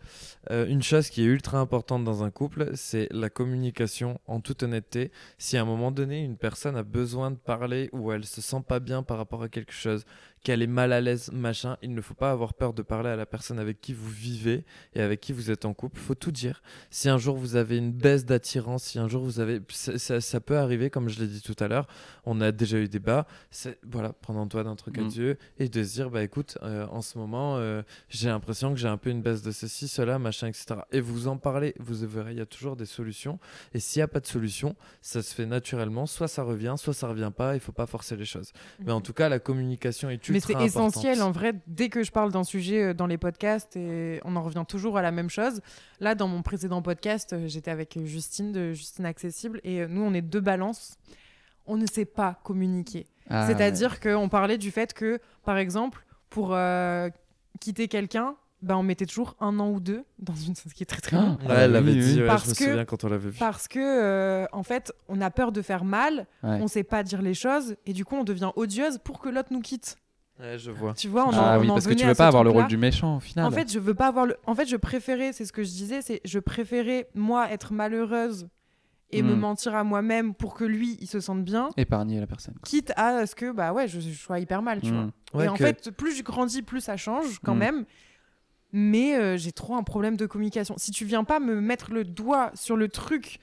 [SPEAKER 4] Euh, une chose qui est ultra importante dans un couple, c'est la communication en toute honnêteté. Si à un moment donné, une personne a besoin de parler ou elle se sent pas bien par rapport à quelque chose, qu'elle est mal à l'aise, machin, il ne faut pas avoir peur de parler à la personne avec qui vous vivez et avec qui vous êtes en couple. Faut tout dire. Si un jour vous avez une baisse d'attirance, si un jour vous avez. Ça, ça- ça peut arriver, comme je l'ai dit tout à l'heure. On a déjà eu des bas. C'est- Voilà, prendre en toi d'un truc à
[SPEAKER 3] Mm.
[SPEAKER 4] Dieu et de se dire, bah écoute, euh, en ce moment, euh, j'ai l'impression que j'ai un peu une baisse de ceci, cela, machin, etc. Et vous en parlez, vous verrez, il y a toujours des solutions. Et s'il n'y a pas de solution, ça se fait naturellement. Soit ça revient, soit ça revient pas. Il faut pas forcer les choses. Mais en tout cas, la communication est ultra
[SPEAKER 2] Mhm. Mais c'est
[SPEAKER 4] importante.
[SPEAKER 2] essentiel en vrai, dès que je parle d'un sujet euh, dans les podcasts, et on en revient toujours à la même chose. Là, dans mon précédent podcast, euh, j'étais avec Justine de Justine Accessible et euh, nous, on est deux balances. On ne sait pas communiquer.
[SPEAKER 3] Ah,
[SPEAKER 2] C'est-à-dire qu'on parlait du fait que, par exemple, pour euh, quitter quelqu'un, bah, on mettait toujours un an ou deux, dans une... ce qui est très très long.
[SPEAKER 4] Ouais, Ah, elle l'avait
[SPEAKER 3] Oui, oui.
[SPEAKER 4] dit, ouais,
[SPEAKER 2] Parce
[SPEAKER 4] je me
[SPEAKER 2] que-
[SPEAKER 4] souviens quand on l'avait vu.
[SPEAKER 2] Parce que, euh, en fait, on a peur de faire mal,
[SPEAKER 3] Ouais.
[SPEAKER 2] on sait pas dire les choses, et du coup, on devient odieuse pour que l'autre nous quitte.
[SPEAKER 4] Ouais, je vois.
[SPEAKER 2] Tu vois, on en-
[SPEAKER 3] Ah
[SPEAKER 2] on
[SPEAKER 3] oui,
[SPEAKER 2] en
[SPEAKER 3] parce que
[SPEAKER 2] venait
[SPEAKER 3] tu
[SPEAKER 2] à
[SPEAKER 3] veux
[SPEAKER 2] ce
[SPEAKER 3] pas avoir le
[SPEAKER 2] truc-là.
[SPEAKER 3] rôle du méchant au final.
[SPEAKER 2] En fait, je veux pas avoir le. En fait, je préférais, c'est ce que je disais, c'est je préférais moi être malheureuse et me
[SPEAKER 3] Mm.
[SPEAKER 2] mentir à moi-même pour que lui il se sente bien,
[SPEAKER 3] épargner la personne.
[SPEAKER 2] quitte à ce que bah ouais, je, je sois hyper mal, tu vois.
[SPEAKER 3] Mm.
[SPEAKER 2] et en fait, plus je grandis, plus ça change quand
[SPEAKER 3] Mm.
[SPEAKER 2] même. Mais euh, j'ai trop un problème de communication. Si tu viens pas me mettre le doigt sur le truc,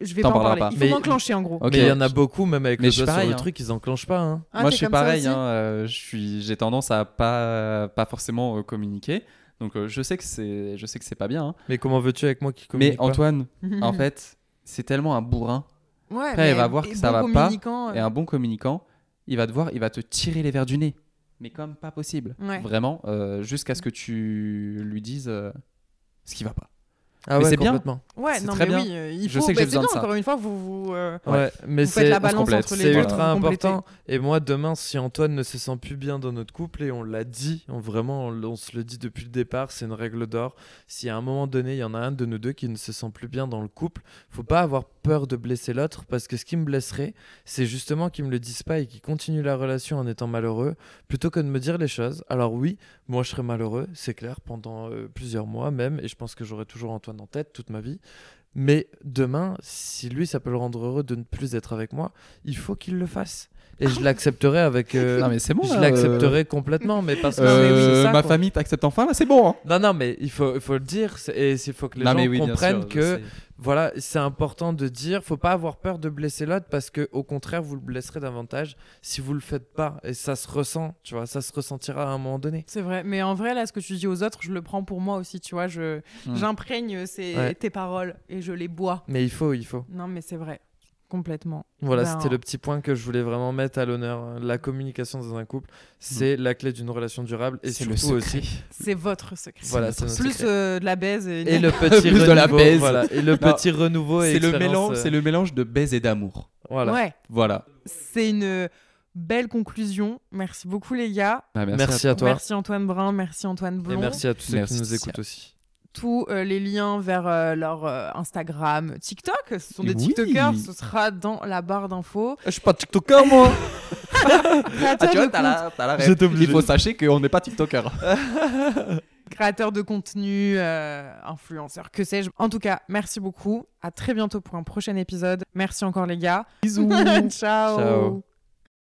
[SPEAKER 2] je vais
[SPEAKER 3] T'en
[SPEAKER 2] pas en
[SPEAKER 3] parleras
[SPEAKER 2] parler.
[SPEAKER 3] pas.
[SPEAKER 2] Il faut
[SPEAKER 4] Mais-
[SPEAKER 2] m'enclencher en gros.
[SPEAKER 3] Ok.
[SPEAKER 4] Mais il y en a beaucoup, même avec
[SPEAKER 3] Mais
[SPEAKER 4] le
[SPEAKER 3] je suis
[SPEAKER 4] doigt sur
[SPEAKER 3] pareil,
[SPEAKER 4] le
[SPEAKER 3] hein.
[SPEAKER 4] truc, ils enclenchent pas. hein.
[SPEAKER 2] Ah,
[SPEAKER 3] Moi,
[SPEAKER 2] t'es
[SPEAKER 3] je suis
[SPEAKER 2] comme ça
[SPEAKER 3] pareil.
[SPEAKER 2] aussi
[SPEAKER 3] hein, euh, je suis, j'ai tendance à pas, pas forcément euh, communiquer. Donc, euh, je sais que c'est, je sais que c'est pas bien. hein.
[SPEAKER 4] Mais comment veux-tu avec moi qui
[SPEAKER 2] Mhm.
[SPEAKER 4] communique
[SPEAKER 3] Mais Antoine, en fait, c'est tellement un bourrin
[SPEAKER 2] Ouais,
[SPEAKER 3] Après, elle
[SPEAKER 2] mais
[SPEAKER 3] va voir
[SPEAKER 2] et
[SPEAKER 3] que ça
[SPEAKER 2] bon
[SPEAKER 3] va pas,
[SPEAKER 2] communicant, euh,
[SPEAKER 3] Et un bon communicant, il va te voir, il va te tirer les verres du nez. Mais comme pas possible.
[SPEAKER 2] Ouais.
[SPEAKER 3] Vraiment, euh, jusqu'à ce que tu lui dises euh, ce qui va pas.
[SPEAKER 4] Ah
[SPEAKER 3] Mais
[SPEAKER 4] ouais,
[SPEAKER 3] c'est bien.
[SPEAKER 4] complètement.
[SPEAKER 2] Ouais,
[SPEAKER 3] c'est
[SPEAKER 2] non,
[SPEAKER 3] très
[SPEAKER 2] mais
[SPEAKER 3] bien.
[SPEAKER 2] oui, euh, il
[SPEAKER 3] Je
[SPEAKER 2] faut-
[SPEAKER 3] sais que
[SPEAKER 2] bah,
[SPEAKER 3] j'ai
[SPEAKER 2] c'est
[SPEAKER 3] besoin de
[SPEAKER 2] bien,
[SPEAKER 3] ça.
[SPEAKER 2] encore une fois, vous, vous, euh,
[SPEAKER 3] Ouais.
[SPEAKER 4] Ouais, mais
[SPEAKER 2] vous faites
[SPEAKER 4] c'est
[SPEAKER 2] la balance
[SPEAKER 3] complète,
[SPEAKER 2] entre les
[SPEAKER 4] c'est
[SPEAKER 2] deux.
[SPEAKER 4] ultra
[SPEAKER 2] vous complétez.
[SPEAKER 4] important. Et moi, demain, si Antoine ne se sent plus bien dans notre couple, et on l'a dit, on, vraiment, on, on se le dit depuis le départ, c'est une règle d'or. Si à un moment donné, il y en a un de nous deux qui ne se sent plus bien dans le couple, faut pas avoir peur de blesser l'autre, parce que ce qui me blesserait, c'est justement qu'il me le dise pas et qu'il continue la relation en étant malheureux, plutôt que de me dire les choses. Alors oui, moi, je serais malheureux, c'est clair, pendant euh, plusieurs mois même, et je pense que j'aurai toujours Antoine en tête toute ma vie. Mais demain, si lui, ça peut le rendre heureux de ne plus être avec moi, il faut qu'il le fasse. Et je l'accepterai avec. euh,
[SPEAKER 3] Ah non, mais c'est bon.
[SPEAKER 4] je
[SPEAKER 3] là,
[SPEAKER 4] l'accepterai complètement, mais parce que.
[SPEAKER 3] euh,
[SPEAKER 2] Non, mais oui,
[SPEAKER 3] euh,
[SPEAKER 2] c'est ça,
[SPEAKER 3] ma
[SPEAKER 2] quoi.
[SPEAKER 3] famille t'accepte enfin, là, c'est bon. hein.
[SPEAKER 4] Non, non, mais il faut, il faut le dire, c'est- et il faut que les
[SPEAKER 3] Non,
[SPEAKER 4] gens
[SPEAKER 3] mais oui, bien
[SPEAKER 4] comprennent
[SPEAKER 3] sûr, je
[SPEAKER 4] que
[SPEAKER 3] sais.
[SPEAKER 4] voilà, c'est important de dire, faut pas avoir peur de blesser l'autre parce que au contraire, vous le blesserez davantage si vous le faites pas, et ça se ressent, tu vois, ça se ressentira à un moment donné.
[SPEAKER 2] C'est vrai, mais en vrai, là, ce que tu dis aux autres, je le prends pour moi aussi, tu vois. Je,
[SPEAKER 3] Hmm.
[SPEAKER 2] J'imprègne ces-
[SPEAKER 4] Ouais.
[SPEAKER 2] tes paroles et je les bois.
[SPEAKER 4] Mais il faut, il faut.
[SPEAKER 2] Non, mais c'est vrai, complètement.
[SPEAKER 4] Voilà,
[SPEAKER 2] Ben,
[SPEAKER 4] c'était le petit point que je voulais vraiment mettre à l'honneur. hein. La communication dans un couple, c'est la clé d'une relation durable et
[SPEAKER 3] Hmm. C'est
[SPEAKER 4] surtout
[SPEAKER 3] le secret.
[SPEAKER 4] aussi.
[SPEAKER 2] C'est votre secret.
[SPEAKER 4] Voilà, c'est notre
[SPEAKER 2] Plus
[SPEAKER 4] secret.
[SPEAKER 2] euh, de la baise et,
[SPEAKER 4] Et le petit
[SPEAKER 3] Plus de la
[SPEAKER 4] renouveau,
[SPEAKER 3] baise.
[SPEAKER 4] voilà, et le
[SPEAKER 3] Non,
[SPEAKER 4] petit renouveau et
[SPEAKER 3] C'est le,
[SPEAKER 4] expérience,
[SPEAKER 3] mélange,
[SPEAKER 4] euh,
[SPEAKER 3] c'est le mélange de baise et d'amour.
[SPEAKER 4] voilà.
[SPEAKER 2] Ouais,
[SPEAKER 3] Voilà.
[SPEAKER 2] c'est une euh, belle conclusion. Merci beaucoup, les gars.
[SPEAKER 3] Ah,
[SPEAKER 4] Merci à toi
[SPEAKER 2] Merci Antoine Brun, merci Antoine
[SPEAKER 4] et
[SPEAKER 2] Blond.
[SPEAKER 4] merci à tous ceux
[SPEAKER 3] Merci,
[SPEAKER 4] qui nous
[SPEAKER 3] Titia.
[SPEAKER 4] écoutent aussi.
[SPEAKER 2] Tous euh, les liens vers euh, leur euh, Instagram, TikTok, ce sont des
[SPEAKER 3] Oui.
[SPEAKER 2] TikTokers, ce sera dans la barre d'infos.
[SPEAKER 4] Je suis pas TikToker moi.
[SPEAKER 3] Ah,
[SPEAKER 2] Créateur,
[SPEAKER 3] tu vois,
[SPEAKER 2] de
[SPEAKER 3] t'as
[SPEAKER 2] compte-
[SPEAKER 3] la, t'as la
[SPEAKER 4] J'étais
[SPEAKER 3] ref.
[SPEAKER 4] obligé.
[SPEAKER 3] Il faut sachez qu'on n'est pas TikToker.
[SPEAKER 2] créateur de contenu, euh, influenceur, que sais-je. En tout cas, merci beaucoup. À très bientôt pour un prochain épisode. Merci encore, les gars.
[SPEAKER 3] Bisous.
[SPEAKER 2] Ciao.
[SPEAKER 4] Ciao.